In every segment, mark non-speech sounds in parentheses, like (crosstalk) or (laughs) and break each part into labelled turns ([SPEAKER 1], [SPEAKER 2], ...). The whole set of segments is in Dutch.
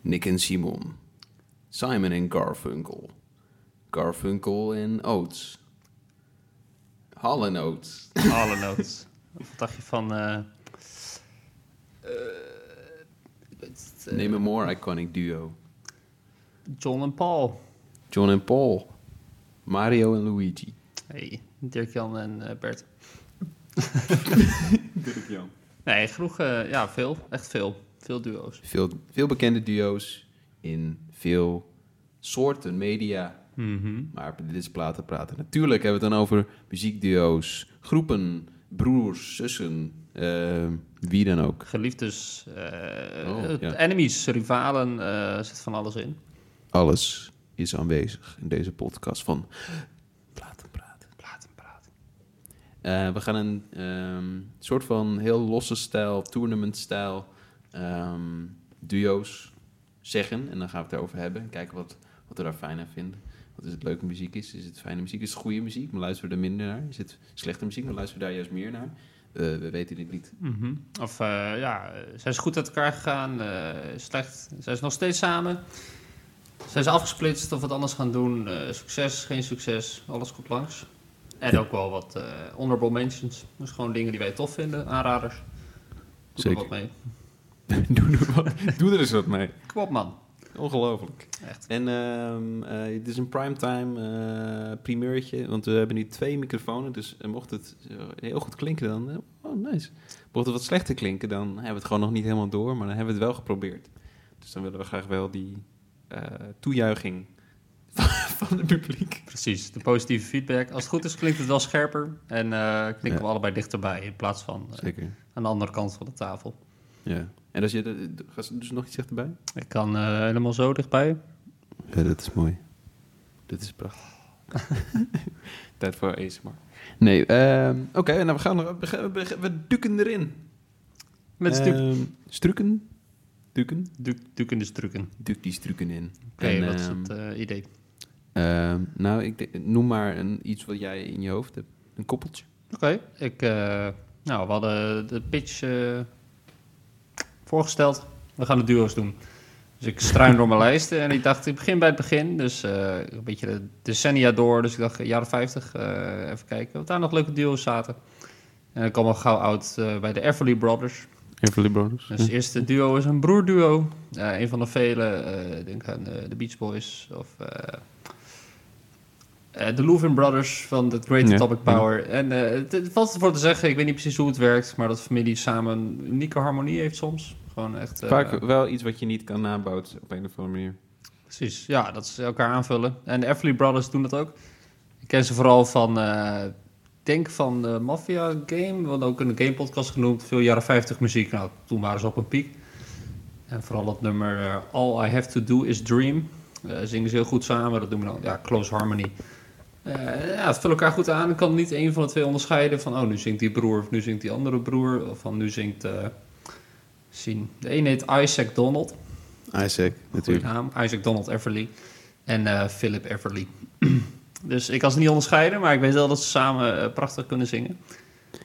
[SPEAKER 1] Nick en Simon. Simon en Garfunkel. Garfunkel en Oates. Hall en Oates. (laughs)
[SPEAKER 2] Alle notes. Wat dacht je van... eh,
[SPEAKER 1] Name a more iconic duo.
[SPEAKER 2] John en Paul.
[SPEAKER 1] John en Paul. Mario en Luigi.
[SPEAKER 2] Hey, Dirk-Jan en eh, Bert. Nee, genoeg, eh, ja, veel. Echt veel. Veel duo's.
[SPEAKER 1] Veel, veel bekende duo's in veel soorten media. Maar dit is platen praten. Natuurlijk hebben we het dan over muziekduo's, groepen, broers, zussen, eh, wie dan ook.
[SPEAKER 2] Geliefdes, eh,
[SPEAKER 1] Oh,
[SPEAKER 2] eh,
[SPEAKER 1] ja.
[SPEAKER 2] enemies, rivalen, eh zit van alles in.
[SPEAKER 1] Alles is aanwezig in deze podcast van Platen Praten.
[SPEAKER 2] Laat hem praten.
[SPEAKER 1] Eh, we gaan een ehm, soort van heel losse stijl, tournament-stijl ehm, duo's zeggen. En dan gaan we het daarover hebben en kijken wat, wat we daar fijn aan vinden. Wat is het leuke muziek is? Is het fijne muziek? Is het goede muziek? Maar luisteren we er minder naar? Is het slechte muziek? Maar luisteren we daar juist meer naar? Eh, we weten dit niet.
[SPEAKER 2] Mhm. Of eh, ja, eh, zijn ze goed uit elkaar gegaan? eh, slecht? Zijn ze nog steeds samen? Zijn ze afgesplitst of wat anders gaan doen? Eh, succes, geen succes, alles komt langs. En ook wel wat eh, honorable mentions. Dus gewoon dingen die wij tof vinden, aanraders. Doe er
[SPEAKER 1] Zeker.
[SPEAKER 2] wat mee.
[SPEAKER 1] (laughs) Doe er, wat, doe er eens wat mee.
[SPEAKER 2] Kom op man.
[SPEAKER 1] Ongelooflijk.
[SPEAKER 2] Echt.
[SPEAKER 1] En ehm, eh, het is een primetime eh primeurtje, want we hebben nu twee microfoons. Dus eh, mocht het eh, heel goed klinken, dan... eh, oh, nice. Mocht het wat slechter klinken, dan hebben we het gewoon nog niet helemaal door. Maar dan hebben we het wel geprobeerd. Dus dan willen we graag wel die eh, toejuiching (laughs) van, van het publiek.
[SPEAKER 2] Precies, de positieve feedback. Als het goed is klinkt het wel scherper en eh klinken we allebei dichterbij in plaats van eh,
[SPEAKER 1] Zeker,
[SPEAKER 2] aan de andere kant van de tafel.
[SPEAKER 1] ja. En als je... de- de- ga- Dus nog iets dichterbij?
[SPEAKER 2] Ik kan eh, helemaal zo dichtbij.
[SPEAKER 1] Ja, dat is mooi. Dit is prachtig. (laughs) Tijd voor ASMR. Nee, ehm, oké, nou we gaan er, we, gaan- we, we duiken erin.
[SPEAKER 2] Met stuk.
[SPEAKER 1] Ehm, strukken. Duken.
[SPEAKER 2] Duk, duk in de strukken.
[SPEAKER 1] Duk die strukken in.
[SPEAKER 2] Oké,
[SPEAKER 1] En,
[SPEAKER 2] wat is
[SPEAKER 1] ehm,
[SPEAKER 2] het eh, idee?
[SPEAKER 1] ehm, nou, ik denk- noem maar een, iets wat jij in je hoofd hebt. Een koppeltje.
[SPEAKER 2] Oké, ik... eh, nou, we hadden de pitch eh, voorgesteld. We gaan de duo's doen. Dus ik struin (laughs) door mijn lijsten en ik dacht, ik begin bij het begin. Dus eh, een beetje de decennia door. Dus ik dacht, eh, jaren 50, eh, even kijken wat daar nog leuke duo's zaten. En ik kwam al gauw uit eh, bij de Everly Brothers.
[SPEAKER 1] Everly Brothers.
[SPEAKER 2] Dus het eerste duo is een broerduo. Eh een van de vele, eh, denk aan eh, de Beach Boys of eh, eh, de Louvin Brothers van The Great
[SPEAKER 1] Ja,
[SPEAKER 2] Atomic
[SPEAKER 1] ja.
[SPEAKER 2] Power. En eh, het het valt ervoor te zeggen, ik weet niet precies hoe het werkt, maar dat de familie samen een unieke harmonie heeft soms. Gewoon echt... eh,
[SPEAKER 1] Vaak wel iets wat je niet kan nabouwen op een of andere manier.
[SPEAKER 2] Precies, ja, dat ze elkaar aanvullen. En de Everly Brothers doen dat ook. Ik ken ze vooral van, eh, ik denk van de Mafia Game, wat ook in de Game Podcast genoemd, veel jaren 50 muziek. Nou, toen waren ze op een piek. En vooral dat nummer eh, All I Have to Do is Dream. Eh, zingen ze heel goed samen, dat doen we dan, ja, Close Harmony. Eh, ja, het vult elkaar goed aan. Ik kan niet één van de twee onderscheiden van, oh, nu zingt die broer of nu zingt die andere broer. Of van nu zingt, eh, zien, de een heet Isaac Donald.
[SPEAKER 1] Isaac,
[SPEAKER 2] Goeie naam. Isaac Donald Everly en eh, Philip Everly. (clears throat) dus ik kan ze niet onderscheiden, maar ik weet wel dat ze samen eh, prachtig kunnen zingen.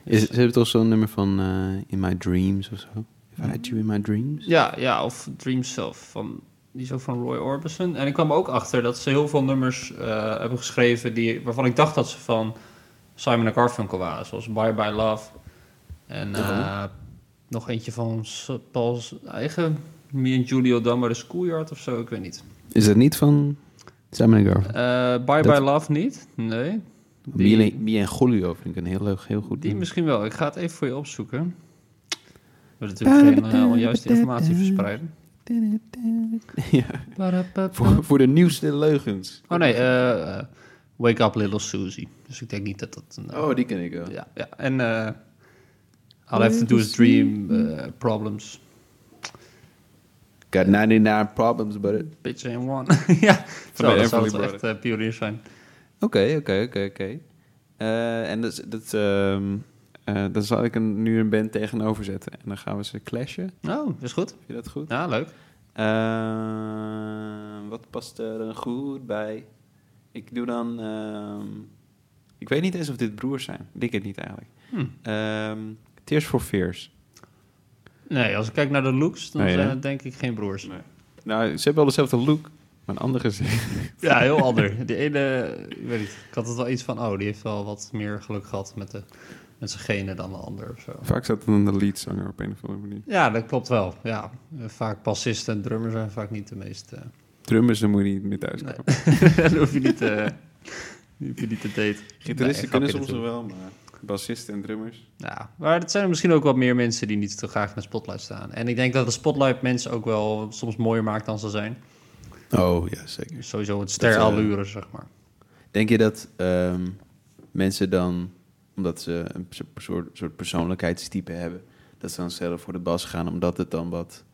[SPEAKER 1] Is, ze hebben toch zo'n nummer van eh, In My Dreams of zo? If I Had You In My Dreams?
[SPEAKER 2] Ja, ja, of Dream Self, van, die is ook van Roy Orbison. En ik kwam ook achter dat ze heel veel nummers eh, hebben geschreven die, waarvan ik dacht dat ze van Simon en Garfunkel waren. Zoals Bye Bye Love en eh, nog eentje van S- Paul's eigen, Me and Julio Dummer, de Schoolyard of zo, ik weet niet.
[SPEAKER 1] Is dat niet van Simon Garfunkel?
[SPEAKER 2] Eh, Bye
[SPEAKER 1] Dat-
[SPEAKER 2] Bye Love niet, nee. die-
[SPEAKER 1] Mie Mie en Julio vind ik een heel leuk, heel goed
[SPEAKER 2] Die
[SPEAKER 1] nummer.
[SPEAKER 2] misschien wel. Ik ga het even voor je opzoeken. We hebben natuurlijk geen eh, onjuiste informatie verspreiden.
[SPEAKER 1] (laughs) ja, voor, voor de nieuwste leugens.
[SPEAKER 2] Oh nee, eh, eh, Wake Up Little Susie. Dus ik denk niet dat dat... Een,
[SPEAKER 1] Oh, die ken ik wel.
[SPEAKER 2] ja, ja. En eh All I Have To Do Is Dream, eh, Problems,
[SPEAKER 1] Got 99 problems, but it...
[SPEAKER 2] Bitch and One. (laughs) ja, zo,
[SPEAKER 1] de
[SPEAKER 2] dat zou
[SPEAKER 1] Everly
[SPEAKER 2] wel echt eh pioniers zijn.
[SPEAKER 1] Oké, oké, oké, oké. Eh, En dat, is- dat, ehm, eh, dan zal ik een, nu een band tegenover zetten. En dan gaan we ze clashen.
[SPEAKER 2] Oh, is goed.
[SPEAKER 1] Vind je dat goed?
[SPEAKER 2] Ja, leuk.
[SPEAKER 1] Eh, wat past er dan goed bij? Ik doe dan... ehm, ik weet niet eens of dit broers zijn. Ik denk het niet eigenlijk.
[SPEAKER 2] Hm.
[SPEAKER 1] Ehm, Tears for Fears.
[SPEAKER 2] Nee, als ik kijk naar de looks, dan
[SPEAKER 1] Nee,
[SPEAKER 2] zijn
[SPEAKER 1] hè?
[SPEAKER 2] het denk ik geen broers.
[SPEAKER 1] Nee. Nou, ze hebben wel dezelfde look, maar een ander (laughs) gezicht.
[SPEAKER 2] Ja, heel ander. Die ene, ik weet niet, ik had het wel iets van, oh, die heeft wel wat meer geluk gehad met, de, met zijn genen dan de ander of zo.
[SPEAKER 1] Vaak staat dan de leadzanger op een of andere manier.
[SPEAKER 2] Ja, dat klopt wel, ja. Vaak bassisten en drummers zijn vaak niet de meest... eh,
[SPEAKER 1] Drummers, daar moet je niet mee thuis
[SPEAKER 2] (laughs) Nee.
[SPEAKER 1] komen.
[SPEAKER 2] dan hoef je niet, eh, die hoef je niet te daten.
[SPEAKER 1] Gitaristen
[SPEAKER 2] Nee,
[SPEAKER 1] kunnen
[SPEAKER 2] grapje
[SPEAKER 1] soms nog wel, maar bassisten en drummers.
[SPEAKER 2] Ja, maar het zijn er misschien ook wat meer mensen die niet zo graag in de spotlight staan. En ik denk dat de spotlight mensen ook wel soms mooier maakt dan ze zijn.
[SPEAKER 1] Oh, ja, zeker.
[SPEAKER 2] Sowieso het
[SPEAKER 1] eh,
[SPEAKER 2] sterallure, zeg maar.
[SPEAKER 1] Denk je dat ehm, mensen dan, omdat ze een pers- soort, soort persoonlijkheidstype hebben, dat ze dan zelf voor de bas gaan, omdat het dan wat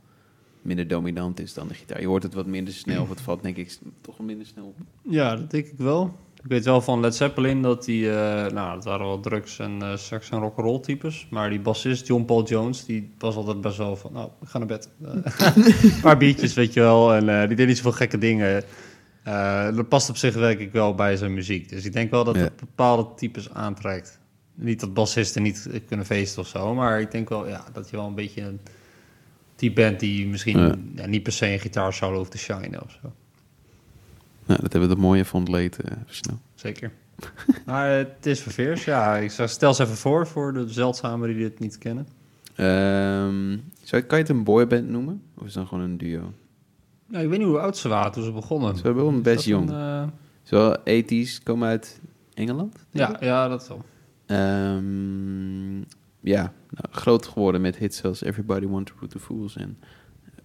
[SPEAKER 1] minder dominant is dan de gitaar? Je hoort het wat minder snel, of het valt denk ik s- toch wel minder snel op.
[SPEAKER 2] Ja, dat denk ik wel. Ik weet wel van Led Zeppelin dat die, eh, nou, dat waren wel drugs en eh seks en rock'n'roll types. Maar die bassist John Paul Jones, die was altijd best wel van, nou, we gaan naar bed. Eh,
[SPEAKER 1] (laughs)
[SPEAKER 2] Een paar biertjes, weet je wel. En eh, die deed niet zoveel gekke dingen. Eh, dat past op zich denk ik wel bij zijn muziek. Dus ik denk wel dat
[SPEAKER 1] Ja.
[SPEAKER 2] het bepaalde types aantrekt. Niet dat bassisten niet eh, kunnen feesten of zo, maar ik denk wel ja, dat je wel een beetje een type bent die misschien
[SPEAKER 1] Ja.
[SPEAKER 2] ja, niet per se een gitaarsolo hoeft te shinen of zo.
[SPEAKER 1] Nou, dat hebben we de mooie van leed eh, snel.
[SPEAKER 2] Zeker. (laughs) maar eh, het is verveers, ja. Ik zou- stel ze even voor, voor de zeldzamen die dit niet kennen.
[SPEAKER 1] Ehm, zou, kan je het een boyband noemen? Of is het dan gewoon een duo?
[SPEAKER 2] Nou, ik weet niet hoe oud ze waren toen ze begonnen.
[SPEAKER 1] Ze hebben wel een
[SPEAKER 2] Is dat
[SPEAKER 1] best jong.
[SPEAKER 2] een, eh,
[SPEAKER 1] Ze zijn wel ethisch, komen uit Engeland. denk
[SPEAKER 2] ja,
[SPEAKER 1] ik.
[SPEAKER 2] ja, dat wel.
[SPEAKER 1] Ehm, ja, nou, groot geworden met hits zoals Everybody Want to Rule the Fools en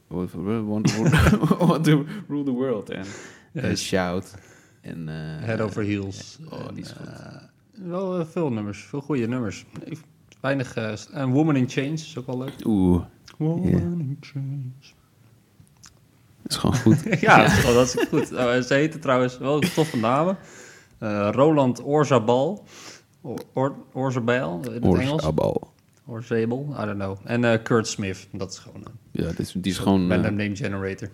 [SPEAKER 1] eh, Want to Rule, want to rule, (laughs) want to rule the World en eh,
[SPEAKER 2] Ja,
[SPEAKER 1] Shout. En, eh,
[SPEAKER 2] Head over heels.
[SPEAKER 1] oh, die is goed.
[SPEAKER 2] eh, wel eh, veel nummers, veel goede nummers. Ik- Weinig. eh, s- en Woman in Chains is ook wel leuk.
[SPEAKER 1] Oeh,
[SPEAKER 2] Woman
[SPEAKER 1] Ja.
[SPEAKER 2] in Chains.
[SPEAKER 1] dat is gewoon
[SPEAKER 2] (laughs)
[SPEAKER 1] goed.
[SPEAKER 2] ja, dat is wel hartstikke goed. Eh, ze heten trouwens wel een toffe namen. Eh, Roland Orzabal. Or, Or- Orzabal in het Engels.
[SPEAKER 1] Orsabal.
[SPEAKER 2] Orzabel, I don't know. En eh, Kurt Smith, dat is gewoon eh, een
[SPEAKER 1] Ja, dat is, die is gewoon
[SPEAKER 2] random
[SPEAKER 1] eh,
[SPEAKER 2] name generator.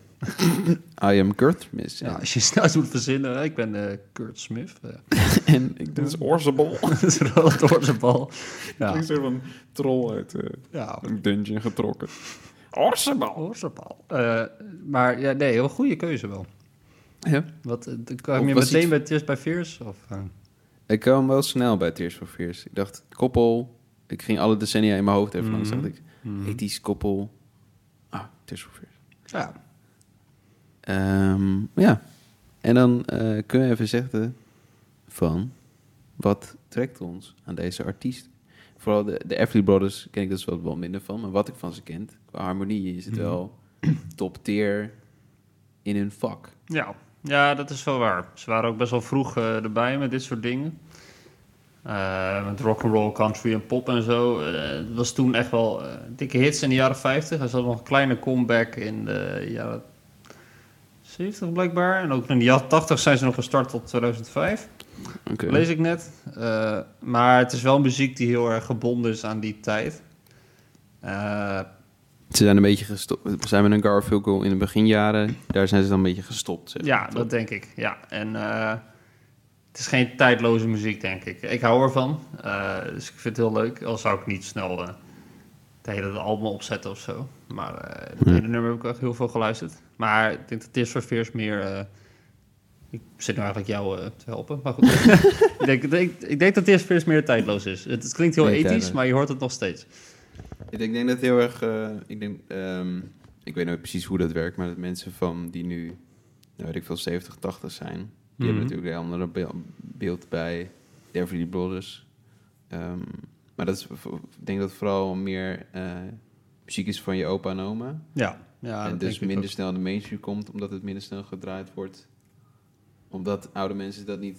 [SPEAKER 1] I am Kurt Smith.
[SPEAKER 2] Ja, als je (laughs) snel moet verzinnen, ik ben eh, Kurt Smith. eh.
[SPEAKER 1] (laughs)
[SPEAKER 2] (laughs)
[SPEAKER 1] En ik doe Orsabal.
[SPEAKER 2] Dat is Roland Orzabal. Ja,
[SPEAKER 1] soort van troll uit eh,
[SPEAKER 2] ja
[SPEAKER 1] een dungeon getrokken. Orsabal.
[SPEAKER 2] Orzabal. Eh, maar ja, nee, heel goede keuze wel.
[SPEAKER 1] Ja.
[SPEAKER 2] Wat, eh, dan kwam
[SPEAKER 1] Of
[SPEAKER 2] je
[SPEAKER 1] was
[SPEAKER 2] meteen
[SPEAKER 1] iets-
[SPEAKER 2] bij Tears by Fears? Of, eh,
[SPEAKER 1] Ik kwam wel snel bij Tears for Fears. Ik dacht, koppel. Ik ging alle decennia in mijn hoofd even langs.
[SPEAKER 2] Mhm.
[SPEAKER 1] Dacht ik, ethisch koppel. Ah, Tears for Fears.
[SPEAKER 2] ja,
[SPEAKER 1] Ehm, ja. En dan eh, kunnen we even zeggen van... Wat trekt ons aan deze artiest? Vooral de, de Everly Brothers ken ik dus wel, wel minder van. Maar wat ik van ze kent, qua harmonie
[SPEAKER 2] Mhm.
[SPEAKER 1] is het wel (clears throat) top tier in hun vak.
[SPEAKER 2] ja. ja, dat is wel waar. Ze waren ook best wel vroeg eh, erbij met dit soort dingen. Eh met rock'n'roll, country en pop en zo. Eh, Het was toen echt wel eh, dikke hits in de jaren 50. Er zat nog een kleine comeback in de jaren 70 blijkbaar. En ook in de jaren 80 zijn ze nog gestart tot 2005.
[SPEAKER 1] Oké.
[SPEAKER 2] Lees ik net. Eh, maar het is wel muziek die heel erg gebonden is aan die tijd. Eh,
[SPEAKER 1] Ze zijn een beetje gestopt. Ze zijn met een Garfunkel in de beginjaren. Daar zijn ze dan een beetje gestopt. zeg.
[SPEAKER 2] ja, dat denk ik. Ja. En eh, het is geen tijdloze muziek, denk ik. Ik hou ervan. Eh, dus ik vind het heel leuk. Al zou ik niet snel eh het hele album opzetten of zo. Maar eh het
[SPEAKER 1] Nee.
[SPEAKER 2] ene nummer heb ik echt heel veel geluisterd. Maar ik denk dat Tears for Fears meer... eh, ik zit nu eigenlijk jou eh, te helpen, maar goed.
[SPEAKER 1] (laughs)
[SPEAKER 2] ik, denk, ik, denk- ik denk dat Tears for Fears meer tijdloos is. Het, het klinkt heel
[SPEAKER 1] Nee,
[SPEAKER 2] ethisch,
[SPEAKER 1] tijdloos.
[SPEAKER 2] maar je hoort het nog steeds.
[SPEAKER 1] Ik denk, ik denk dat heel erg. eh, ik, denk, ehm, ik weet nooit precies hoe dat werkt, maar dat mensen van die nu, nou weet ik veel, 70, 80 zijn, die hebben
[SPEAKER 2] Mhm.
[SPEAKER 1] natuurlijk een heel ander be- beeld bij de Everly Brothers. Ehm, maar dat is, vo- ik denk dat het vooral meer eh, muziek is van je opa en oma.
[SPEAKER 2] Ja, ja
[SPEAKER 1] en
[SPEAKER 2] dat
[SPEAKER 1] dus
[SPEAKER 2] Ah, denk ik
[SPEAKER 1] minder
[SPEAKER 2] ook.
[SPEAKER 1] snel in de mainstream komt, omdat het minder snel gedraaid wordt. Omdat oude mensen dat niet.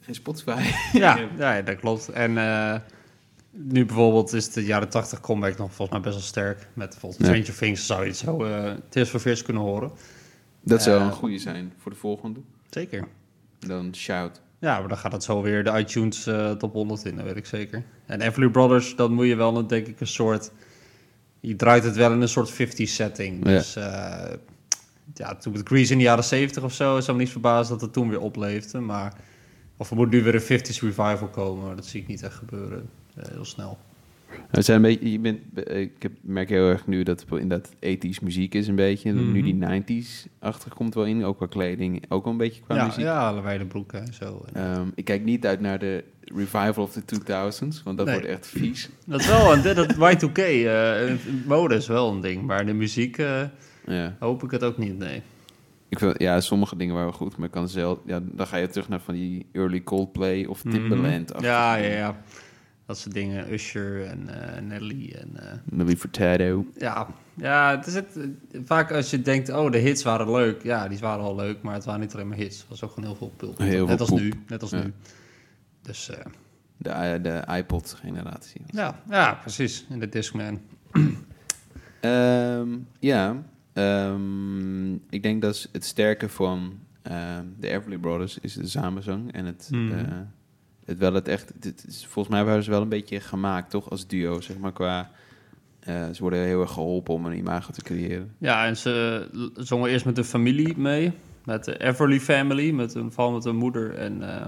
[SPEAKER 1] geen Spotify. (laughs)
[SPEAKER 2] Ja, ja, dat klopt. En eh, nu bijvoorbeeld is de jaren 80 comeback nog volgens mij best wel sterk. Met volgens
[SPEAKER 1] Ja.
[SPEAKER 2] Change of Things zou je het zo eh Tears for Fears kunnen horen.
[SPEAKER 1] Dat zou
[SPEAKER 2] Eh,
[SPEAKER 1] een goede zijn voor de volgende.
[SPEAKER 2] Zeker.
[SPEAKER 1] Dan shout.
[SPEAKER 2] Ja, maar dan gaat het zo weer de iTunes eh, top 100 in, dat weet ik zeker. En Everly Brothers, dan moet je wel een, denk ik een soort... Je draait het wel in een soort 50 setting.
[SPEAKER 1] Ja.
[SPEAKER 2] Dus eh, ja, toen met Grease in de jaren 70 of zo... zou me niet verbazen dat het toen weer opleefde. Maar of er moet nu weer een 50s revival komen. maar Dat zie ik niet echt gebeuren. eh, heel snel.
[SPEAKER 1] We zijn een beetje, je bent, ik heb- merk heel erg nu dat het inderdaad ethisch muziek is een beetje. En Nu
[SPEAKER 2] Mhm.
[SPEAKER 1] die 90s achter komt wel in, ook qua kleding, ook wel een beetje qua
[SPEAKER 2] Ja,
[SPEAKER 1] muziek.
[SPEAKER 2] ja, allebei de broeken en zo.
[SPEAKER 1] Ehm, ik kijk niet uit naar de revival of the 2000s, want dat
[SPEAKER 2] Nee.
[SPEAKER 1] wordt echt vies.
[SPEAKER 2] Dat is wel, een- dat Y2K, eh, mode is wel een ding, maar de muziek eh,
[SPEAKER 1] Ja.
[SPEAKER 2] hoop ik het ook niet, nee.
[SPEAKER 1] Ik vind, ja, sommige dingen waren wel goed, maar ik kan zelf, ja, dan ga je terug naar van die early Coldplay of Timbaland.
[SPEAKER 2] Mhm. Ja, ja, ja. Dat soort dingen, Usher en eh, Nelly en... eh,
[SPEAKER 1] Millie Furtado.
[SPEAKER 2] Ja, ja het is het, vaak als je denkt, oh, de hits waren leuk. Ja, die waren al leuk, maar het waren niet alleen maar hits. Het was ook gewoon heel veel pul.
[SPEAKER 1] Heel
[SPEAKER 2] net
[SPEAKER 1] veel
[SPEAKER 2] als
[SPEAKER 1] poep.
[SPEAKER 2] nu, net als
[SPEAKER 1] Ja.
[SPEAKER 2] nu. Dus eh,
[SPEAKER 1] De, de iPod-generatie.
[SPEAKER 2] ja, ja, precies, in de Discman.
[SPEAKER 1] Ehm, ja, ehm, ik denk dat is het sterke van ehm, de Everly Brothers is de samenzang. En het,
[SPEAKER 2] Mhm.
[SPEAKER 1] eh, het wel het echt, het, het is, volgens mij waren ze wel een beetje gemaakt, toch? Als duo, zeg maar, qua... eh, ze worden heel erg geholpen om een imago te creëren.
[SPEAKER 2] Ja, en ze l- zongen eerst met de familie mee. Met de Everly Family, met hun, vooral met hun moeder en, eh,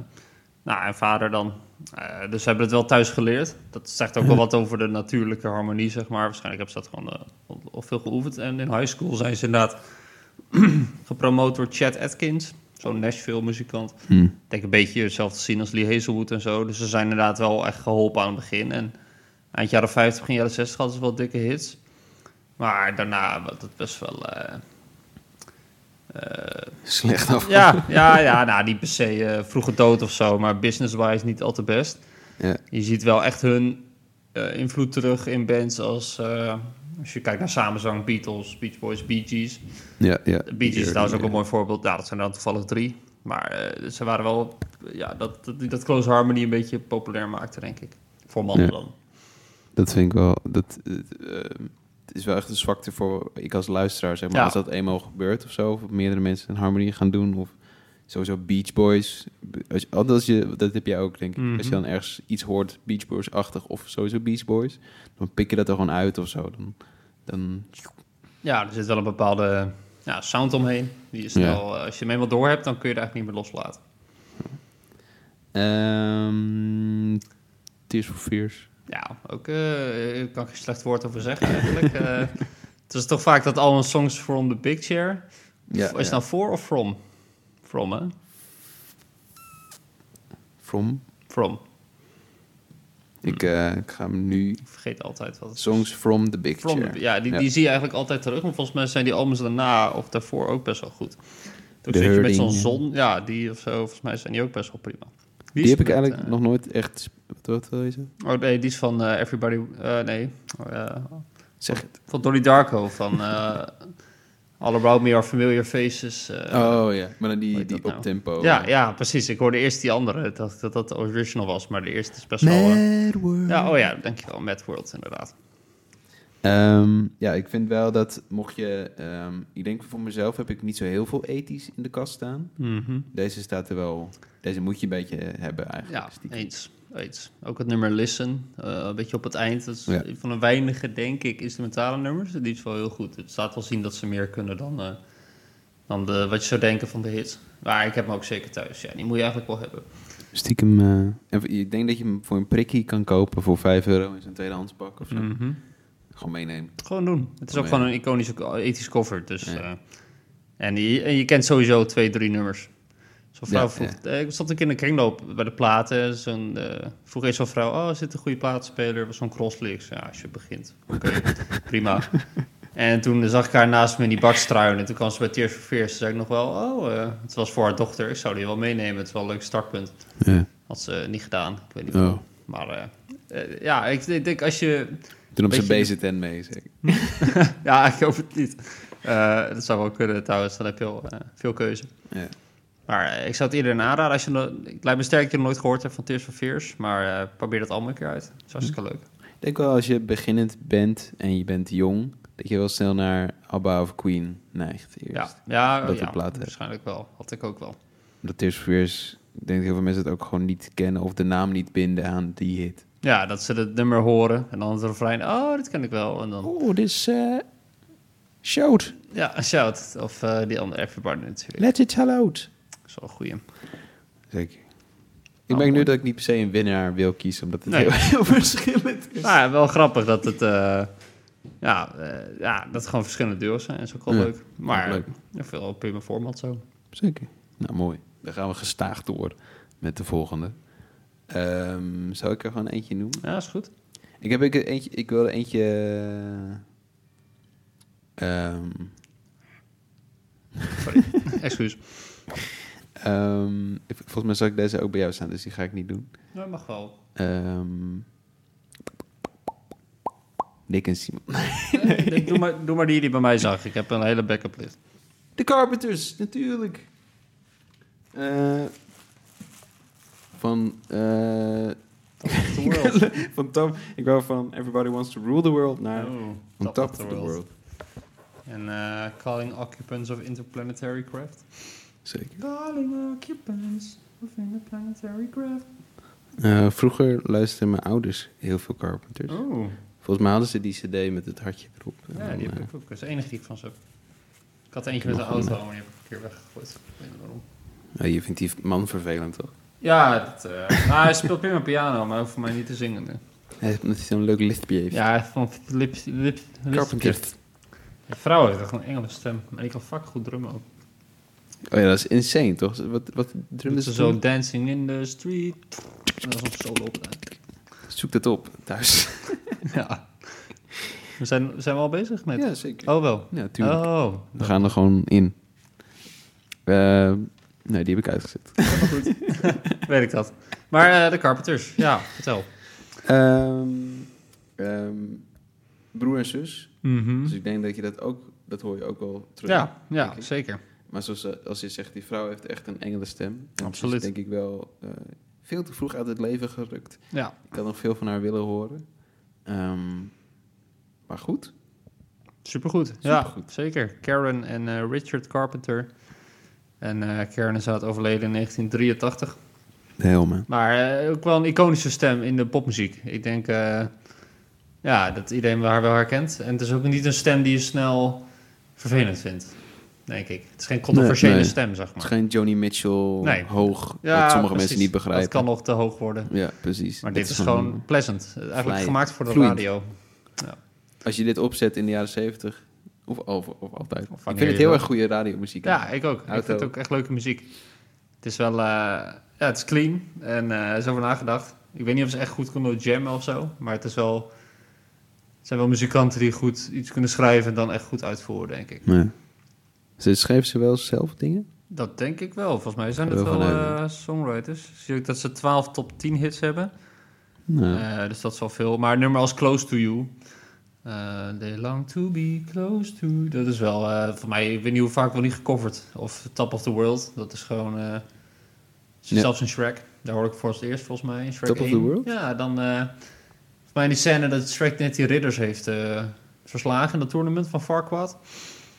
[SPEAKER 2] nou, en vader dan. Eh, dus ze hebben het wel thuis geleerd. Dat zegt ook wel wat over de natuurlijke harmonie, zeg maar. Waarschijnlijk hebben ze dat gewoon eh, al- al veel geoefend. En in high school zijn ze inderdaad (clears throat) gepromoot door Chad Atkins, zo'n Nashville-muzikant. Ik denk een beetje hetzelfde zien als Lee Hazelwood en zo. Dus ze zijn inderdaad wel echt geholpen aan het begin. En eind jaren 50, begin jaren 60 hadden ze wel dikke hits. Maar daarna was het best wel... eh, eh,
[SPEAKER 1] Slecht af.
[SPEAKER 2] ja, (laughs) ja, ja, nou niet per se eh, vroege dood of zo. Maar business-wise niet al te best.
[SPEAKER 1] Ja.
[SPEAKER 2] Je ziet wel echt hun eh, invloed terug in bands als... eh, als je kijkt naar samenzang, Beatles, Beach Boys, Bee Gees.
[SPEAKER 1] Ja, ja.
[SPEAKER 2] De Bee Gees is trouwens ook een mooi voorbeeld. Ja, dat zijn dan toevallig drie. Maar eh, ze waren wel... Ja, dat, dat, die- dat Close Harmony een beetje populair maakte, denk ik. Voor mannen
[SPEAKER 1] Ja.
[SPEAKER 2] dan.
[SPEAKER 1] Dat vind ik wel. Dat, eh, eh, het is wel echt een zwakte voor ik als luisteraar, zeg maar.
[SPEAKER 2] Ja.
[SPEAKER 1] Als dat eenmaal gebeurt of zo, of meerdere mensen een harmonie gaan doen, of sowieso Beach Boys. Als je, als je, dat heb jij ook, denk ik.
[SPEAKER 2] Mhm.
[SPEAKER 1] Als je dan ergens iets hoort, Beach Boys-achtig, of sowieso Beach Boys, dan pik je dat er gewoon uit of zo. Dan, dan
[SPEAKER 2] Ja, er zit wel een bepaalde ja, sound omheen. Die is
[SPEAKER 1] Ja.
[SPEAKER 2] wel, eh, als je hem eenmaal door hebt, dan kun je er eigenlijk niet meer loslaten.
[SPEAKER 1] ehm Tears for Fears.
[SPEAKER 2] Ja, ook eh, kan ik geen slecht woord over zeggen
[SPEAKER 1] (laughs)
[SPEAKER 2] eigenlijk. Eh, het is toch vaak dat al een songs from the big chair.
[SPEAKER 1] Ja,
[SPEAKER 2] is het
[SPEAKER 1] ja.
[SPEAKER 2] nou voor of from? From, hè?
[SPEAKER 1] From.
[SPEAKER 2] From.
[SPEAKER 1] Ik,
[SPEAKER 2] Mhm.
[SPEAKER 1] eh, ik ga hem nu.
[SPEAKER 2] Ik vergeet altijd wat het
[SPEAKER 1] Songs from the Big
[SPEAKER 2] From
[SPEAKER 1] Chair.
[SPEAKER 2] the- ja, die,
[SPEAKER 1] Ja.
[SPEAKER 2] die zie je eigenlijk altijd terug. Maar volgens mij zijn die albums daarna of daarvoor ook best wel goed. Toen
[SPEAKER 1] De
[SPEAKER 2] zit je met zo'n
[SPEAKER 1] Herding, ja.
[SPEAKER 2] zon, ja, die of zo. Volgens mij zijn die ook best wel prima.
[SPEAKER 1] Die,
[SPEAKER 2] is
[SPEAKER 1] heb ik
[SPEAKER 2] met,
[SPEAKER 1] eigenlijk
[SPEAKER 2] eh,
[SPEAKER 1] nog nooit echt. Wat, wat wil je zeggen?
[SPEAKER 2] Oh nee, die is van eh, Everybody... eh, nee, eh,
[SPEAKER 1] Zeg het.
[SPEAKER 2] van Donnie Darko. Van eh, All Around Me Are Familiar Faces. eh.
[SPEAKER 1] oh ja, maar dan
[SPEAKER 2] hoe
[SPEAKER 1] die,
[SPEAKER 2] heet
[SPEAKER 1] die
[SPEAKER 2] dat nou?
[SPEAKER 1] op tempo.
[SPEAKER 2] ja, ja, precies. Ik hoorde eerst die andere. Dat dat, dat de original was. Maar de eerste is best wel... eh,
[SPEAKER 1] Mad World.
[SPEAKER 2] ja, oh ja, dankjewel. Mad World, inderdaad.
[SPEAKER 1] Ehm, ja, ik vind wel dat mocht je. ehm, ik denk voor mezelf heb ik niet zo heel veel ethisch in de kast staan.
[SPEAKER 2] Mhm.
[SPEAKER 1] Deze staat er wel. Deze moet je een beetje hebben eigenlijk.
[SPEAKER 2] Ja,
[SPEAKER 1] stiekem.
[SPEAKER 2] eens, eens. Ook het nummer Listen, eh, een beetje op het eind. Dat is
[SPEAKER 1] Ja.
[SPEAKER 2] een van de weinige, denk ik, instrumentale nummers. Die is wel heel goed. Het laat wel zien dat ze meer kunnen dan, eh, dan de, wat je zou denken van de hits. Maar ik heb hem ook zeker thuis. Ja, die moet je eigenlijk wel hebben.
[SPEAKER 1] Stiekem. eh, en ik denk dat je hem voor een prikkie kan kopen voor 5 euro in zijn tweedehands pak of zo.
[SPEAKER 2] Mhm.
[SPEAKER 1] Gewoon meenemen.
[SPEAKER 2] Gewoon doen. Het is
[SPEAKER 1] Oh,
[SPEAKER 2] ook
[SPEAKER 1] ja.
[SPEAKER 2] gewoon een iconisch ethisch cover. Dus,
[SPEAKER 1] Ja.
[SPEAKER 2] eh, en, je, en je kent sowieso twee, drie nummers. Zo'n vrouw
[SPEAKER 1] Ja,
[SPEAKER 2] vroeg... eh, Ik stond een keer in de kringloop bij de platen. Zo'n, eh, vroeg eens zo'n vrouw... Oh, is dit een goede platenspeler? Was zo'n crosslix. Ja, als je begint. Oké,
[SPEAKER 1] (laughs)
[SPEAKER 2] prima. En toen zag ik haar naast me in die bak struinen. En toen kwam ze bij Tears for Fears. Toen zei ik nog wel... Oh, eh, het was voor haar dochter. Ik zou die wel meenemen. Het is wel een leuk startpunt.
[SPEAKER 1] Ja.
[SPEAKER 2] Had ze niet gedaan. Ik weet niet
[SPEAKER 1] Oh.
[SPEAKER 2] waarom. Maar eh, eh, ja, ik, ik denk als je...
[SPEAKER 1] Toen op zijn
[SPEAKER 2] Beetje-
[SPEAKER 1] BZN mee. Zeg. ik.
[SPEAKER 2] Ja, (laughs) ik hoop het niet. Eh, dat zou wel kunnen trouwens, dan heb je al eh, veel keuze.
[SPEAKER 1] Ja.
[SPEAKER 2] Maar eh, ik zou het iedereen aanraden. Als je, no- ik lijkt me sterk dat je nog nooit gehoord hebt van Tears for Fears. Maar eh, probeer dat allemaal een keer uit. Dat is
[SPEAKER 1] Hm.
[SPEAKER 2] hartstikke leuk.
[SPEAKER 1] Ik denk wel als je beginnend bent en je bent jong, dat je wel snel naar ABBA of Queen neigt eerst.
[SPEAKER 2] Ja, ja, oh
[SPEAKER 1] Dat
[SPEAKER 2] ja,
[SPEAKER 1] de plaat hebt.
[SPEAKER 2] waarschijnlijk wel. Had ik ook wel.
[SPEAKER 1] Dat Tears for Fears, ik denk dat heel veel mensen het ook gewoon niet kennen of de naam niet binden aan die hit.
[SPEAKER 2] Ja, dat ze het nummer horen en dan het refrein. Oh, dat ken ik wel. En dan,
[SPEAKER 1] Oh, dit is eh, shout.
[SPEAKER 2] ja, een shout. Of eh, die andere Everybody natuurlijk.
[SPEAKER 1] Let it all out.
[SPEAKER 2] Dat is wel een goeie.
[SPEAKER 1] Zeker. Ik Ik merk nu dat ik niet per se een winnaar wil kiezen, omdat het
[SPEAKER 2] Nee.
[SPEAKER 1] heel, heel (laughs) verschillend is.
[SPEAKER 2] Nou ja, wel grappig dat het... eh, ja, eh, ja, dat het gewoon verschillende duo's zijn. is ook wel
[SPEAKER 1] Ja,
[SPEAKER 2] leuk. Maar
[SPEAKER 1] leuk.
[SPEAKER 2] ik vind wel een prima format zo.
[SPEAKER 1] Zeker. Nou, mooi. Dan gaan we gestaag door met de volgende. Ehm zou ik er gewoon eentje noemen?
[SPEAKER 2] Ja, is goed. (laughs)
[SPEAKER 1] Ik, heb, ik, eentje, ik wilde eentje... ehm,
[SPEAKER 2] Excuus.
[SPEAKER 1] ehm, ik- volgens mij zou ik deze ook bij jou staan, dus die ga ik niet doen.
[SPEAKER 2] Nou,
[SPEAKER 1] (laughs)
[SPEAKER 2] mag wel.
[SPEAKER 1] Ehm Dick en Simon.
[SPEAKER 2] Nee, doe, maar, doe maar die die bij mij zag. Ik heb een hele backup
[SPEAKER 1] (laughs)
[SPEAKER 2] list.
[SPEAKER 1] De Carpenters, natuurlijk. Eh, van... eh,
[SPEAKER 2] The world.
[SPEAKER 1] van Tom, ik wou van Everybody Wants to Rule the World naar
[SPEAKER 2] Oh,
[SPEAKER 1] On Top of the World.
[SPEAKER 2] En eh, Calling Occupants of Interplanetary Craft.
[SPEAKER 1] Zeker.
[SPEAKER 2] Calling Occupants of Interplanetary Craft.
[SPEAKER 1] Eh, vroeger luisterden mijn ouders heel veel Carpenters.
[SPEAKER 2] Oh,
[SPEAKER 1] Volgens mij hadden ze die cd met het hartje erop. En
[SPEAKER 2] ja,
[SPEAKER 1] dan,
[SPEAKER 2] die
[SPEAKER 1] eh,
[SPEAKER 2] heb ik ook. Dat is de enige die ik van ze heb. Ik had eentje met de
[SPEAKER 1] Nog een,
[SPEAKER 2] auto, maar die heb ik een keer weggegooid. Ik weet niet waarom.
[SPEAKER 1] nou, je vindt die man vervelend, toch?
[SPEAKER 2] Ja, dat, eh, (laughs) ah, hij speelt prima piano, maar hoeft voor mij niet te zingen. nu.
[SPEAKER 1] Hij heeft omdat hij zo'n leuk lichtje heeft.
[SPEAKER 2] Ja, van lips, lips,
[SPEAKER 1] Carpenters.
[SPEAKER 2] Die vrouw heeft echt een Engelse stem. En ik kan fuck goed drummen ook.
[SPEAKER 1] Oh ja, dat is insane, toch? Wat, wat
[SPEAKER 2] Doet
[SPEAKER 1] drummen
[SPEAKER 2] ze
[SPEAKER 1] ze
[SPEAKER 2] zo
[SPEAKER 1] toen?
[SPEAKER 2] dancing in the street. En Dat is op solo op.
[SPEAKER 1] Zoek dat op, thuis.
[SPEAKER 2] Ja. We zijn, zijn we al bezig met?
[SPEAKER 1] (laughs) Ja, zeker.
[SPEAKER 2] Oh wel.
[SPEAKER 1] Ja, tuurlijk.
[SPEAKER 2] Oh.
[SPEAKER 1] We gaan er gewoon in. Eh, nee, die heb ik uitgezet.
[SPEAKER 2] Weet ik dat. Maar eh, de Carpenters. Ja, vertel.
[SPEAKER 1] Ehm, ehm, broer en zus. Dus ik denk dat je dat ook... Dat hoor je ook wel terug.
[SPEAKER 2] Hm? Mhm. Ja, ja,
[SPEAKER 1] Oké.
[SPEAKER 2] zeker.
[SPEAKER 1] Maar zoals eh, als je zegt, die vrouw heeft echt een engelenstem. En
[SPEAKER 2] Absoluut.
[SPEAKER 1] Ze is denk ik wel eh, veel te vroeg uit het leven gerukt.
[SPEAKER 2] Ja.
[SPEAKER 1] Ik had nog veel van haar willen horen. Ehm, maar goed.
[SPEAKER 2] Supergoed. Ja,
[SPEAKER 1] Supergoed.
[SPEAKER 2] zeker. Karen en eh, Richard Carpenter. En eh, Karen is inderdaad overleden in 1983.
[SPEAKER 1] Helemaal.
[SPEAKER 2] Maar eh, ook wel een iconische stem in de popmuziek. Ik denk eh, ja, dat iedereen haar wel herkent. En het is ook niet een stem die je snel vervelend vindt, denk ik. Het is geen controversiële
[SPEAKER 1] nee.
[SPEAKER 2] stem, zeg
[SPEAKER 1] Het
[SPEAKER 2] maar.
[SPEAKER 1] is geen Johnny Mitchell
[SPEAKER 2] Nee.
[SPEAKER 1] hoog,
[SPEAKER 2] Ja,
[SPEAKER 1] dat sommige
[SPEAKER 2] precies.
[SPEAKER 1] mensen niet begrijpen.
[SPEAKER 2] Dat kan nog te hoog worden.
[SPEAKER 1] Ja, precies.
[SPEAKER 2] Maar
[SPEAKER 1] Dat
[SPEAKER 2] dit is gewoon pleasant. Eigenlijk
[SPEAKER 1] vlijend.
[SPEAKER 2] gemaakt voor de
[SPEAKER 1] Vloeiend.
[SPEAKER 2] radio.
[SPEAKER 1] Als je dit opzet in de jaren zeventig, of, of, of altijd.
[SPEAKER 2] wanneer
[SPEAKER 1] ik vind
[SPEAKER 2] je
[SPEAKER 1] het heel
[SPEAKER 2] wil.
[SPEAKER 1] erg goede radiomuziek.
[SPEAKER 2] Ja, ik ook. Ik
[SPEAKER 1] Auto.
[SPEAKER 2] vind het ook echt leuke muziek. Het is wel... eh, ja, het is clean. En eh, er is over nagedacht. Ik weet niet of ze echt goed konden jammen of zo. Maar het is wel... Het zijn wel muzikanten die goed iets kunnen schrijven... en dan echt goed uitvoeren, denk ik.
[SPEAKER 1] Nee. Ze schreef ze wel zelf dingen?
[SPEAKER 2] Dat denk ik wel. Volgens mij zijn
[SPEAKER 1] Gaan
[SPEAKER 2] het
[SPEAKER 1] we
[SPEAKER 2] wel
[SPEAKER 1] vanuit.
[SPEAKER 2] eh, songwriters. Ik Zie ik dat ze 12 top 10 hits hebben.
[SPEAKER 1] Nou,
[SPEAKER 2] Eh, dus dat is wel veel. Maar een nummer als Close to You. eh, they long to be close to. Dat is wel, eh, voor mij, ik weet niet hoe vaak wel niet gecoverd. Of Top of the World. Dat is gewoon. eh,
[SPEAKER 1] Ja.
[SPEAKER 2] Zelfs in Shrek. Daar hoor ik voor het eerst volgens mij. In Shrek
[SPEAKER 1] Top of
[SPEAKER 2] 1.
[SPEAKER 1] the World?
[SPEAKER 2] Ja, dan. eh volgens mij die scène dat Shrek net die ridders heeft eh, verslagen in dat toernooi van Farquaad.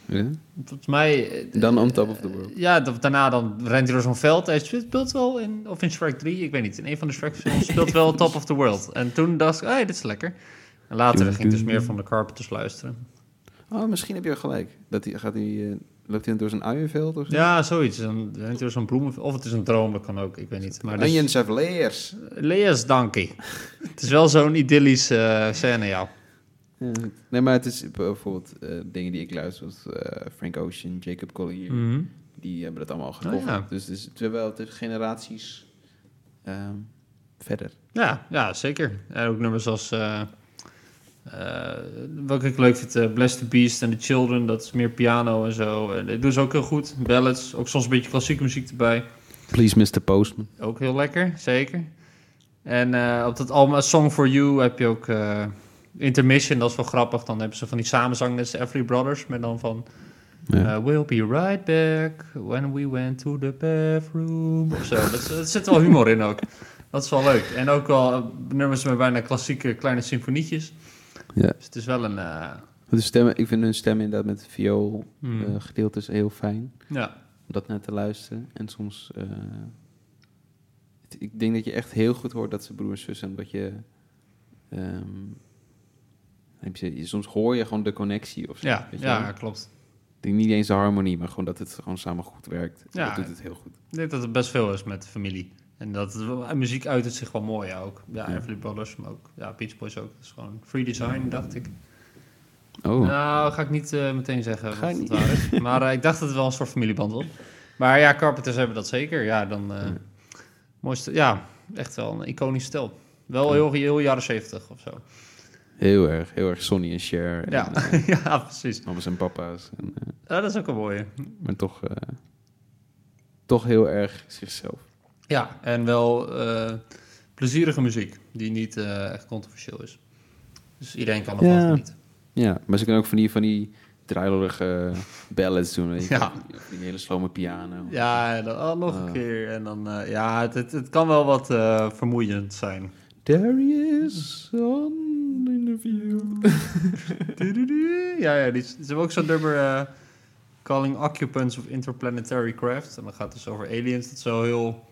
[SPEAKER 1] ja.
[SPEAKER 2] Volgens mij. eh,
[SPEAKER 1] Dan on top of the world.
[SPEAKER 2] ja, da- daarna dan rent hij door zo'n veld. Hij speelt wel in, of in Shrek 3, ik weet niet. In een van de Shrek films speelt wel Top of the World. En toen dacht ik, hey, dit is lekker. En later ging ik dus meer van de Carpenters luisteren.
[SPEAKER 1] Oh, misschien heb je wel gelijk. Dat die, gaat die, eh, loopt hij door zijn uienveld of zo?
[SPEAKER 2] Ja, zoiets. Dan rent hij door zo'n bloemen... Of het is een droom, dat kan ook, ik weet niet. Maar dus,
[SPEAKER 1] Onions have layers.
[SPEAKER 2] Leas Donkey. (laughs) het is wel zo'n idyllische eh, scène, ja.
[SPEAKER 1] Ja. Nee, maar het is bijvoorbeeld eh, dingen die ik luister, zoals eh, Frank Ocean, Jacob Collier.
[SPEAKER 2] Mhm.
[SPEAKER 1] Die hebben dat allemaal al gecoverd.
[SPEAKER 2] Oh, ja.
[SPEAKER 1] Dus het is terwijl het is generaties ehm, verder.
[SPEAKER 2] Ja, ja, zeker. En ook nummers als... eh eh, welke ik leuk vind, eh, Bless the Beast en The Children. Dat is meer piano en zo. En dat doen ze ook heel goed. Ballads, ook soms een beetje klassieke muziek erbij.
[SPEAKER 1] Please, Mr. Postman.
[SPEAKER 2] Ook heel lekker, zeker. En eh, op dat album A Song for You heb je ook eh, Intermission. Dat is wel grappig. Dan hebben ze van die samenzang net als Every Brothers. Met dan van...
[SPEAKER 1] Ja.
[SPEAKER 2] eh, we'll be right back when we went to the bathroom. Of zo. Dat, is- dat zit wel humor in ook. Dat is wel leuk. En ook wel eh, nummers met bijna klassieke kleine symfonietjes.
[SPEAKER 1] Ja.
[SPEAKER 2] Dus het is wel een... eh,
[SPEAKER 1] De stemmen, ik vind hun stem inderdaad met viool
[SPEAKER 2] Hmm.
[SPEAKER 1] eh gedeeltes heel fijn.
[SPEAKER 2] ja.
[SPEAKER 1] Om dat naar te luisteren. En soms... eh, het- ik denk dat je echt heel goed hoort dat ze broer en zus zijn. Omdat je... ehm, heb je- je- soms hoor je gewoon de connectie of zo.
[SPEAKER 2] Ja,
[SPEAKER 1] weet je wel?
[SPEAKER 2] ja, klopt.
[SPEAKER 1] Ik denk niet eens de harmonie, maar gewoon dat het gewoon samen goed werkt.
[SPEAKER 2] Ja.
[SPEAKER 1] Dat doet het heel goed.
[SPEAKER 2] Ik denk dat het best veel is met familie. En En dat en muziek uit het zich wel mooi ja, ook. Ja,
[SPEAKER 1] Ja.
[SPEAKER 2] Everly Brothers, maar ook ja, Beach Boys ook. Dat is gewoon free design, dacht ik.
[SPEAKER 1] Oh,
[SPEAKER 2] Nou, ga ik niet eh, meteen zeggen
[SPEAKER 1] Ga
[SPEAKER 2] wat
[SPEAKER 1] je
[SPEAKER 2] het
[SPEAKER 1] niet-
[SPEAKER 2] waar
[SPEAKER 1] (laughs)
[SPEAKER 2] is. Maar eh, ik dacht dat het wel een soort familieband was. Maar ja, Carpenters hebben dat zeker. Ja, dan... eh,
[SPEAKER 1] Ja.
[SPEAKER 2] Mooiste, ja, echt wel een iconisch stel. Wel heel, heel jaren zeventig of zo.
[SPEAKER 1] heel erg. Heel erg Sonny en Cher. En,
[SPEAKER 2] Ja, (laughs)
[SPEAKER 1] eh,
[SPEAKER 2] ja precies.
[SPEAKER 1] Mamas en papa's. En, eh,
[SPEAKER 2] Ja, dat is ook een mooie.
[SPEAKER 1] maar toch, eh, toch heel erg zichzelf.
[SPEAKER 2] Ja, en wel eh, plezierige muziek die niet eh, echt controversieel is. Dus iedereen kan ervan
[SPEAKER 1] Ja.
[SPEAKER 2] genieten.
[SPEAKER 1] Ja, maar ze kunnen ook van die, van die druilerige ballads doen. Weet je?
[SPEAKER 2] Ja.
[SPEAKER 1] Die hele slome piano.
[SPEAKER 2] Ja, en dan oh, nog een
[SPEAKER 1] Ah.
[SPEAKER 2] keer. En dan, eh, ja, het, het, het kan wel wat eh, vermoeiend zijn.
[SPEAKER 1] There he is on in the view.
[SPEAKER 2] Tududu. Ja, ja, die, ze hebben ook zo'n nummer eh, Calling Occupants of Interplanetary Craft. En dan gaat het dus over aliens. Dat is wel heel...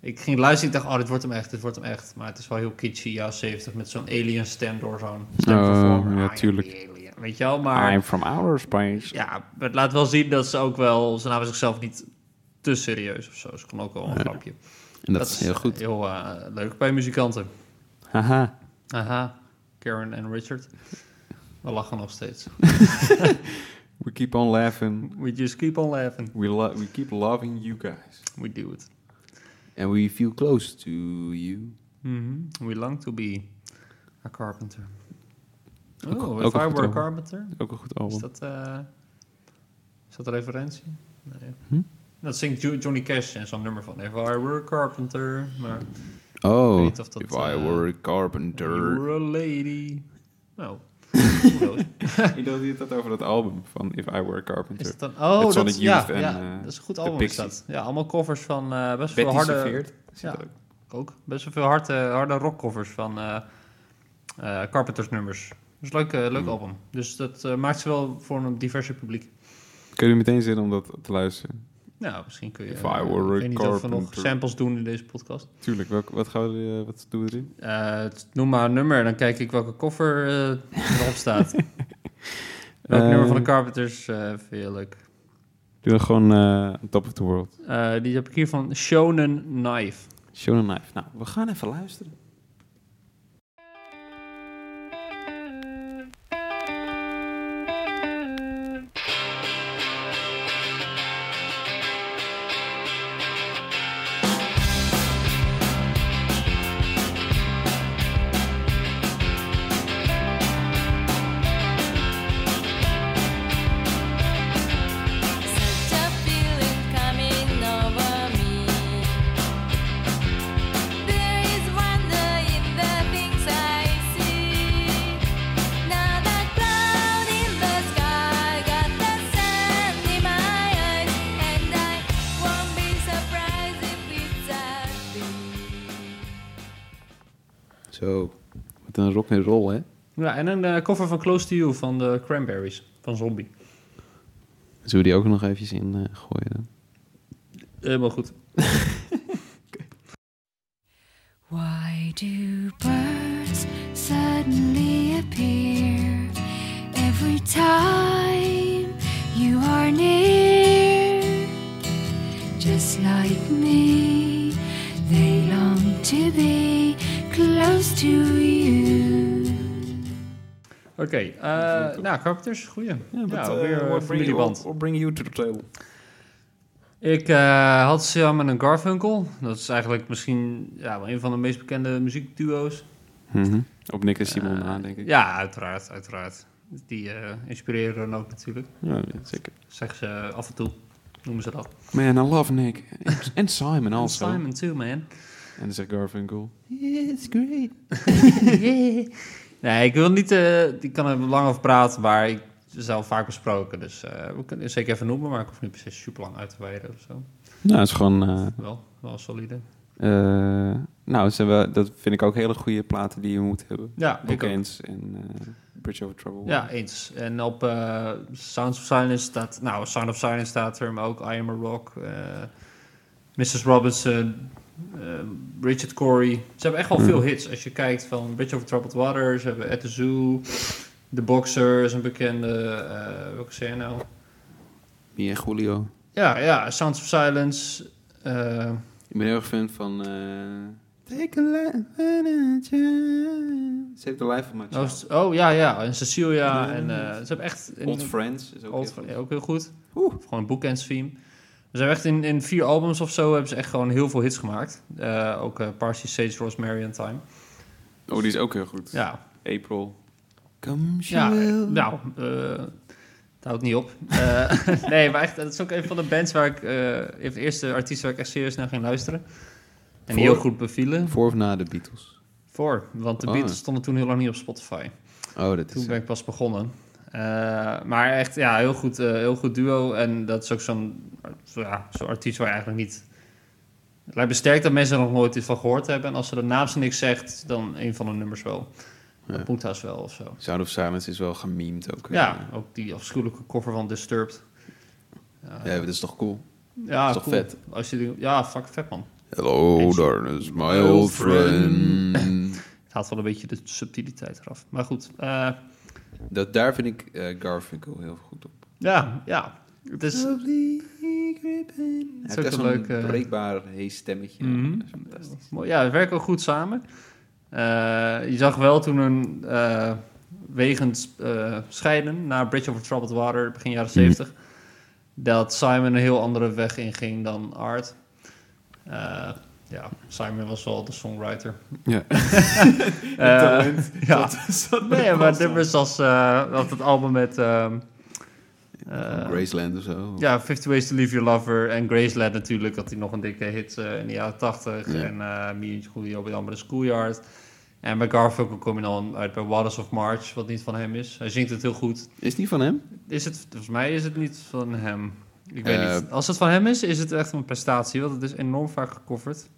[SPEAKER 2] Ik ging luisteren, ik dacht, oh, dit wordt hem echt, dit wordt hem echt. Maar het is wel heel kitschy, ja, 70, met zo'n alien stem door zo'n stemvervormer.
[SPEAKER 1] Oh, ja,
[SPEAKER 2] I am
[SPEAKER 1] tuurlijk. Ah,
[SPEAKER 2] the alien. Weet je wel, maar...
[SPEAKER 1] I'm from outer space.
[SPEAKER 2] Ja, maar het laat wel zien dat ze ook wel... Ze namen zichzelf niet te serieus of zo. Ze kon ook wel een grapje.
[SPEAKER 1] En dat, is heel goed.
[SPEAKER 2] Heel eh, leuk bij muzikanten.
[SPEAKER 1] Haha.
[SPEAKER 2] Aha, Karen en Richard. We lachen nog steeds.
[SPEAKER 1] We keep on laughing.
[SPEAKER 2] We just keep on laughing.
[SPEAKER 1] We, lo- we keep loving you guys.
[SPEAKER 2] We do it.
[SPEAKER 1] And we feel close to you.
[SPEAKER 2] Mm-hmm. We long to be a carpenter.
[SPEAKER 1] Ook-
[SPEAKER 2] Oh,
[SPEAKER 1] ook
[SPEAKER 2] if
[SPEAKER 1] een
[SPEAKER 2] I
[SPEAKER 1] goed
[SPEAKER 2] were a
[SPEAKER 1] album.
[SPEAKER 2] carpenter.
[SPEAKER 1] Ook een goed
[SPEAKER 2] Is
[SPEAKER 1] album.
[SPEAKER 2] dat, eh, is dat een referentie? Nee.
[SPEAKER 1] Hm?
[SPEAKER 2] Dat zingt Jo- Johnny Cash in zo'n nummer van If I were a carpenter, maar Ik
[SPEAKER 1] Oh,
[SPEAKER 2] weet niet of dat,
[SPEAKER 1] if I
[SPEAKER 2] eh,
[SPEAKER 1] were a
[SPEAKER 2] you
[SPEAKER 1] carpenter.
[SPEAKER 2] were a lady.
[SPEAKER 1] (laughs)
[SPEAKER 2] Nou,
[SPEAKER 1] Ik dacht je dat over dat album van If I Were a
[SPEAKER 2] is
[SPEAKER 1] Carpenter.
[SPEAKER 2] dat dan... Oh,
[SPEAKER 1] Met
[SPEAKER 2] dat
[SPEAKER 1] Sonic
[SPEAKER 2] is, ja,
[SPEAKER 1] Youth en,
[SPEAKER 2] ja,
[SPEAKER 1] eh,
[SPEAKER 2] dat is een goed
[SPEAKER 1] de
[SPEAKER 2] album is
[SPEAKER 1] Pixies.
[SPEAKER 2] dat. Ja, allemaal covers van eh, best wel
[SPEAKER 1] Betty
[SPEAKER 2] harde...
[SPEAKER 1] Serveert. Zit
[SPEAKER 2] Ja.
[SPEAKER 1] er ook.
[SPEAKER 2] Ook best wel veel harde, harde rockcovers van eh, eh, Carpenters nummers. Dus leuk, eh, leuk
[SPEAKER 1] Hmm.
[SPEAKER 2] album. Dus dat eh, maakt ze wel voor een diverse publiek.
[SPEAKER 1] Kun je er meteen zitten om dat te luisteren?
[SPEAKER 2] Nou, misschien kun je...
[SPEAKER 1] If I
[SPEAKER 2] eh,
[SPEAKER 1] were a
[SPEAKER 2] ik weet niet of we nog
[SPEAKER 1] carpenter.
[SPEAKER 2] samples doen in deze podcast.
[SPEAKER 1] Tuurlijk. Welk, wat, gaan we, eh, wat doen we erin?
[SPEAKER 2] Eh, noem maar een nummer en dan kijk ik welke koffer eh, erop
[SPEAKER 1] (laughs)
[SPEAKER 2] staat. Welk
[SPEAKER 1] Eh,
[SPEAKER 2] nummer van de Carpenters eh vind je leuk?
[SPEAKER 1] Doe dan gewoon eh, on Top of the World.
[SPEAKER 2] Eh, die heb ik hier van Shonen Knife.
[SPEAKER 1] Shonen Knife. Nou, we gaan even luisteren.
[SPEAKER 3] Such a feeling coming over me. There is wonder in the things I see. Now that cloud in the sky got the sun in my eyes, and I won't be surprised if it's a
[SPEAKER 1] Zo. Met een rock and roll, hè?
[SPEAKER 2] Ja, en een eh, cover van Close to You van de Cranberries, van Zombie.
[SPEAKER 1] Zullen we die ook nog eventjes in eh, gooien dan?
[SPEAKER 2] Helemaal goed.
[SPEAKER 3] Why do birds suddenly appear every time you are near? Just like me, they long to be close to you.
[SPEAKER 2] Oké, eh, nou, Carpenters, goeie. Ja, weer een eh, familieband.
[SPEAKER 1] We'll eh, bring you to the table.
[SPEAKER 2] Ik eh, had Sam en een Garfunkel. Dat is eigenlijk misschien ja, wel een van de meest bekende muziekduo's.
[SPEAKER 1] Mhm. Op Nick en Simon
[SPEAKER 2] Eh,
[SPEAKER 1] aan, denk ik.
[SPEAKER 2] Ja, uiteraard, uiteraard. Die eh, inspireren dan ook natuurlijk.
[SPEAKER 1] Ja, ja, zeker.
[SPEAKER 2] Zeggen ze af en toe, noemen ze dat.
[SPEAKER 1] Man, I love Nick. En Simon also.
[SPEAKER 2] Simon too, man.
[SPEAKER 1] En dan zegt Garfunkel. Yeah, it's great.
[SPEAKER 2] (laughs) Nee, ik wil niet... eh, ik kan er lang over praten, maar ik ze zijn al vaak besproken. Dus eh, we kunnen het zeker even noemen, maar ik hoef niet precies super lang uit te wijden of zo.
[SPEAKER 1] Nou, het is gewoon... eh,
[SPEAKER 2] Wel, wel solide.
[SPEAKER 1] eh, nou, het zijn wel, dat vind ik ook hele goede platen die je moet hebben.
[SPEAKER 2] Ja, ik ook.
[SPEAKER 1] Bookends en eh, Bridge Over Trouble.
[SPEAKER 2] Ja, eens. En op eh, Sounds of Silence staat... Nou, Sound of Silence staat er, maar ook I Am A Rock. eh, Mrs. Robinson. eh, Richard Corey. Ze hebben echt wel veel hits. Als je kijkt van Bridge Over Troubled Water. Ze hebben At The Zoo. The Boxer is een bekende. eh welke zijn nou?
[SPEAKER 1] Mia en Julio.
[SPEAKER 2] Ja, ja. Sounds of Silence. eh,
[SPEAKER 1] Ik ben heel erg fan van... eh Take a life and chance. Save the life of my
[SPEAKER 2] Oh,
[SPEAKER 1] child.
[SPEAKER 2] s- oh, ja, ja. En Cecilia.
[SPEAKER 1] Ja.
[SPEAKER 2] En, eh, ze hebben echt... in-
[SPEAKER 1] Old Friends is ook
[SPEAKER 2] Old
[SPEAKER 1] heel
[SPEAKER 2] Fri-
[SPEAKER 1] goed.
[SPEAKER 2] ja, ook heel goed.
[SPEAKER 1] Oeh.
[SPEAKER 2] Gewoon een boekends theme. Ze hebben echt in, in vier albums of zo... hebben ze echt gewoon heel veel hits gemaakt. Eh, ook eh Parsi, Sage, Rosemary en Time.
[SPEAKER 1] Oh, die is ook heel goed.
[SPEAKER 2] Ja,
[SPEAKER 1] April. Come
[SPEAKER 2] ja eh,
[SPEAKER 1] Cheryl.
[SPEAKER 2] nou... eh het houdt niet op. Eh, (laughs) nee, maar echt, dat is ook een van de bands waar ik... eh een van de eerste artiest waar ik echt serieus naar ging luisteren. En die
[SPEAKER 1] Voor-
[SPEAKER 2] heel goed bevielen.
[SPEAKER 1] Voor of na de Beatles?
[SPEAKER 2] Voor, want de
[SPEAKER 1] Ah.
[SPEAKER 2] Beatles stonden toen heel lang niet op Spotify.
[SPEAKER 1] Oh, dat is...
[SPEAKER 2] Toen ben ik pas begonnen. Eh, maar echt, ja, heel goed, eh, heel goed duo. En dat is ook zo'n ja, zo'n artiest waar je eigenlijk niet... Het lijkt me sterk dat mensen er nog nooit iets van gehoord hebben. En als ze de naam ze niks zegt, dan een van de nummers wel.
[SPEAKER 1] Ja.
[SPEAKER 2] Dat moet haast wel of zo.
[SPEAKER 1] Sound of Silence is wel gememd ook.
[SPEAKER 2] Ja, ook die afschuwelijke cover van Disturbed.
[SPEAKER 1] Eh, Ja, dat is toch cool?
[SPEAKER 2] Ja,
[SPEAKER 1] is toch vet?
[SPEAKER 2] Als je, die- ja, fuck vet man.
[SPEAKER 1] Hello,
[SPEAKER 2] Eens.
[SPEAKER 1] there is my
[SPEAKER 2] Old
[SPEAKER 1] old friend.
[SPEAKER 2] Het haalt wel een beetje de subtiliteit eraf. Maar goed, eh,
[SPEAKER 1] dat, daar vind ik eh, Garfinkel heel goed op.
[SPEAKER 2] ja, ja. Het
[SPEAKER 1] Eh,
[SPEAKER 2] is,
[SPEAKER 1] Hij
[SPEAKER 2] Dus- is
[SPEAKER 1] heeft
[SPEAKER 2] ook
[SPEAKER 1] echt
[SPEAKER 2] een
[SPEAKER 1] zo'n
[SPEAKER 2] leuk, eh,
[SPEAKER 1] breekbaar hees stemmetje.
[SPEAKER 2] Mhm.
[SPEAKER 1] Dat is fantastisch.
[SPEAKER 2] Mooi. Ja, we werken ook goed samen. Eh, je zag wel toen hun eh, wegens eh, scheiden na Bridge Over Troubled Water, begin jaren 70, dat Simon een heel andere weg inging dan Art. Eh, ja, Simon was wel de songwriter.
[SPEAKER 1] Ja.
[SPEAKER 2] (laughs) Eh, ja. nee, maar nummers als, eh als het album met... ehm, eh,
[SPEAKER 1] Graceland of zo.
[SPEAKER 2] ja, 50 Ways to Leave Your Lover en Graceland natuurlijk. Had hij nog een dikke hit eh, in de jaren 80.
[SPEAKER 1] Ja.
[SPEAKER 2] En eh Me and Julio bij de andere Schoolyard. En bij Garfunkel kom je dan uit bij Waters of March, wat niet van hem is. Hij zingt het heel goed.
[SPEAKER 1] Is die van hem?
[SPEAKER 2] Is het, volgens mij is het niet van hem. Ik weet
[SPEAKER 1] Eh,
[SPEAKER 2] niet. Als het van hem is, is het echt een prestatie. Want het is enorm vaak gecoverd.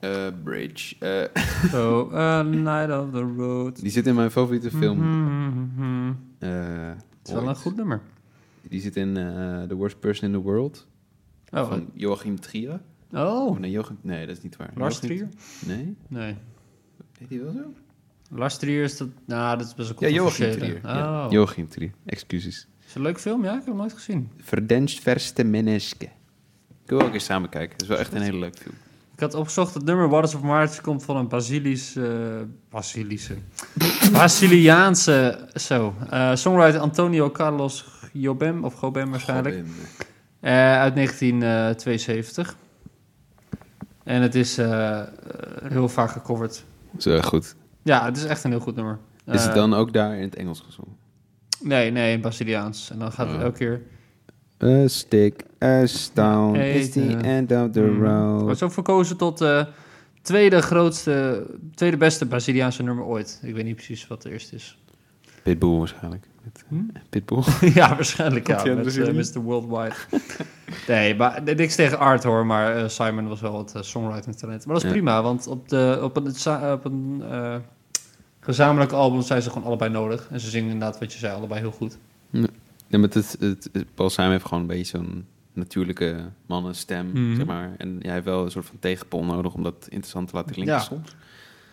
[SPEAKER 1] Eh, Bridge. Eh,
[SPEAKER 2] so, A Night of the Road.
[SPEAKER 1] die zit in mijn favoriete film.
[SPEAKER 2] Mhm.
[SPEAKER 1] eh,
[SPEAKER 2] Het is wel
[SPEAKER 1] ooit.
[SPEAKER 2] een goed nummer.
[SPEAKER 1] Die zit in eh, The Worst Person in the World.
[SPEAKER 2] Oh,
[SPEAKER 1] van Joachim Trier.
[SPEAKER 2] oh
[SPEAKER 1] Oh, nee, Joachim... Nee, dat is niet waar.
[SPEAKER 2] Lars
[SPEAKER 1] Joachim-
[SPEAKER 2] Trier?
[SPEAKER 1] Nee,
[SPEAKER 2] Nee.
[SPEAKER 1] heet die wel zo?
[SPEAKER 2] Lars Trier is dat... Nou, dat is best een
[SPEAKER 1] Ja, Joachim
[SPEAKER 2] controversiële.
[SPEAKER 1] Trier. Ja,
[SPEAKER 2] Oh.
[SPEAKER 1] Joachim Trier, excuses.
[SPEAKER 2] Is het een leuk film? Ja, ik heb hem nooit gezien.
[SPEAKER 1] Verdenst verste menneske. Kunnen we ook eens samen kijken. Dat is wel echt een hele leuke film.
[SPEAKER 2] Ik had opgezocht, het nummer Waters of March komt van een Brazilisch... eh
[SPEAKER 1] (laughs)
[SPEAKER 2] Braziliëse... Braziliaanse... Zo. eh, songwriter Antonio Carlos Jobim, of Gobem waarschijnlijk.
[SPEAKER 1] Godin.
[SPEAKER 2] eh, uit 1972. En het is eh, eh, heel vaak gecoverd.
[SPEAKER 1] eh. Zo goed.
[SPEAKER 2] Ja, het is echt een heel goed nummer.
[SPEAKER 1] Is het
[SPEAKER 2] Eh,
[SPEAKER 1] dan ook daar in het Engels gezongen?
[SPEAKER 2] Nee, nee, in Braziliaans. En dan gaat het
[SPEAKER 1] Oh.
[SPEAKER 2] elke keer...
[SPEAKER 1] A stick, a stone,
[SPEAKER 2] Hey,
[SPEAKER 1] is the
[SPEAKER 2] eh,
[SPEAKER 1] end of the
[SPEAKER 2] Mm.
[SPEAKER 1] road.
[SPEAKER 2] Wordt zo verkozen tot eh tweede grootste, tweede beste Braziliaanse nummer ooit. Ik weet niet precies wat de eerste is. (laughs)
[SPEAKER 1] Pitbull waarschijnlijk. Met,
[SPEAKER 2] Hm?
[SPEAKER 1] Pitbull.
[SPEAKER 2] ja, waarschijnlijk
[SPEAKER 1] Komt
[SPEAKER 2] ja,
[SPEAKER 1] hij uit
[SPEAKER 2] met eh,
[SPEAKER 1] Brazilië?
[SPEAKER 2] Mr. Worldwide. (laughs) nee, maar nee, niks tegen Art hoor, maar eh, Simon was wel het eh, songwriting talent. Maar dat is
[SPEAKER 1] Ja.
[SPEAKER 2] prima, want op, de, op een, sa- op een eh, gezamenlijk album zijn ze gewoon allebei nodig. En ze zingen inderdaad wat je zei, allebei heel goed.
[SPEAKER 1] Nee, maar het, het, het- Paul Simon heeft gewoon een beetje zo'n natuurlijke mannenstem,
[SPEAKER 2] Mhm.
[SPEAKER 1] zeg maar. En jij heeft wel een soort van tegenpol nodig om dat interessant te laten klinken
[SPEAKER 2] Ja.
[SPEAKER 1] soms.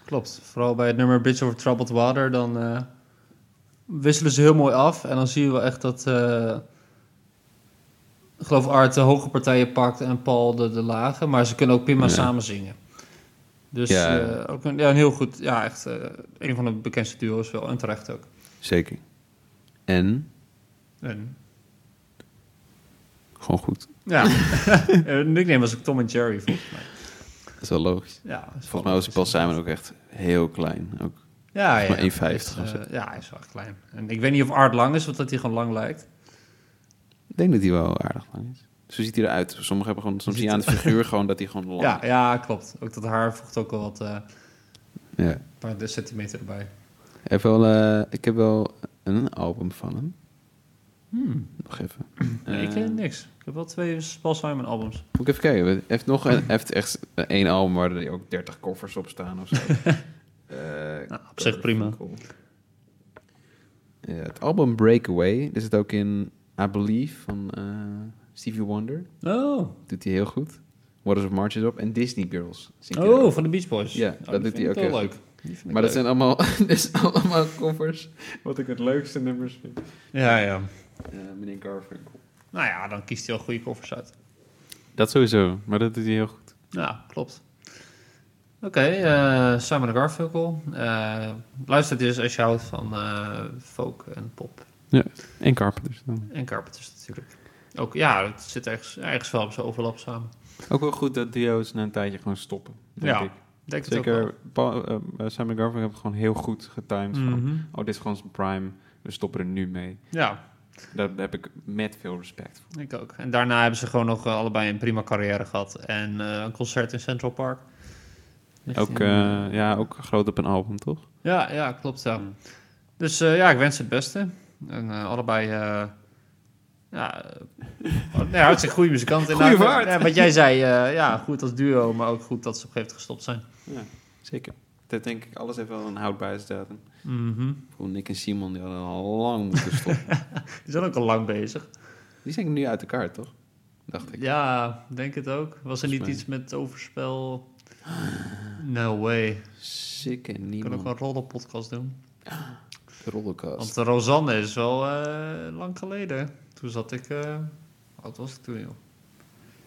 [SPEAKER 2] Klopt. Vooral bij het nummer Bridge Over Troubled Water, dan eh, wisselen ze heel mooi af. En dan zie je wel echt dat, eh, ik geloof Art de hoge partijen pakt en Paul de, de lage. Maar ze kunnen ook prima
[SPEAKER 1] Ja.
[SPEAKER 2] samen zingen. Dus
[SPEAKER 1] Ja.
[SPEAKER 2] eh, ook een, ja, een heel goed, ja echt eh, een van de bekendste duo's wel. En terecht ook.
[SPEAKER 1] Zeker. En
[SPEAKER 2] En,
[SPEAKER 1] gewoon goed. (laughs)
[SPEAKER 2] ja, hun nickname was ook Tom en Jerry volgens mij.
[SPEAKER 1] Dat is wel logisch.
[SPEAKER 2] Ja, dat is wel
[SPEAKER 1] Volgens mij was
[SPEAKER 2] logisch.
[SPEAKER 1] Paul Simon ook echt heel klein. Ook.
[SPEAKER 2] Ja, ja.
[SPEAKER 1] maar 1,50
[SPEAKER 2] Hij is,
[SPEAKER 1] of
[SPEAKER 2] eh, ja, hij is wel echt klein. En ik weet niet of Art lang is, want dat hij gewoon lang lijkt.
[SPEAKER 1] Ik denk dat hij wel aardig lang is. Zo ziet hij eruit. Sommigen hebben gewoon, soms zie je aan het figuur gewoon dat hij gewoon lang
[SPEAKER 2] Ja, ja, klopt. Ook dat haar voegt ook al wat eh, een
[SPEAKER 1] Ja.
[SPEAKER 2] paar de centimeter erbij.
[SPEAKER 1] Hij heeft wel, eh, ik heb wel een album van hem. Nog even.
[SPEAKER 2] Hmm. nee, ik
[SPEAKER 1] Eh,
[SPEAKER 2] ken niks. Ik heb wel twee Paul Simon albums.
[SPEAKER 1] Moet ik even kijken. Hij heeft nog
[SPEAKER 2] (laughs)
[SPEAKER 1] een, hij heeft echt één album waar er ook 30 koffers op staan of zo.
[SPEAKER 2] (laughs)
[SPEAKER 1] Eh,
[SPEAKER 2] Nou, op zich prima.
[SPEAKER 1] cool. Ja, het album Breakaway, er zit ook in I Believe van eh, Stevie Wonder.
[SPEAKER 2] Oh,
[SPEAKER 1] Doet hij heel goed. Waters of March is op. En Disney Girls. zingt hij
[SPEAKER 2] oh
[SPEAKER 1] ook.
[SPEAKER 2] van de Beach Boys.
[SPEAKER 1] Ja, dat doet hij ook
[SPEAKER 2] heel
[SPEAKER 1] heel
[SPEAKER 2] leuk.
[SPEAKER 1] Maar dat zijn allemaal, (laughs) dat zijn allemaal covers. Wat ik het leukste nummers vind.
[SPEAKER 2] Ja, ja.
[SPEAKER 1] Eh, meneer Garfunkel.
[SPEAKER 2] Nou ja, dan kiest hij wel goede covers uit.
[SPEAKER 1] Dat sowieso, maar dat doet hij heel goed.
[SPEAKER 2] Ja, Nou, klopt. Oké, eh Simon de Garfunkel. Eh, luister dus als je houdt van eh, folk en pop.
[SPEAKER 1] En Carpenters dan.
[SPEAKER 2] En Carpenters natuurlijk. Ook, ja, het zit ergens, ergens wel op zijn overlap samen.
[SPEAKER 1] Ook wel goed dat duo's na een tijdje gewoon stoppen. Denk
[SPEAKER 2] Ja,
[SPEAKER 1] ik.
[SPEAKER 2] Ik Denk het ook
[SPEAKER 1] Zeker, Paul, eh, eh, Simon Garfunkel heeft het gewoon heel goed getimed.
[SPEAKER 2] wel.
[SPEAKER 1] Van,
[SPEAKER 2] Mhm.
[SPEAKER 1] oh, dit is gewoon zijn prime. We stoppen er nu mee.
[SPEAKER 2] Ja,
[SPEAKER 1] Daar heb ik met veel respect voor.
[SPEAKER 2] ik ook. En daarna hebben ze gewoon nog eh, allebei een prima carrière gehad. En eh, een concert in Central Park. Echt
[SPEAKER 1] Ook,
[SPEAKER 2] een-
[SPEAKER 1] eh, ja, ook groot op een album, toch?
[SPEAKER 2] Ja, ja, klopt. Ja. Dus eh, ja, ik wens ze het beste. En eh, allebei. eh ja, eh, oh, nee, hartstikke goede muzikanten.
[SPEAKER 1] Goeie
[SPEAKER 2] Inderdaad,
[SPEAKER 1] vaart.
[SPEAKER 2] ja, wat jij zei, eh, ja, goed als duo, maar ook goed dat ze op een gegeven moment gestopt zijn.
[SPEAKER 1] Ja, zeker. Dat denk ik, alles heeft wel een houdbaarheidsdatum. Bijvoorbeeld Nick en Simon, die hadden al lang moeten (laughs) stoppen.
[SPEAKER 2] Die zijn ook al lang bezig.
[SPEAKER 1] die zijn nu uit elkaar, toch? Dacht ik.
[SPEAKER 2] Ja, denk het ook. Was er niet
[SPEAKER 1] mij.
[SPEAKER 2] iets met overspel? No way.
[SPEAKER 1] Sick en
[SPEAKER 2] Ik kan ook
[SPEAKER 1] niemand.
[SPEAKER 2] een roddelpodcast doen.
[SPEAKER 1] Rollercoaster.
[SPEAKER 2] Want de Rosanne is wel eh, lang geleden. Toen zat ik... eh hoe oud was ik toen, joh?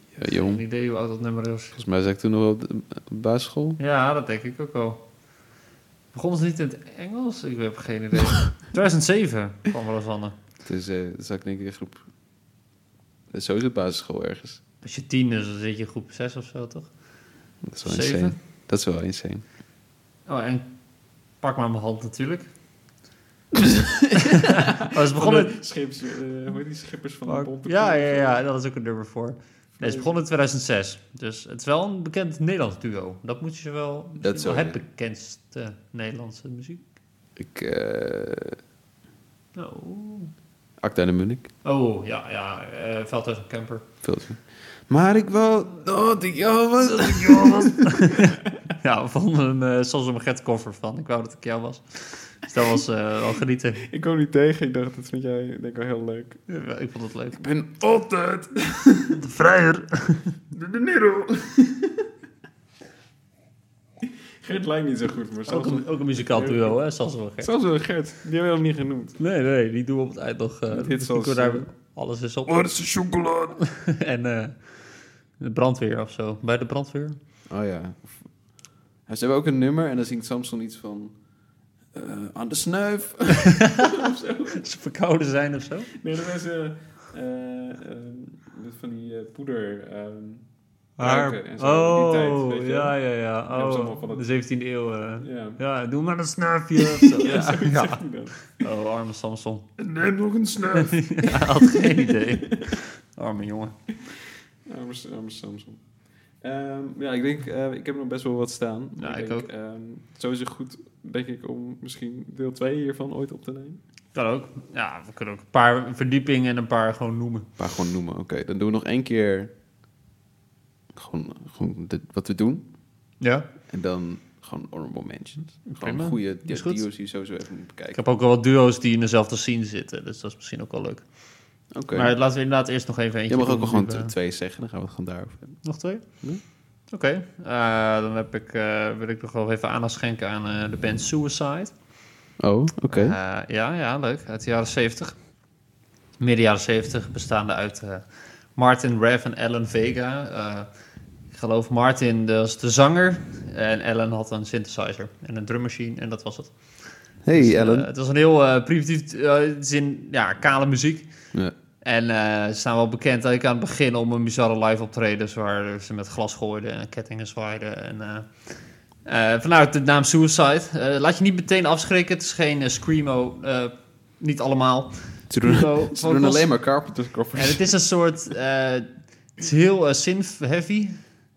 [SPEAKER 1] Ja,
[SPEAKER 2] Geen
[SPEAKER 1] jong.
[SPEAKER 2] idee hoe oud dat nummer is.
[SPEAKER 1] Volgens mij zat ik toen nog wel op de op basisschool.
[SPEAKER 2] Ja, dat denk ik ook wel. Begon ze niet in het Engels? Ik heb geen
[SPEAKER 1] (laughs)
[SPEAKER 2] idee. 2007 kwam Rosanne.
[SPEAKER 1] Dus eh zat ik denk ik in groep... eh, Sowieso basisschool ergens.
[SPEAKER 2] Als je tien is, dan zit je in groep 6 of zo, toch?
[SPEAKER 1] Dat is wel
[SPEAKER 2] Zeven.
[SPEAKER 1] insane. Dat is wel insane.
[SPEAKER 2] Oh, en pak maar mijn
[SPEAKER 1] (laughs)
[SPEAKER 2] hand natuurlijk. oh, ze begon in...
[SPEAKER 1] Schips, eh, hoe heet die schippers van
[SPEAKER 2] Ja, ja, ja, daar is ook een nummer voor. Nee, ze begon in 2006. Dus het is wel een bekend Nederlands duo. Dat moet je ze wel... misschien
[SPEAKER 1] zo,
[SPEAKER 2] wel het
[SPEAKER 1] ja.
[SPEAKER 2] bekendste Nederlandse muziek.
[SPEAKER 1] Ik, eh
[SPEAKER 2] Oh,
[SPEAKER 1] Acta de Munnik.
[SPEAKER 2] oh ja, ja. eh Veldhuis en Kemper.
[SPEAKER 1] Filtje. Maar ik wou... Oh, die jongen.
[SPEAKER 2] (laughs) Ja, we vonden een uh, Salsa Maget cover van. Ik wou dat ik jou was. Dus dat was eh, wel genieten.
[SPEAKER 1] Ik kwam niet tegen. Ik dacht, dat vind jij denk ik wel heel leuk.
[SPEAKER 2] Ja, Ik vond het leuk.
[SPEAKER 1] Ik ben altijd
[SPEAKER 2] De vrijer.
[SPEAKER 1] de De Niro. Gert lijkt niet zo goed, maar
[SPEAKER 2] Ook een, ook een muzikaal duo, hè? Salsa Maget.
[SPEAKER 1] Zelfs wel Gert. Die hebben we nog niet genoemd.
[SPEAKER 2] Nee, nee, die doen we op het eind nog. eh,
[SPEAKER 1] Met
[SPEAKER 2] die
[SPEAKER 1] hits als,
[SPEAKER 2] doen daar
[SPEAKER 1] eh,
[SPEAKER 2] alles is op.
[SPEAKER 1] Waar is de chocolade?
[SPEAKER 2] (laughs) en eh, de brandweer of zo. Bij de brandweer.
[SPEAKER 1] Oh ja. Of- Ze hebben ook een nummer en dan zingt Samson iets van... eh, aan de snuif.
[SPEAKER 2] Als (laughs) Ze verkouden zijn of zo.
[SPEAKER 1] Nee, dat is eh, eh, eh, met van die eh, poeder. ehm, ruiken en zo,
[SPEAKER 2] oh,
[SPEAKER 1] die tijd, weet je wel.
[SPEAKER 2] ja, ja, ja.
[SPEAKER 1] hebben ze
[SPEAKER 2] Oh,
[SPEAKER 1] allemaal van dat-
[SPEAKER 2] de 17e eeuw. eh.
[SPEAKER 1] Ja.
[SPEAKER 2] Ja, doe maar een snuifje of
[SPEAKER 1] (laughs)
[SPEAKER 2] zo. ja,
[SPEAKER 1] Zegt hij dan.
[SPEAKER 2] (laughs) Oh, arme Samson. (laughs)
[SPEAKER 1] Neem nog een snuif.
[SPEAKER 2] Hij had geen idee. Arme jongen.
[SPEAKER 1] Arme, arme Samson. Ehm, ja, ik denk, eh, ik heb nog best wel wat staan.
[SPEAKER 2] Ja, ik
[SPEAKER 1] denk,
[SPEAKER 2] ook.
[SPEAKER 1] ehm, sowieso goed, denk ik, om misschien deel 2 hiervan ooit op te nemen.
[SPEAKER 2] Kan ook. Ja, we kunnen ook een paar verdiepingen en een paar gewoon noemen.
[SPEAKER 1] Een paar gewoon noemen. Oké, dan doen we nog één keer gewoon, gewoon dit- wat we doen.
[SPEAKER 2] Ja.
[SPEAKER 1] En dan gewoon honorable mentions. Gewoon
[SPEAKER 2] Prima.
[SPEAKER 1] goede ja,
[SPEAKER 2] Is goed.
[SPEAKER 1] duo's die je sowieso even moet
[SPEAKER 2] Ik
[SPEAKER 1] bekijken.
[SPEAKER 2] heb ook wel wat duo's die in dezelfde scene zitten, dus dat is misschien ook wel leuk.
[SPEAKER 1] Oké.
[SPEAKER 2] Maar laten we inderdaad eerst nog even eentje
[SPEAKER 1] Je mag ook
[SPEAKER 2] doen
[SPEAKER 1] wel gewoon
[SPEAKER 2] die eh, we-
[SPEAKER 1] t- twee zeggen, dan gaan we het gewoon daarover hebben.
[SPEAKER 2] Nog twee?
[SPEAKER 1] Ja.
[SPEAKER 2] Oké. Eh, dan heb ik, eh, wil ik nog wel even aandacht schenken aan eh, de band Suicide.
[SPEAKER 1] Oh, oké.
[SPEAKER 2] Eh, ja, ja, leuk. Uit de jaren 70. Midden jaren 70, bestaande uit eh, Martin Rev en Ellen Vega. Eh, ik geloof Martin was de zanger en Ellen had een synthesizer en een drummachine en dat was het. Dus,
[SPEAKER 1] hey,
[SPEAKER 2] eh,
[SPEAKER 1] Ellen.
[SPEAKER 2] het was een heel eh, primitief, eh, zin, ja, kale muziek.
[SPEAKER 1] ja.
[SPEAKER 2] En eh, ze staan wel bekend eigenlijk aan het begin om een bizarre live optredens waar ze met glas gooiden en kettingen zwaaiden. En, eh, eh, vanuit de naam Suicide. Eh, laat je niet meteen afschrikken, het is geen eh, screamo, eh, niet allemaal.
[SPEAKER 1] Ze doen,
[SPEAKER 2] Hugo,
[SPEAKER 1] ze
[SPEAKER 2] wat
[SPEAKER 1] doen
[SPEAKER 2] was-
[SPEAKER 1] alleen maar Carpenters
[SPEAKER 2] En
[SPEAKER 1] covers.
[SPEAKER 2] het is een soort, eh, het is heel eh, synth-heavy,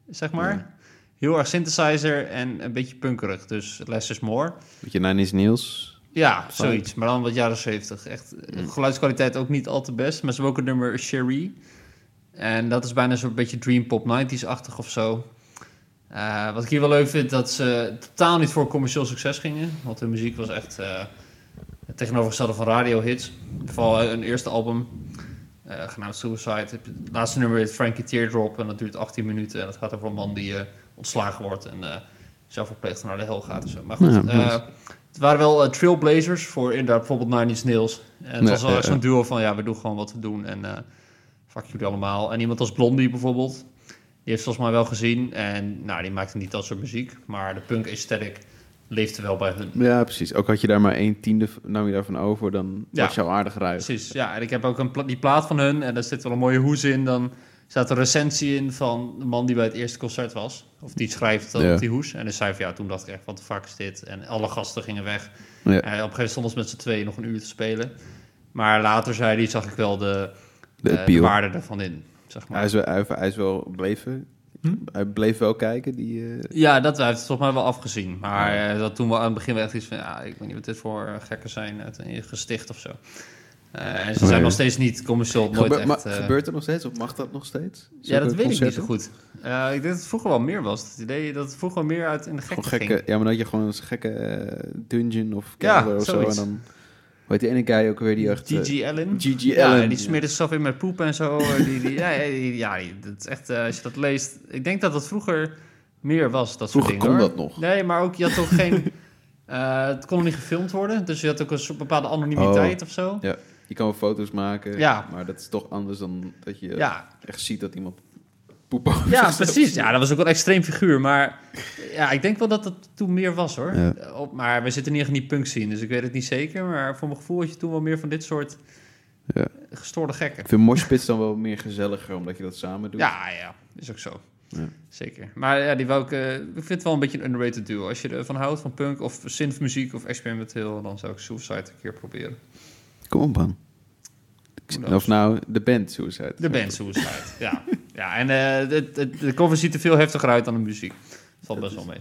[SPEAKER 2] zeg maar. Heel erg synthesizer en een beetje punkerig, dus less is more.
[SPEAKER 1] Beetje Nine Inch Nails.
[SPEAKER 2] Ja, zoiets. Maar dan wat jaren 70. Echt eh, geluidskwaliteit ook niet al te best. Maar ze hebben ook een nummer Cherie. En dat is bijna zo'n beetje dream pop 90s-achtig of zo. Eh, wat ik hier wel leuk vind, dat ze totaal niet voor commercieel succes gingen. Want hun muziek was echt eh, het tegenovergestelde van radiohits. Vooral hun eerste album, eh, genaamd Suicide. Het laatste nummer is Frankie Teardrop en dat duurt 18 minuten. En dat gaat over een man die eh, ontslagen wordt en eh zelfverpleegd naar de hel gaat en zo. Maar goed,
[SPEAKER 1] Ja,
[SPEAKER 2] eh,
[SPEAKER 1] nice.
[SPEAKER 2] het waren wel eh, trailblazers voor inderdaad bijvoorbeeld Nine Inch Nails. En het
[SPEAKER 1] Ja,
[SPEAKER 2] was wel
[SPEAKER 1] ja,
[SPEAKER 2] echt
[SPEAKER 1] ja.
[SPEAKER 2] zo'n duo van, ja, we doen gewoon wat we doen en eh fuck jullie allemaal. En iemand als Blondie bijvoorbeeld. Die heeft volgens mij wel gezien. En nou, die maakte niet dat soort muziek. Maar de punk aesthetic leefde wel bij hun.
[SPEAKER 1] Ja, precies. Ook had je daar maar één tiende v- nam je daarvan over, dan
[SPEAKER 2] Ja.
[SPEAKER 1] was je al aardig ruig.
[SPEAKER 2] Precies, ja. En ik heb ook een pla- die plaat van hun. En daar zit wel een mooie hoes in. Dan staat een recensie in van de man die bij het eerste concert was. Of die schrijft dat
[SPEAKER 1] Ja.
[SPEAKER 2] op die hoes. En hij zei van, ja, toen dacht ik echt, wat de fuck is dit? En alle gasten gingen weg.
[SPEAKER 1] Ja.
[SPEAKER 2] En Eh, op een gegeven moment stonden ze met z'n tweeën nog een uur te spelen. Maar later zei hij, zag ik wel de,
[SPEAKER 1] De
[SPEAKER 2] eh,
[SPEAKER 1] appeal.
[SPEAKER 2] waarde ervan in. Zeg maar.
[SPEAKER 1] Hij is wel, hij, hij is wel bleven,
[SPEAKER 2] Hm?
[SPEAKER 1] hij bleef wel kijken. Die, eh,
[SPEAKER 2] Ja, dat hij heeft het volgens mij wel afgezien. Maar eh, dat toen we aan het begin wel echt iets van... Ja, ik weet niet wat dit voor eh, gekken zijn uit een gesticht of zo. Eh, en ze zijn
[SPEAKER 1] Nee.
[SPEAKER 2] nog steeds niet commercieel nooit
[SPEAKER 1] Gebe-
[SPEAKER 2] echt...
[SPEAKER 1] maar
[SPEAKER 2] eh,
[SPEAKER 1] gebeurt dat nog steeds of mag dat nog steeds?
[SPEAKER 2] ja, dat
[SPEAKER 1] Zulke
[SPEAKER 2] weet ik niet zo
[SPEAKER 1] concerten?
[SPEAKER 2] goed. Eh, ik denk dat het vroeger wel meer was. Het idee dat het vroeger wel meer uit in de gekken
[SPEAKER 1] Gewoon gekke,
[SPEAKER 2] ging.
[SPEAKER 1] ja, maar dan had je gewoon een gekke eh, dungeon of
[SPEAKER 2] Ja,
[SPEAKER 1] kelder of zo. En
[SPEAKER 2] zoiets.
[SPEAKER 1] dan, hoe heet die ene guy ook weer die echt... eh,
[SPEAKER 2] G.G. Allen.
[SPEAKER 1] G.G.
[SPEAKER 2] Ja,
[SPEAKER 1] Allen,
[SPEAKER 2] die
[SPEAKER 1] ja.
[SPEAKER 2] smeerde zichzelf in met poep en zo. eh, die, die, ja, ja, die- ja die- dat is echt... eh, als je dat leest... Ik denk dat dat vroeger meer was. Dat
[SPEAKER 1] Vroeger
[SPEAKER 2] soort
[SPEAKER 1] kon
[SPEAKER 2] dingen, hoor.
[SPEAKER 1] dat nog.
[SPEAKER 2] Nee, maar ook je had toch geen... (laughs) eh, het kon niet gefilmd worden. Dus je had ook een soort bepaalde anonimiteit
[SPEAKER 1] Oh.
[SPEAKER 2] of zo.
[SPEAKER 1] Ja, je kan wel foto's maken,
[SPEAKER 2] Ja.
[SPEAKER 1] maar dat is toch anders dan dat je
[SPEAKER 2] Ja,
[SPEAKER 1] echt ziet dat iemand poep (laughs) over
[SPEAKER 2] ja
[SPEAKER 1] zichzelf
[SPEAKER 2] precies.
[SPEAKER 1] ziet.
[SPEAKER 2] Ja, dat was ook wel een extreem figuur. Maar ja, ik denk wel dat dat toen meer was hoor.
[SPEAKER 1] Ja.
[SPEAKER 2] Eh, Op, maar we zitten niet echt in die punk scene, dus ik weet het niet zeker. Maar voor mijn gevoel had je toen wel meer van dit soort
[SPEAKER 1] Ja.
[SPEAKER 2] gestoorde gekken.
[SPEAKER 1] Ik vind moshpits dan wel meer gezelliger, omdat je dat samen doet.
[SPEAKER 2] Ja, ja, is ook zo.
[SPEAKER 1] Ja.
[SPEAKER 2] Zeker. Maar ja, die wou ik, eh, ik vind het wel een beetje een underrated duo. Als je ervan houdt van punk of synthmuziek of experimenteel, dan zou ik Suicide een keer proberen.
[SPEAKER 1] Kom op, man. Ik-
[SPEAKER 2] Hoe dan?
[SPEAKER 1] Of nou, de band Suicide.
[SPEAKER 2] De band Suicide, ja. ja. En eh, de, de, de cover ziet er veel heftiger uit dan de muziek. Valt best wel mee.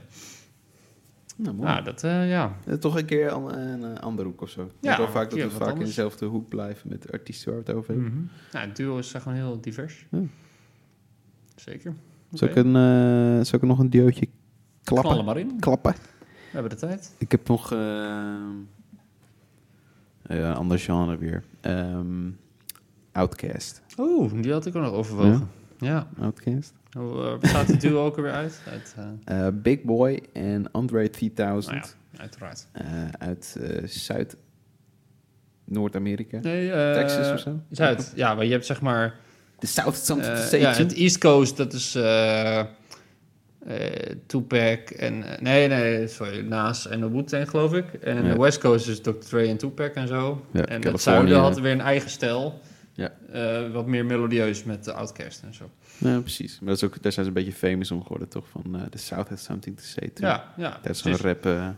[SPEAKER 1] Nou, mooi.
[SPEAKER 2] Nou, dat, eh, ja,
[SPEAKER 1] Eh, Toch een keer an- een, eh, andere hoek of zo. Ja,
[SPEAKER 2] Ja,
[SPEAKER 1] wel vaak dat
[SPEAKER 2] ja,
[SPEAKER 1] we
[SPEAKER 2] wat
[SPEAKER 1] vaak in
[SPEAKER 2] anders.
[SPEAKER 1] dezelfde hoek blijven met de artiesten waar we het over hebben.
[SPEAKER 2] Mhm. Nou, het duo is eh, gewoon heel divers.
[SPEAKER 1] Ja.
[SPEAKER 2] Zeker.
[SPEAKER 1] Zal, ik
[SPEAKER 2] Oké.
[SPEAKER 1] een, eh, zal ik er nog een duootje klappen?
[SPEAKER 2] Knallen maar in.
[SPEAKER 1] Klappen.
[SPEAKER 2] We hebben de tijd.
[SPEAKER 1] Ik heb nog... eh, ja, ander genre weer. Ehm, Outcast.
[SPEAKER 2] Oeh, die had ik ook nog overwogen. Ja.
[SPEAKER 1] Outcast?
[SPEAKER 2] Hoe eh, bestaat het duo ook alweer uit? Uit, eh,
[SPEAKER 1] Eh, Big Boy en Andre 3000
[SPEAKER 2] nou ja, uiteraard.
[SPEAKER 1] eh, uit eh, Zuid... Noord-Amerika.
[SPEAKER 2] Nee, eh,
[SPEAKER 1] Texas of zo?
[SPEAKER 2] Zuid. Ja, maar je hebt zeg maar...
[SPEAKER 1] De South Sound
[SPEAKER 2] eh,
[SPEAKER 1] Station.
[SPEAKER 2] ja, het East Coast, dat is... eh eh, Tupac en... eh, nee, nee, sorry. Nas en de Wu-Tang, geloof ik. En
[SPEAKER 1] Ja.
[SPEAKER 2] de West Coast is Dr. Dre en Tupac en zo.
[SPEAKER 1] Ja,
[SPEAKER 2] en
[SPEAKER 1] Californië.
[SPEAKER 2] het zuiden had weer een eigen stijl.
[SPEAKER 1] Ja.
[SPEAKER 2] Eh, wat meer melodieus met de Outkast en zo.
[SPEAKER 1] Ja, precies. Maar dat is ook, daar zijn ze een beetje famous om geworden, toch? Van eh The South has something to say. To.
[SPEAKER 2] Ja, Dus- ja.
[SPEAKER 1] Dat is zo'n
[SPEAKER 2] precies.
[SPEAKER 1] rap eh,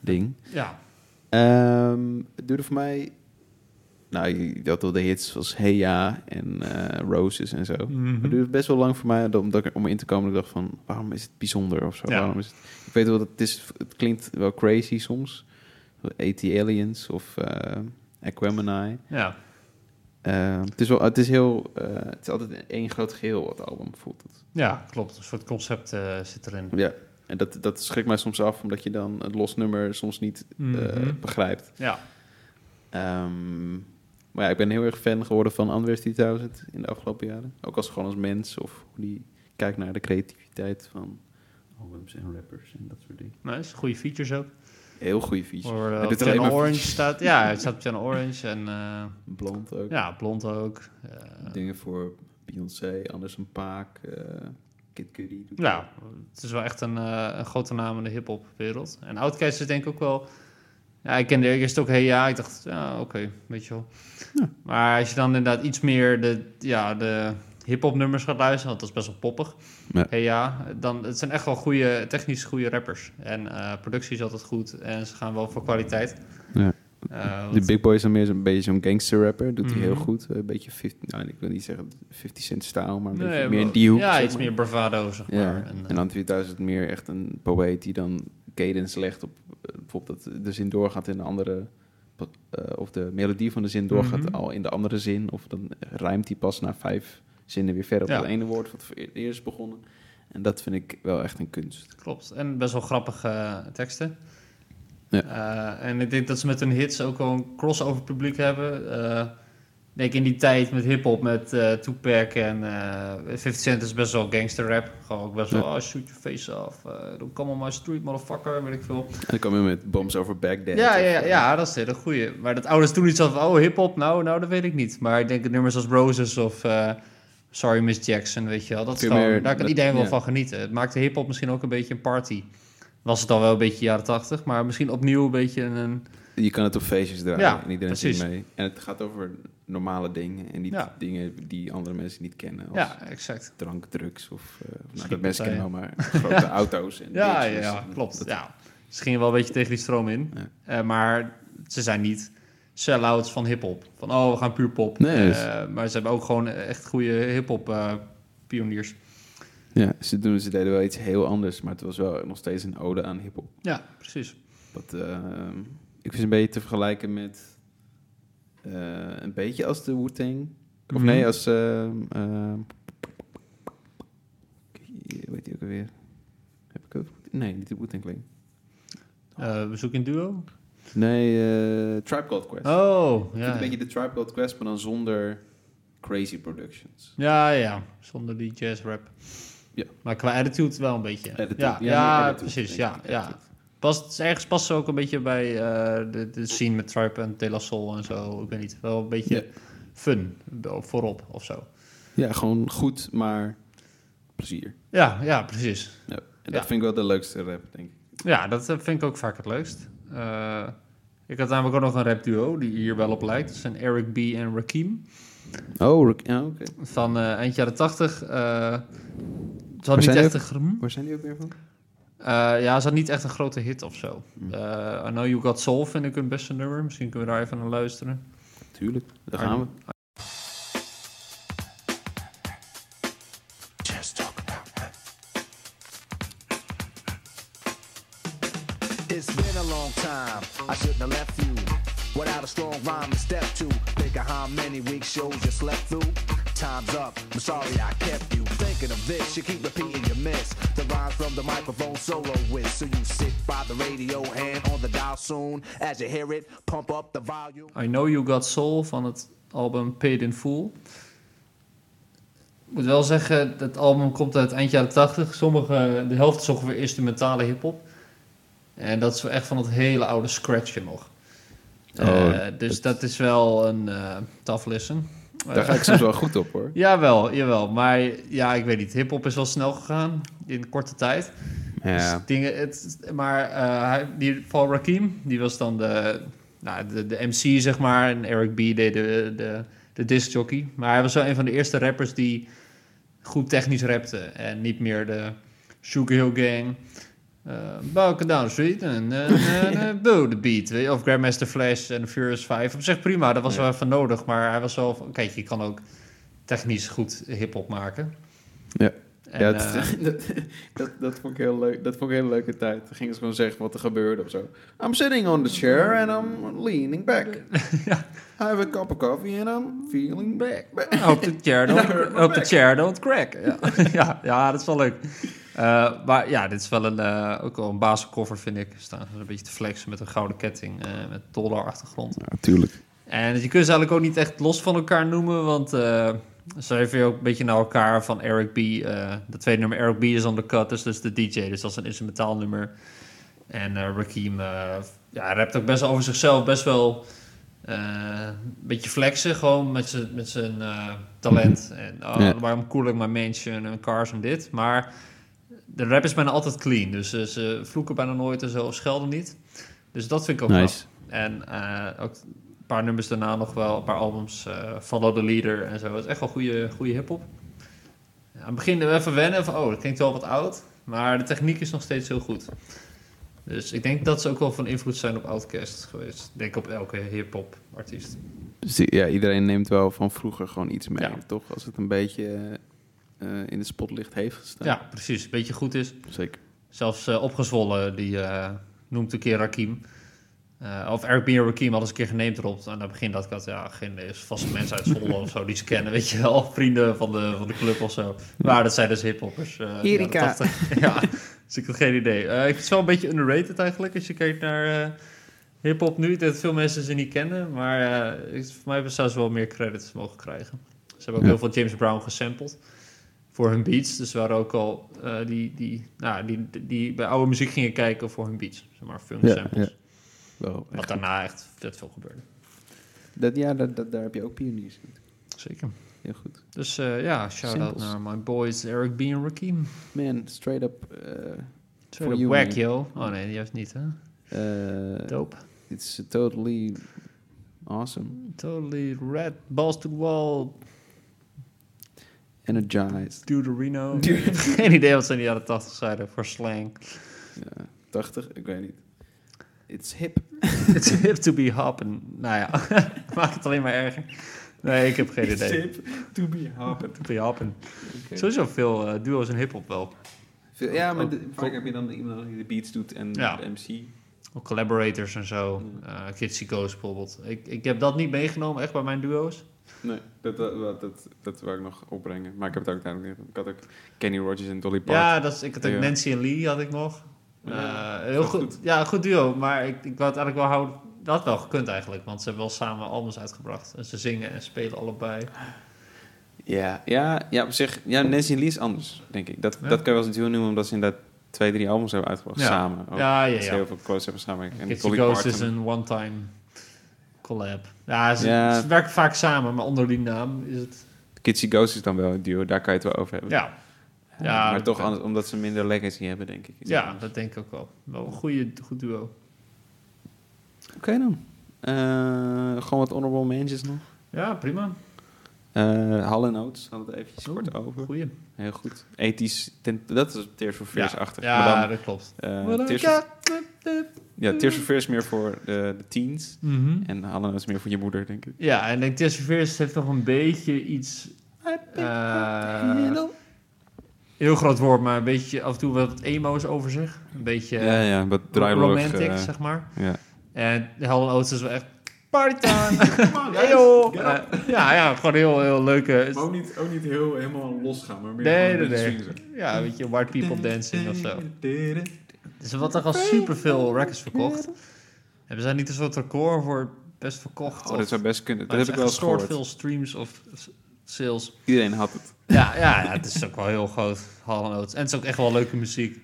[SPEAKER 1] ding.
[SPEAKER 2] Ja,
[SPEAKER 1] Ehm, het duurde voor mij... Nou, je had al de hits zoals Hey Ja en eh, Roses en zo.
[SPEAKER 2] Mhm.
[SPEAKER 1] Maar het duurde best wel lang voor mij omdat ik, om in te komen. Ik dacht van, waarom is het bijzonder of zo?
[SPEAKER 2] Ja.
[SPEAKER 1] Waarom is het, ik weet wel, dat het, is, het klinkt wel crazy soms. AT Aliens of eh Aquemini.
[SPEAKER 2] ja.
[SPEAKER 1] Eh, het, is wel, het is heel... eh, het is altijd één groot geheel, het album voelt het.
[SPEAKER 2] ja, klopt. Een soort concept eh, zit erin.
[SPEAKER 1] Ja, en dat, dat schrikt mij soms af, omdat je dan het los nummer soms niet eh,
[SPEAKER 2] Mhm.
[SPEAKER 1] begrijpt.
[SPEAKER 2] Ja,
[SPEAKER 1] Ehm, maar ja, ik ben heel erg fan geworden van Anders 2000 in de afgelopen jaren. Ook als gewoon als mens of hoe die kijkt naar de creativiteit van albums en rappers en dat soort dingen.
[SPEAKER 2] nice. Goede features ook.
[SPEAKER 1] Heel goede feature.
[SPEAKER 2] Voor
[SPEAKER 1] Hij
[SPEAKER 2] eh
[SPEAKER 1] doet
[SPEAKER 2] Piano
[SPEAKER 1] alleen maar
[SPEAKER 2] Orange staat. Ja, het staat op Piano Orange. En eh,
[SPEAKER 1] Blond ook.
[SPEAKER 2] ja, blond ook. Eh,
[SPEAKER 1] Dingen voor Beyoncé, Anders een Paak, eh Kid Cudi. doet
[SPEAKER 2] nou, het is wel echt een, eh, een grote naam in de hip-hop wereld. En Outkast is denk ik ook wel. Ja, ik kende eerst ook hey ja. Ik dacht, ja, oké, weet je wel.
[SPEAKER 1] Ja.
[SPEAKER 2] Maar als je dan inderdaad iets meer de, ja, de hip-hop nummers gaat luisteren, want dat is best wel poppig.
[SPEAKER 1] Ja.
[SPEAKER 2] Hey ja, dan, het zijn echt wel goede, technisch goede rappers. En eh, productie is altijd goed en ze gaan wel voor kwaliteit.
[SPEAKER 1] Ja.
[SPEAKER 2] Eh,
[SPEAKER 1] Die
[SPEAKER 2] want-
[SPEAKER 1] Big Boy is dan meer zo'n beetje zo'n gangster rapper. Doet hij
[SPEAKER 2] Mhm.
[SPEAKER 1] heel goed. Een beetje 50, nou, ik wil niet zeggen 50 cent style, maar een
[SPEAKER 2] Nee,
[SPEAKER 1] beetje
[SPEAKER 2] wel-
[SPEAKER 1] meer in die hoek.
[SPEAKER 2] Ja,
[SPEAKER 1] zeg
[SPEAKER 2] iets
[SPEAKER 1] maar.
[SPEAKER 2] meer bravado, zeg
[SPEAKER 1] Ja.
[SPEAKER 2] maar. En, eh,
[SPEAKER 1] En dan 2000 meer echt een poëet die dan cadence legt op eh, bijvoorbeeld dat de zin doorgaat in de andere. wat, eh, of de melodie van de zin doorgaat
[SPEAKER 2] Mhm.
[SPEAKER 1] al in de andere zin. Of dan rijmt hij pas na vijf zinnen weer verder op
[SPEAKER 2] Ja.
[SPEAKER 1] het ene woord wat voor e- eerst is begonnen. En dat vind ik wel echt een kunst.
[SPEAKER 2] Klopt. En best wel grappige eh, teksten.
[SPEAKER 1] Ja.
[SPEAKER 2] Eh, en ik denk dat ze met hun hits ook wel een crossover publiek hebben. Eh, ik denk in die tijd met hip-hop, met eh Tupac en eh 50 Cent is best wel gangster rap. Gewoon ook best wel, oh, shoot your face off. eh don't come on my street, motherfucker, weet ik veel.
[SPEAKER 1] En dan kwam je met Bombs Over Baghdad.
[SPEAKER 2] Ja,
[SPEAKER 1] of,
[SPEAKER 2] ja,
[SPEAKER 1] eh,
[SPEAKER 2] ja, dat is een hele goeie. Maar dat ouders toen iets hadden van, oh, hip-hop, nou, nou, dat weet ik niet. Maar ik denk dat nummers als Roses of eh, Sorry Miss Jackson, weet je wel. Dat is
[SPEAKER 1] Veel
[SPEAKER 2] gewoon,
[SPEAKER 1] meer-
[SPEAKER 2] daar kan
[SPEAKER 1] dat-
[SPEAKER 2] iedereen wel
[SPEAKER 1] ja.
[SPEAKER 2] van genieten. Het maakte hip-hop misschien ook een beetje een party. Was het dan wel een beetje jaren tachtig, maar misschien opnieuw een beetje een.
[SPEAKER 1] Je kan het op feestjes draaien
[SPEAKER 2] Ja,
[SPEAKER 1] en iedereen
[SPEAKER 2] precies.
[SPEAKER 1] zit mee. En het gaat over normale dingen en niet
[SPEAKER 2] Ja.
[SPEAKER 1] dingen die andere mensen niet kennen. Als
[SPEAKER 2] Ja, exact.
[SPEAKER 1] drank, drugs of... eh nou, dat mensen kennen
[SPEAKER 2] Schietpartijen.
[SPEAKER 1] wel, maar
[SPEAKER 2] (laughs)
[SPEAKER 1] grote auto's en
[SPEAKER 2] eh? Ja, ja,
[SPEAKER 1] bitches
[SPEAKER 2] ja,
[SPEAKER 1] en
[SPEAKER 2] klopt.
[SPEAKER 1] dat-
[SPEAKER 2] Ja. Ze gingen wel een beetje tegen die stroom in.
[SPEAKER 1] Ja.
[SPEAKER 2] Eh, maar ze zijn niet sell-outs van hip-hop. Van oh, we gaan puur pop.
[SPEAKER 1] Nee,
[SPEAKER 2] Eh,
[SPEAKER 1] dus-
[SPEAKER 2] maar ze hebben ook gewoon echt goede hip-hop eh, pioniers.
[SPEAKER 1] Ja, ze, doen, ze deden wel iets heel anders, maar het was wel nog steeds een ode aan hiphop.
[SPEAKER 2] Ja, precies.
[SPEAKER 1] Wat, ehm, ik vind ze een beetje te vergelijken met... eh, een beetje als de Wu-Tang. Of
[SPEAKER 2] Mhm.
[SPEAKER 1] nee, als... ehm, ehm, hoe heet die ook alweer? Heb ik ook... Nee, niet de Wu-Tang Clan.
[SPEAKER 2] Eh, we zoeken een duo.
[SPEAKER 1] Nee, eh, Tribe Called Quest. Ik
[SPEAKER 2] Oh,
[SPEAKER 1] vind
[SPEAKER 2] ja.
[SPEAKER 1] een beetje de Tribe Called Quest, maar dan zonder crazy productions.
[SPEAKER 2] Ja, ja. Zonder die jazz rap.
[SPEAKER 1] Ja.
[SPEAKER 2] Maar qua attitude wel een beetje.
[SPEAKER 1] Attitude.
[SPEAKER 2] Ja,
[SPEAKER 1] Ja,
[SPEAKER 2] ja,
[SPEAKER 1] meer attitude,
[SPEAKER 2] precies.
[SPEAKER 1] denk
[SPEAKER 2] Ja,
[SPEAKER 1] ik.
[SPEAKER 2] ja.
[SPEAKER 1] Attitude.
[SPEAKER 2] Past, ergens past ze ook een beetje bij eh, de, de scene met Tribe en De La Soul en zo. Ik weet niet. Wel een beetje
[SPEAKER 1] Ja.
[SPEAKER 2] fun voorop of zo.
[SPEAKER 1] Ja, gewoon goed, maar plezier.
[SPEAKER 2] Ja, ja, precies.
[SPEAKER 1] Ja. En
[SPEAKER 2] Ja.
[SPEAKER 1] dat vind ik wel de leukste rap, denk ik.
[SPEAKER 2] Ja, dat eh, vind ik ook vaak het leukst. Eh, ik had namelijk ook nog een rap duo die hier wel op lijkt. Dat zijn Eric B. en Rakim.
[SPEAKER 1] Oh, Rick- ja, oké.
[SPEAKER 2] Van eh, eind jaren tachtig. eh het
[SPEAKER 1] Waar
[SPEAKER 2] had niet
[SPEAKER 1] zijn
[SPEAKER 2] echt
[SPEAKER 1] die
[SPEAKER 2] een... gr- hm?
[SPEAKER 1] Waar zijn die ook weer van?
[SPEAKER 2] Eh, ja, ze had niet echt een grote hit of zo. Eh, I Know You Got Soul vind ik hun beste nummer. Misschien kunnen we daar even naar luisteren.
[SPEAKER 1] Tuurlijk, daar gaan we.
[SPEAKER 4] It's been a long time. I shouldn't have left you without a strong rhyme to step to. Think of how many weak shows you slept through. Time's up. I'm sorry I kept you thinking of this. You keep repeating your miss. The rhyme from the microphone solo with. So you sit by the radio hand on the dial soon. As you hear it, pump up the volume.
[SPEAKER 2] I Know You Got Soul van het album Paid in Full. Ik moet wel zeggen, dat album komt uit eind jaren 80. Sommige, de helft is ongeveer instrumentale hip-hop. En dat is wel echt van het hele oude scratchen nog.
[SPEAKER 1] Oh,
[SPEAKER 2] Eh, dus dat is wel een eh tough listen.
[SPEAKER 1] Daar ga ik soms wel goed op, hoor.
[SPEAKER 2] Jawel, jawel. Maar ja, ik weet niet. Hip-hop is wel snel gegaan in korte tijd. Dus dingen, het, maar eh, hij- die, Paul Rakim, die was dan de, nou, de, de MC, zeg maar. En Eric B. deed de, de, de discjockey. Maar hij was wel een van de eerste rappers die goed technisch rapte. En niet meer de Sugar Hill Gang. eh Balkan Down the Street en eh,
[SPEAKER 1] (laughs)
[SPEAKER 2] eh, eh, Bo the Beat. weet je, Of Grandmaster Flash en Furious 5. Op zich prima, daar was wel even nodig. Maar hij was wel van, kijk, je kan ook technisch goed hip-hop maken.
[SPEAKER 1] Ja.
[SPEAKER 2] En,
[SPEAKER 1] ja,
[SPEAKER 2] eh,
[SPEAKER 1] het- (laughs) dat, dat, dat vond ik heel leuk. Dat vond ik een hele leuke tijd. Dan gingen ze gewoon zeggen wat er gebeurde of zo. I'm sitting on the chair and I'm leaning back.
[SPEAKER 2] (laughs)
[SPEAKER 1] I have a cup of coffee and I'm feeling back.
[SPEAKER 2] (laughs) Hope the chair don't, hope the
[SPEAKER 1] back.
[SPEAKER 2] chair don't crack. Ja, (laughs) ja, ja, dat is wel leuk. Eh, maar ja, dit is wel een, eh, ook wel een basiscover, vind ik. Staan ze een beetje te flexen met een gouden ketting, eh, met dollar achtergrond.
[SPEAKER 1] Natuurlijk.
[SPEAKER 2] En dus je kunt ze eigenlijk ook niet echt los van elkaar noemen, want eh ze refereren ook een beetje naar elkaar van Eric B. eh de tweede nummer Eric B is on the cut, dus dat is de DJ, dus dat is een instrumentaal nummer. En eh Rakim eh, ja, hij rapt ook best wel over zichzelf, best wel eh, een beetje flexen, gewoon met zijn, met zijn eh, talent. En oh,
[SPEAKER 1] Ja.
[SPEAKER 2] waarom cool ik mijn mansion en cars en dit, maar de rap is bijna altijd clean, dus eh, ze vloeken bijna nooit en zo, of schelden niet. Dus dat vind ik ook
[SPEAKER 1] Nice.
[SPEAKER 2] wel. En eh, ook een paar nummers daarna nog wel, een paar albums, eh, Follow the Leader en zo. Het is echt wel goede, goede hip-hop. Ja, aan het begin even wennen van, oh, dat klinkt wel wat oud, maar de techniek is nog steeds heel goed. Dus ik denk dat ze ook wel van invloed zijn op Outkast geweest. Ik Denk op elke hip-hop artiest.
[SPEAKER 1] Dus i- ja, iedereen neemt wel van vroeger gewoon iets mee,
[SPEAKER 2] Ja.
[SPEAKER 1] toch? Als het een beetje eh, in de spotlicht heeft gestaan.
[SPEAKER 2] Ja, precies. Beetje goed is.
[SPEAKER 1] Zeker.
[SPEAKER 2] Zelfs eh, opgezwollen, die eh, noemt een keer Rakim. Eh, of Eric B. en Rakim hadden ze een keer geneemd erop. En aan het begin dat ik dat, ja, geen is vast mensen uit Zwolle of zo die ze kennen, weet je wel. Vrienden van de, van de club of zo. Maar dat zijn dus hiphoppers. eh, jaren
[SPEAKER 1] Erika.
[SPEAKER 2] 80. (laughs) ja, dus ik had geen idee. Eh, ik vind het wel een beetje underrated eigenlijk, als je kijkt naar eh, hiphop nu. Dat veel mensen ze niet kennen, maar eh, ik- voor mij zou ze wel meer credits mogen krijgen. Ze hebben ook
[SPEAKER 1] Ja.
[SPEAKER 2] heel veel James Brown gesampled voor hun beats. Dus waren ook al eh, die, die, nou, die, die, bij oude muziek gingen kijken voor hun beats. Zeg maar, funk
[SPEAKER 1] Ja,
[SPEAKER 2] samples.
[SPEAKER 1] ja. Wel,
[SPEAKER 2] Wat daarna echt vet veel gebeurde.
[SPEAKER 1] dat, ja, dat, dat- daar heb je ook pioniers.
[SPEAKER 2] Zeker.
[SPEAKER 5] Heel goed.
[SPEAKER 2] Dus eh, ja, shout-out
[SPEAKER 5] Simpels.
[SPEAKER 2] naar my boys Eric B. en Rakim.
[SPEAKER 5] Man, straight up. eh,
[SPEAKER 2] Voor
[SPEAKER 5] you,
[SPEAKER 2] whack,
[SPEAKER 5] man.
[SPEAKER 2] yo. Oh nee, juist niet, hè?
[SPEAKER 5] eh,
[SPEAKER 2] Dope.
[SPEAKER 5] it's totally awesome.
[SPEAKER 2] Totally red, balls to the wall,
[SPEAKER 5] Energized.
[SPEAKER 2] Duderino. (laughs) Geen idee wat ze in de jaren 80 zeiden voor slang.
[SPEAKER 5] Ja, 80, ik weet niet. It's hip.
[SPEAKER 2] It's hip to be hop. En, nou ja, (laughs) ik maak het alleen maar erger. Nee, ik heb geen idee.
[SPEAKER 5] to be hop.
[SPEAKER 2] To be hoppen. Sowieso veel eh, duo's en hip-hop wel.
[SPEAKER 5] Ja, maar
[SPEAKER 2] Ook-
[SPEAKER 5] de- vaak heb je dan iemand die de beats doet en
[SPEAKER 2] Ja.
[SPEAKER 5] de MC.
[SPEAKER 2] Ook collaborators en zo.
[SPEAKER 5] Mm.
[SPEAKER 2] Eh Kitsy Ghost bijvoorbeeld. Ik, ik heb dat niet meegenomen, echt bij mijn duo's.
[SPEAKER 5] Nee, dat, dat, dat, dat wou ik nog opbrengen. Maar ik heb het ook duidelijk niet. Ik had ook Kenny Rogers en Dolly Parton.
[SPEAKER 2] Ja, dat is, ik had ook
[SPEAKER 5] Ja.
[SPEAKER 2] Nancy en Lee had ik nog. Eh,
[SPEAKER 5] Ja,
[SPEAKER 2] heel
[SPEAKER 5] dat is
[SPEAKER 2] goed.
[SPEAKER 5] goed.
[SPEAKER 2] Ja, goed duo. Maar ik, ik wou het eigenlijk wel houden. Dat had wel gekund eigenlijk. Want ze hebben wel samen albums uitgebracht. En ze zingen en spelen allebei.
[SPEAKER 5] Ja, ja, ja, op zich. Ja, Nancy en Lee is anders, denk ik. Dat,
[SPEAKER 2] Ja.
[SPEAKER 5] dat kan je wel eens duo noemen, omdat ze inderdaad twee, drie albums hebben uitgebracht
[SPEAKER 2] Ja.
[SPEAKER 5] samen. Ook.
[SPEAKER 2] ja,
[SPEAKER 5] Dat
[SPEAKER 2] ja,
[SPEAKER 5] ze
[SPEAKER 2] ja.
[SPEAKER 5] heel veel close hebben samen. En
[SPEAKER 2] Kitsy
[SPEAKER 5] Dolly
[SPEAKER 2] Ghost is
[SPEAKER 5] Parton.
[SPEAKER 2] een one-time collab. Ja, ze,
[SPEAKER 5] Ja.
[SPEAKER 2] ze werken vaak samen. Maar onder die naam is het...
[SPEAKER 5] Kitsy Ghost is dan wel een duo, daar kan je het wel over hebben.
[SPEAKER 2] Ja,
[SPEAKER 5] Eh,
[SPEAKER 2] Ja,
[SPEAKER 5] maar
[SPEAKER 2] dat
[SPEAKER 5] toch
[SPEAKER 2] kan.
[SPEAKER 5] anders, omdat ze minder legacy hebben, denk ik. Is dat
[SPEAKER 2] ja
[SPEAKER 5] anders.
[SPEAKER 2] dat denk ik ook wel. Wel een goede, goed duo.
[SPEAKER 5] Oké dan. Eh, gewoon wat honorable mentions nog.
[SPEAKER 2] Ja, prima.
[SPEAKER 5] Eh Hall en Oates hadden we het eventjes kort over.
[SPEAKER 2] Goeie.
[SPEAKER 5] Heel goed. Ethisch, ten- dat is Tears for Fears-achtig.
[SPEAKER 2] Ja,
[SPEAKER 5] maar dan,
[SPEAKER 2] dat klopt.
[SPEAKER 5] Eh,
[SPEAKER 2] What I
[SPEAKER 5] Tears,
[SPEAKER 2] got.
[SPEAKER 5] of, ja, Tears of Fear is meer voor de, de teens.
[SPEAKER 2] Mhm.
[SPEAKER 5] En Hallen is meer voor je moeder, denk ik.
[SPEAKER 2] Ja, en ik denk Tears of Fears heeft nog een beetje iets... eh, heel groot woord, maar een beetje af en toe wat emo's over zich. Een beetje
[SPEAKER 5] ja, ja, wat
[SPEAKER 2] eh,
[SPEAKER 5] draailorig.
[SPEAKER 2] romantic,
[SPEAKER 5] eh,
[SPEAKER 2] zeg maar.
[SPEAKER 5] ja.
[SPEAKER 2] En Helen Oates is wel echt...
[SPEAKER 5] (laughs)
[SPEAKER 2] Partytime! Hey, joh! Eh, ja, ja, gewoon heel, heel leuke...
[SPEAKER 5] ook, niet, ook niet heel helemaal losgaan, maar meer
[SPEAKER 2] Nee, nee, nee. Ja, weet je, white people dancing of zo. Dus wat er al superveel records verkocht. Hebben zij niet een soort record voor best verkocht?
[SPEAKER 5] Oh, dat zou best kunnen.
[SPEAKER 2] maar
[SPEAKER 5] Dat
[SPEAKER 2] het
[SPEAKER 5] heb
[SPEAKER 2] is
[SPEAKER 5] ik wel
[SPEAKER 2] echt
[SPEAKER 5] eens gehoord.
[SPEAKER 2] veel streams of s- sales.
[SPEAKER 5] Iedereen had het.
[SPEAKER 2] Ja, ja, ja, het is ook wel heel groot. Hall Oates. En het is ook echt wel leuke muziek.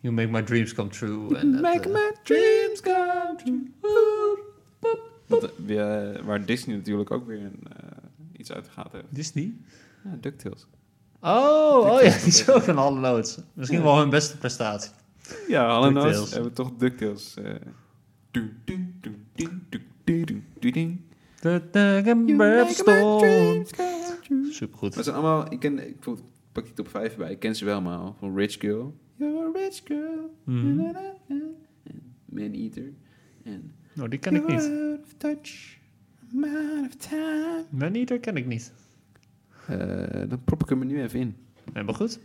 [SPEAKER 2] You make my dreams come true. En dat, eh,
[SPEAKER 5] dreams come true. Wat, eh, wie, eh, waar Disney natuurlijk ook weer een, eh, iets uit de gaten heeft.
[SPEAKER 2] Disney?
[SPEAKER 5] Ja, DuckTales.
[SPEAKER 2] Oh, oh ja, die is ook een Hall Oates. Misschien
[SPEAKER 5] Ja.
[SPEAKER 2] wel hun beste prestatie.
[SPEAKER 5] Ja, Hall
[SPEAKER 2] DuckTales.
[SPEAKER 5] Oates hebben toch DuckTales. eh. Doe, doe, doe, doe, doe, doe, doe, doe, doe.
[SPEAKER 2] The Dagobert Storm. Supergoed.
[SPEAKER 5] Maar het zijn allemaal, ik ken, ik voel- pak die top 5 bij, ik ken ze wel allemaal. Van Rich Girl. You're a rich girl.
[SPEAKER 2] Mhm.
[SPEAKER 5] Na, na, na, na. En Man Eater. En
[SPEAKER 2] Nou, die ken ik
[SPEAKER 5] You're
[SPEAKER 2] niet.
[SPEAKER 5] out of touch. I'm out of time.
[SPEAKER 2] Manier ken ik niet.
[SPEAKER 5] Eh, dan prop ik hem er nu even in.
[SPEAKER 2] Helemaal goed.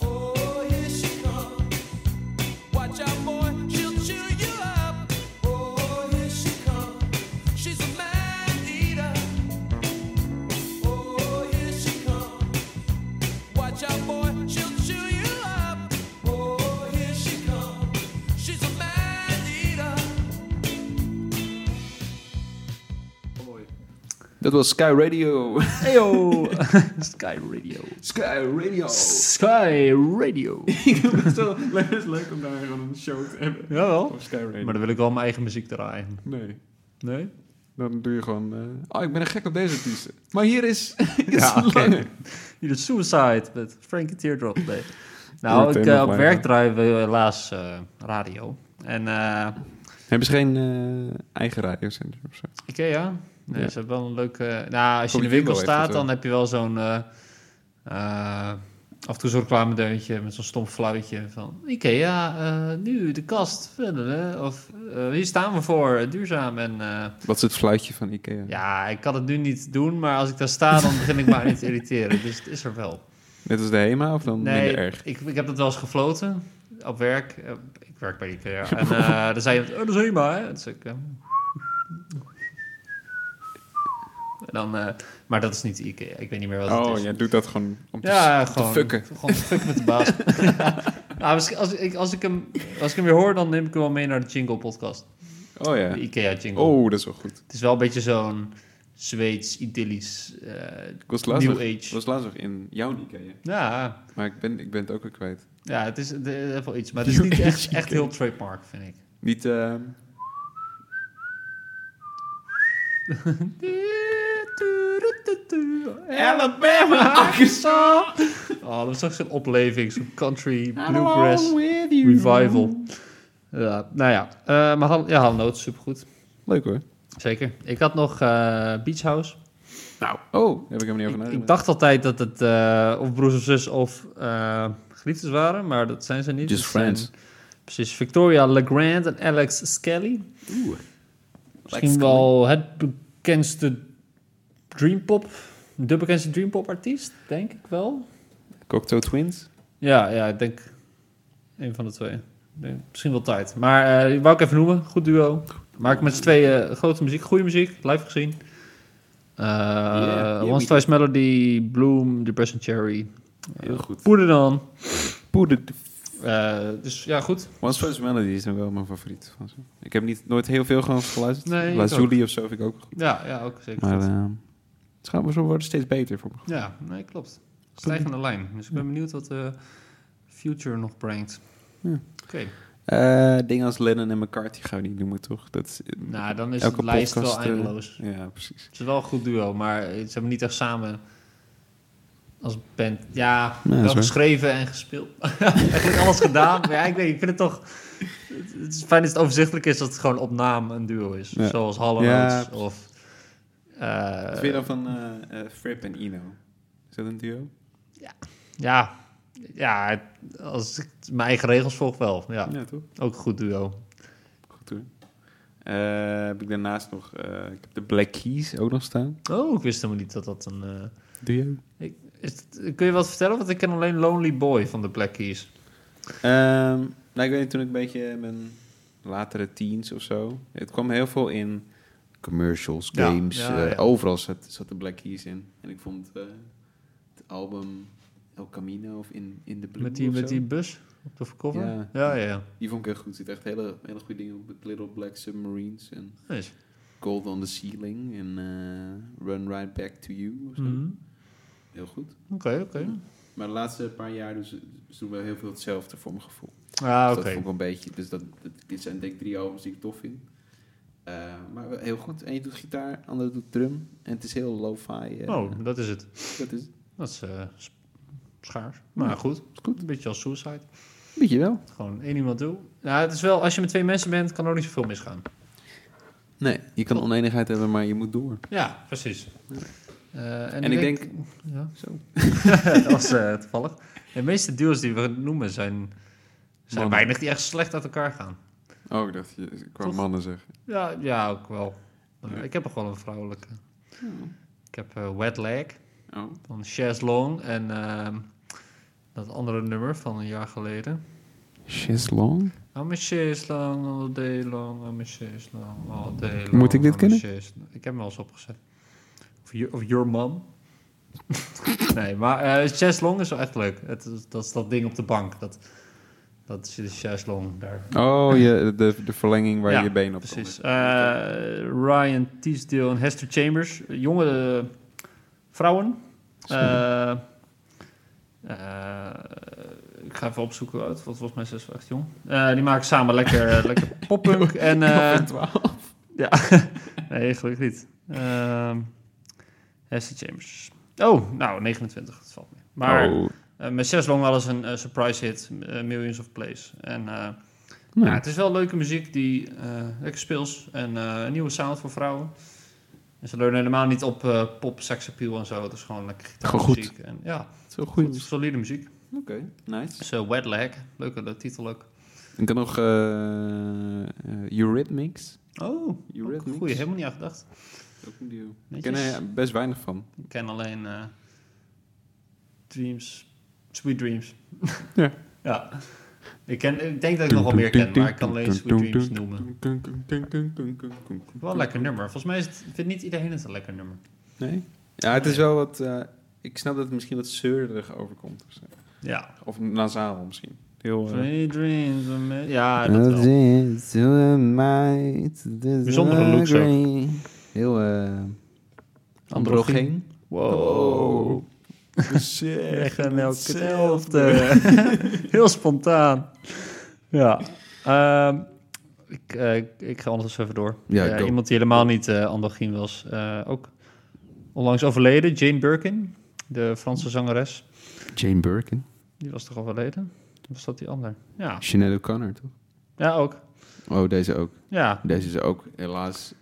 [SPEAKER 4] Oh, here she comes. Watch out, boy, she'll chew you up. Oh, here she comes. She's a man eater. Oh, here she comes. Watch out, boy, she'll chew you up. Oh, here she comes. She's a man eater.
[SPEAKER 5] Dat was Sky Radio. (laughs)
[SPEAKER 2] Heyo! Sky Radio.
[SPEAKER 5] Sky Radio.
[SPEAKER 2] Sky Radio.
[SPEAKER 5] Het is leuk om daar gewoon een show te hebben.
[SPEAKER 2] Jawel.
[SPEAKER 5] Op Sky Radio.
[SPEAKER 2] Maar dan wil ik wel mijn eigen muziek draaien.
[SPEAKER 5] nee.
[SPEAKER 2] Nee?
[SPEAKER 5] Dan doe je gewoon... eh, oh, ik ben een gek op deze artiesten. Maar hier is... (laughs)
[SPEAKER 2] Ja,
[SPEAKER 5] ja,
[SPEAKER 2] oké. Hier is Suicide met Frankie Teardrop. Nee.
[SPEAKER 5] Wordt
[SPEAKER 2] Nou, ik, eh,
[SPEAKER 5] helemaal
[SPEAKER 2] op
[SPEAKER 5] klein,
[SPEAKER 2] werk draaien we helaas eh, radio. En eh
[SPEAKER 5] Hebben ze geen eh, eigen radiocentrum of zo?
[SPEAKER 2] Ikea? Nee,
[SPEAKER 5] Ja.
[SPEAKER 2] ze hebben wel een leuke... Nou, als je in de winkel
[SPEAKER 5] Publiek wel heeft
[SPEAKER 2] staat,
[SPEAKER 5] het wel.
[SPEAKER 2] dan heb je wel zo'n... eh, eh, af en toe zo'n reclamedeuntje met zo'n stom fluitje van... Ikea, eh, nu de kast. eh, Of eh, hier staan we voor, duurzaam en... eh,
[SPEAKER 5] Wat is het fluitje van Ikea?
[SPEAKER 2] Ja, ik kan het nu niet doen, maar als ik daar sta, dan begin ik me aan het irriteren. Dus het is er wel.
[SPEAKER 5] Net als de HEMA of dan
[SPEAKER 2] Nee,
[SPEAKER 5] minder erg?
[SPEAKER 2] ik, ik heb dat wel eens gefloten op werk. Eh, Ik werk bij
[SPEAKER 5] (laughs)
[SPEAKER 2] Ikea. En eh dan zei je, oh, dat is helemaal, hè? Dus ik, eh, (laughs) en dan, eh, maar dat is niet Ikea. Ik weet niet meer wat het
[SPEAKER 5] Oh,
[SPEAKER 2] is.
[SPEAKER 5] jij doet dat gewoon om te
[SPEAKER 2] Ja,
[SPEAKER 5] te
[SPEAKER 2] gewoon
[SPEAKER 5] fucken.
[SPEAKER 2] Gewoon fucken met de
[SPEAKER 5] (laughs)
[SPEAKER 2] baas. (laughs) nou, misschien- als, ik, als, ik hem, als ik hem weer hoor, dan neem ik hem wel mee naar de Jingle podcast.
[SPEAKER 5] Oh
[SPEAKER 2] De
[SPEAKER 5] ja.
[SPEAKER 2] Ikea Jingle.
[SPEAKER 5] Oh, dat is wel goed.
[SPEAKER 2] Het is wel een beetje zo'n Zweeds, idyllisch, eh,
[SPEAKER 5] Ik was laatst,
[SPEAKER 2] new
[SPEAKER 5] nog, ik
[SPEAKER 2] age.
[SPEAKER 5] was laatst nog in jouw Ikea.
[SPEAKER 2] Ja,
[SPEAKER 5] Maar ik ben, ik ben het ook weer kwijt.
[SPEAKER 2] ja, het is de- eh, wel iets, maar (laughs) het is niet echt, echt
[SPEAKER 1] eh,
[SPEAKER 2] heel trademark, vind ik.
[SPEAKER 5] Niet... ehm,
[SPEAKER 2] Alabama, Arkansas. Oh, dat is echt zo'n opleving. Zo'n country, bluegrass, revival. Ja, nou ja, Eh, maar Han- ja, Han Noot, supergoed.
[SPEAKER 1] Leuk hoor.
[SPEAKER 2] Zeker. Ik had nog eh, Beach House.
[SPEAKER 1] Nou, oh, daar heb ik hem niet over nagedacht.
[SPEAKER 2] Ik dacht altijd dat het eh, of broers of zus of eh geliefdes waren, maar dat zijn ze niet.
[SPEAKER 1] Just
[SPEAKER 2] Het zijn-
[SPEAKER 1] friends.
[SPEAKER 2] precies, Victoria LeGrand en Alex Skelly.
[SPEAKER 1] Oeh.
[SPEAKER 2] Misschien wel het bekendste dreampop, de bekendste dreampop artiest, denk ik wel.
[SPEAKER 1] Cocteau Twins.
[SPEAKER 2] Ja, ja, ik denk een van de twee. Ik denk Misschien wel tijd. Maar eh, die wou ik even noemen. Goed duo. Maak met z'n tweeën eh, grote muziek, goede muziek, live gezien. Eh,
[SPEAKER 1] yeah, we
[SPEAKER 2] Once
[SPEAKER 1] do.
[SPEAKER 2] Twice Melody, Bloom, Depression Cherry. Eh,
[SPEAKER 1] Heel goed.
[SPEAKER 2] Put it on.
[SPEAKER 1] Poeder.
[SPEAKER 2] Eh, dus ja, goed.
[SPEAKER 1] Once First Melody is nog wel mijn favoriet. van ze. Ik heb niet, nooit heel veel gewoon geluisterd.
[SPEAKER 2] Nee, ik
[SPEAKER 1] Lazuli of zo vind ik ook goed.
[SPEAKER 2] Ja, ja ook zeker.
[SPEAKER 1] Maar eh, ehm het gaat maar zo worden steeds beter voor me.
[SPEAKER 2] ja, nee, klopt. Stijgende lijn. Dus ik ben benieuwd wat de future nog brengt.
[SPEAKER 1] Ja.
[SPEAKER 2] Oké.
[SPEAKER 1] Eh, dingen als Lennon en McCarthy gaan we niet noemen, toch? Dat is,
[SPEAKER 2] Nou, dan is
[SPEAKER 1] Elke
[SPEAKER 2] het lijst wel
[SPEAKER 1] podcast, eh,
[SPEAKER 2] eindeloos.
[SPEAKER 1] Ja, precies.
[SPEAKER 2] Het is wel een goed duo, maar ze hebben niet echt samen als band. Ja,
[SPEAKER 1] Nee, dat is
[SPEAKER 2] wel
[SPEAKER 1] waar.
[SPEAKER 2] geschreven en gespeeld. (laughs) Eigenlijk alles gedaan. Maar ja, ik weet, ik vind het toch. Het het is fijn dat het overzichtelijk is dat het gewoon op naam een duo is.
[SPEAKER 1] Ja.
[SPEAKER 2] Zoals Hallo
[SPEAKER 1] Ja,
[SPEAKER 2] Notes
[SPEAKER 1] precies.
[SPEAKER 2] of. eh,
[SPEAKER 1] Wat vind je dan van eh, eh, Fripp en Ino? Is dat een duo?
[SPEAKER 2] ja, ja, het- als ik mijn eigen regels volg, wel. Ja,
[SPEAKER 1] toch?
[SPEAKER 2] ook een goed duo.
[SPEAKER 1] Goed hoor. Eh, heb ik daarnaast nog... eh, ik heb de Black Keys ook nog staan.
[SPEAKER 2] Oh, ik wist helemaal niet dat dat een. eh,
[SPEAKER 1] Duo?
[SPEAKER 2] ik- is het- kun je wat vertellen? Want ik ken alleen Lonely Boy van de Black Keys.
[SPEAKER 1] Ehm, nou, ik weet niet, toen ik een beetje mijn latere teens of zo... Het kwam heel veel in commercials,
[SPEAKER 2] Ja,
[SPEAKER 1] games.
[SPEAKER 2] ja,
[SPEAKER 1] eh,
[SPEAKER 2] ja.
[SPEAKER 1] Overal zat, zat de Black Keys in. En ik vond eh, het album El Camino of In, in the Blue
[SPEAKER 2] Met die,
[SPEAKER 1] of
[SPEAKER 2] met
[SPEAKER 1] zo,
[SPEAKER 2] die bus op de cover?
[SPEAKER 1] Ja.
[SPEAKER 2] ja, ja. ja.
[SPEAKER 1] die vond ik heel goed. Er zitten echt hele, hele goede dingen op. Met Little Black Submarines en
[SPEAKER 2] Nice.
[SPEAKER 1] Gold on the Ceiling en eh, Run Right Back to You. of zo. Heel goed.
[SPEAKER 2] Mhm. Oké, oké.
[SPEAKER 1] Maar de laatste paar jaar dus, ze doen wel heel veel hetzelfde voor mijn gevoel.
[SPEAKER 2] Ah,
[SPEAKER 1] Dus dat
[SPEAKER 2] oké.
[SPEAKER 1] vond ik wel een beetje. Dus dat, dat- dit zijn denk ik drie albums die ik tof vind. Eh, maar wel heel goed. Eén doet gitaar, ander doet drum. En het is heel lo-fi. eh,
[SPEAKER 2] Oh, dat is het.
[SPEAKER 1] Dat is
[SPEAKER 2] Dat is eh, s- schaars. Maar goed,
[SPEAKER 1] goed.
[SPEAKER 2] een beetje als suicide.
[SPEAKER 1] Weet je wel.
[SPEAKER 2] Gewoon één iemand doen. Nou, het is wel, als je met twee mensen bent, kan er ook niet zoveel misgaan.
[SPEAKER 1] Nee, je kan oneenigheid hebben, maar je moet door.
[SPEAKER 2] Ja, precies. Eh, en,
[SPEAKER 1] ik denk- (laughs)
[SPEAKER 2] Ja, (laughs)
[SPEAKER 1] Zo.
[SPEAKER 2] dat was eh, toevallig. De meeste duels die we noemen zijn, zijn
[SPEAKER 1] Mannen.
[SPEAKER 2] weinig die echt slecht uit elkaar gaan.
[SPEAKER 1] Oh, ik dacht, je
[SPEAKER 2] Toch?
[SPEAKER 1] mannen zeggen.
[SPEAKER 2] Ja, ja ook wel. Maar Ik heb nog wel een vrouwelijke. Ik heb eh, Wet Leg.
[SPEAKER 1] Oh,
[SPEAKER 2] van Chaz Long en ehm, dat andere nummer van een jaar geleden. Ah,
[SPEAKER 1] Shiz Long?
[SPEAKER 2] I'm a Chaz Long all day long, ah, I'm a Chaz Long all day long. ah,
[SPEAKER 1] Moet ik dit
[SPEAKER 2] I'm a
[SPEAKER 1] kennen?
[SPEAKER 2] Chaz Long. Ik heb hem wel eens opgezet. Of, your- of Your Mom. (laughs) nee, maar eh Chaz Long is wel echt leuk. Het, is- dat is dat ding op de bank. Dat, dat is de Chaz Long daar.
[SPEAKER 1] Oh, je, de, de verlenging waar
[SPEAKER 2] Ja,
[SPEAKER 1] je je been op kan
[SPEAKER 2] Precies.
[SPEAKER 1] leggen.
[SPEAKER 2] Eh, Ryan Teasdale en Hester Chambers. Jonge eh, vrouwen. Eh, eh, ik ga even opzoeken. Uit, want volgens mij is ze echt jong. Eh, die maken samen lekker, eh, lekker poppunk. en, eh, ja, (laughs) nee, gelukkig niet. Ehm, Hester Chambers. Oh, nou, 29. Dat valt mee. Maar
[SPEAKER 1] Oh,
[SPEAKER 2] eh, met Zes Long hadden ze een eh, surprise hit, eh, Millions of Plays. En eh,
[SPEAKER 1] nou,
[SPEAKER 2] ja, het is wel leuke muziek die eh, lekker speels en eh, een nieuwe sound voor vrouwen. En ze leunen helemaal niet op eh, pop, seksappeal en zo. Het is gewoon lekker
[SPEAKER 1] Gewoon goed.
[SPEAKER 2] gitaarmuziek. En, ja,
[SPEAKER 1] het is wel goed.
[SPEAKER 2] goed, solide muziek.
[SPEAKER 1] Oké, nice.
[SPEAKER 2] Dus eh, Wet Leg, leuke de titel ook.
[SPEAKER 1] Ik had nog eh, eh, Eurythmics.
[SPEAKER 2] Oh,
[SPEAKER 1] Eurythmics.
[SPEAKER 2] goeie, helemaal niet aan gedacht.
[SPEAKER 1] Ook een duo. Ik ken
[SPEAKER 2] Netjes.
[SPEAKER 1] er best weinig van.
[SPEAKER 2] Ik ken alleen eh, Dreams, Sweet Dreams.
[SPEAKER 1] Ja.
[SPEAKER 2] (laughs) ja. Ik, ken, ik denk dat ik nog wel meer ken, maar ik kan alleen Sweet Dreams noemen. Wel een lekker nummer. Volgens mij is het, vindt niet iedereen het een lekker nummer.
[SPEAKER 1] Nee? Ja, het is wel wat... eh, ik snap dat het misschien wat zeurderig overkomt. of zo.
[SPEAKER 2] Ja.
[SPEAKER 1] Of nasaal misschien. Heel... eh,
[SPEAKER 2] Sweet dreams. are ma- Ja, dat wel. Bijzondere
[SPEAKER 1] Bijzondere
[SPEAKER 2] looks
[SPEAKER 1] Heel... eh
[SPEAKER 2] Androgyn.
[SPEAKER 1] Wow. We zeggen
[SPEAKER 2] Zeggen (laughs) hetzelfde. Heel spontaan. Ja. Ehm, Ik, eh, ik ga anders even door.
[SPEAKER 1] Ja,
[SPEAKER 2] Eh,
[SPEAKER 1] go.
[SPEAKER 2] iemand die helemaal niet eh androgyn was. eh, ook onlangs overleden, Jane Birkin, de Franse zangeres.
[SPEAKER 1] Jane Birkin.
[SPEAKER 2] Die was toch overleden? Of was dat die ander? Ja,
[SPEAKER 1] Sinead O'Connor, toch?
[SPEAKER 2] ja ook.
[SPEAKER 1] Oh, deze ook.
[SPEAKER 2] Ja,
[SPEAKER 1] Deze is ook helaas...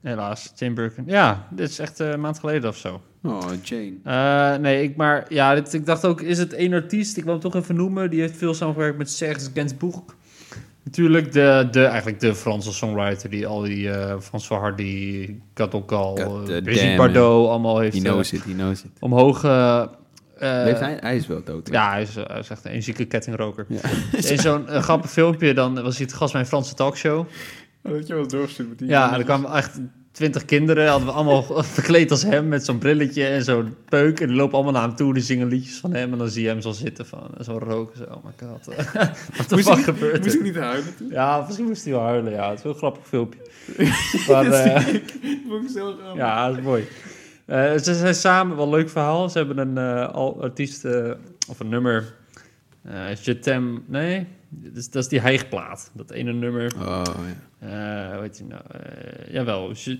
[SPEAKER 2] helaas. Jane Birkin. Ja, dit is echt eh, een maand geleden of zo.
[SPEAKER 1] Oh, Jane.
[SPEAKER 2] Eh, nee, ik, maar ja, dit, ik dacht ook, is het één artiest? Ik wil hem toch even noemen. Die heeft veel samengewerkt met Serge Gainsbourg. Natuurlijk de, de, eigenlijk de Franse songwriter die al die eh, François Hardy, Cat Gal,
[SPEAKER 1] God, eh,
[SPEAKER 2] Brigitte
[SPEAKER 1] damn,
[SPEAKER 2] Bardot allemaal heeft
[SPEAKER 1] He
[SPEAKER 2] eh,
[SPEAKER 1] knows it, he knows it.
[SPEAKER 2] omhoog... eh, eh,
[SPEAKER 1] Leeft hij? Hij is wel dood. hè?
[SPEAKER 2] ja, hij is, eh, hij is echt een zieke kettingroker.
[SPEAKER 1] Ja.
[SPEAKER 2] In zo'n eh, grappig filmpje, dan was hij het gast bij een Franse talkshow.
[SPEAKER 1] Dat je wel doorstuurt met die...
[SPEAKER 2] Ja, en er kwamen echt twintig kinderen, hadden we allemaal (laughs) verkleed als hem met zo'n brilletje en zo'n peuk. En die lopen allemaal naar hem toe, die zingen liedjes van hem. En dan zie je hem zo zitten van, zo roken, zo, oh my god. (laughs) Wat de fuck gebeurt er?
[SPEAKER 1] niet huilen toen?
[SPEAKER 2] Ja, misschien moest hij wel huilen, ja. Het is wel een grappig
[SPEAKER 1] (laughs)
[SPEAKER 2] filmpje. maar, eh,
[SPEAKER 1] vond ik zo grappig.
[SPEAKER 2] ja, dat is mooi. Eh, ze zijn samen, wel een leuk verhaal. Ze hebben een eh, al artiest, eh, of een nummer, eh Je t'aime- nee, dat is, dat is die hijgplaat. Dat ene nummer.
[SPEAKER 1] Oh, ja.
[SPEAKER 2] Eh, hoe heet die nou? Eh, jawel, Je,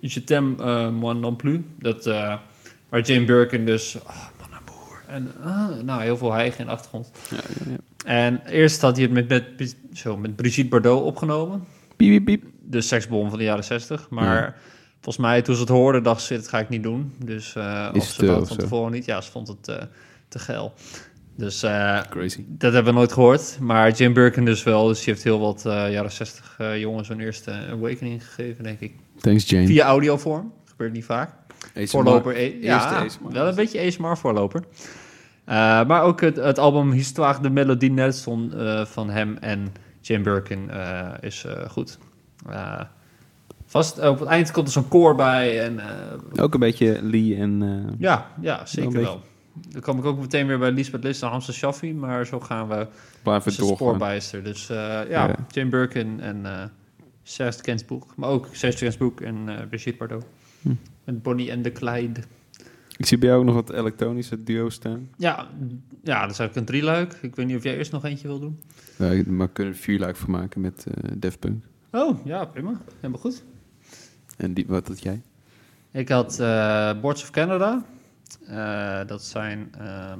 [SPEAKER 2] je t'aime eh, moi non plus. Dat, eh, waar Jane Birkin dus... ah, mon amour. En ah, nou, heel veel hijgen in de achtergrond. En eerst had hij het met, met, zo, met Brigitte Bardot opgenomen.
[SPEAKER 1] Piep, piep, piep.
[SPEAKER 2] De seksbom van de jaren 60. Maar volgens mij, toen ze het hoorde, dacht ze, dit ga ik niet doen. Dus eh
[SPEAKER 1] Is
[SPEAKER 2] of ze
[SPEAKER 1] te,
[SPEAKER 2] dat
[SPEAKER 1] of
[SPEAKER 2] van
[SPEAKER 1] zo?
[SPEAKER 2] tevoren niet. Ja, ze vond het eh, te geil. Dus eh,
[SPEAKER 1] Crazy.
[SPEAKER 2] dat hebben we nooit gehoord. Maar Jim Birkin dus wel. Dus die heeft heel wat eh, jaren 60 eh, jongens hun eerste awakening gegeven, denk ik.
[SPEAKER 1] Thanks, Jane.
[SPEAKER 2] Via audiovorm. Gebeurt niet vaak.
[SPEAKER 1] ASMR.
[SPEAKER 2] Voorloper. eh, ja,
[SPEAKER 1] Eerste ASMR.
[SPEAKER 2] wel een beetje ASMR voorloper. Eh, maar ook het, het album Histoire de Melody Nelson eh, van hem en Jim Birkin eh, is eh, goed. Eh, vast op het eind komt er zo'n koor bij. En, eh,
[SPEAKER 1] Ook een beetje Lee en... eh,
[SPEAKER 2] ja, ja, zeker
[SPEAKER 1] beetje.
[SPEAKER 2] wel. Dan kom ik ook meteen weer bij Lisbeth List en Hamza Shaffi. Maar zo gaan we
[SPEAKER 1] Blijven
[SPEAKER 2] is een
[SPEAKER 1] doorgaan.
[SPEAKER 2] spoorbijster. Dus eh, ja,
[SPEAKER 1] Ja.
[SPEAKER 2] Jane Birkin en eh Serge Gainsbourg. Maar ook Serge Gainsbourg en eh Brigitte Bardot.
[SPEAKER 1] Hm.
[SPEAKER 2] Met Bonnie en de Clyde.
[SPEAKER 1] Ik zie bij jou ook nog wat elektronische duo's staan.
[SPEAKER 2] Ja, ja, dat is eigenlijk een drieluik. Ik weet niet of jij eerst nog eentje wil doen.
[SPEAKER 1] Ja, maar kunnen er vierluik van maken met eh Def Punk.
[SPEAKER 2] Oh, ja, prima. Helemaal goed.
[SPEAKER 1] En die, wat had jij?
[SPEAKER 2] Ik had eh, Boards of Canada. Eh, dat zijn ehm,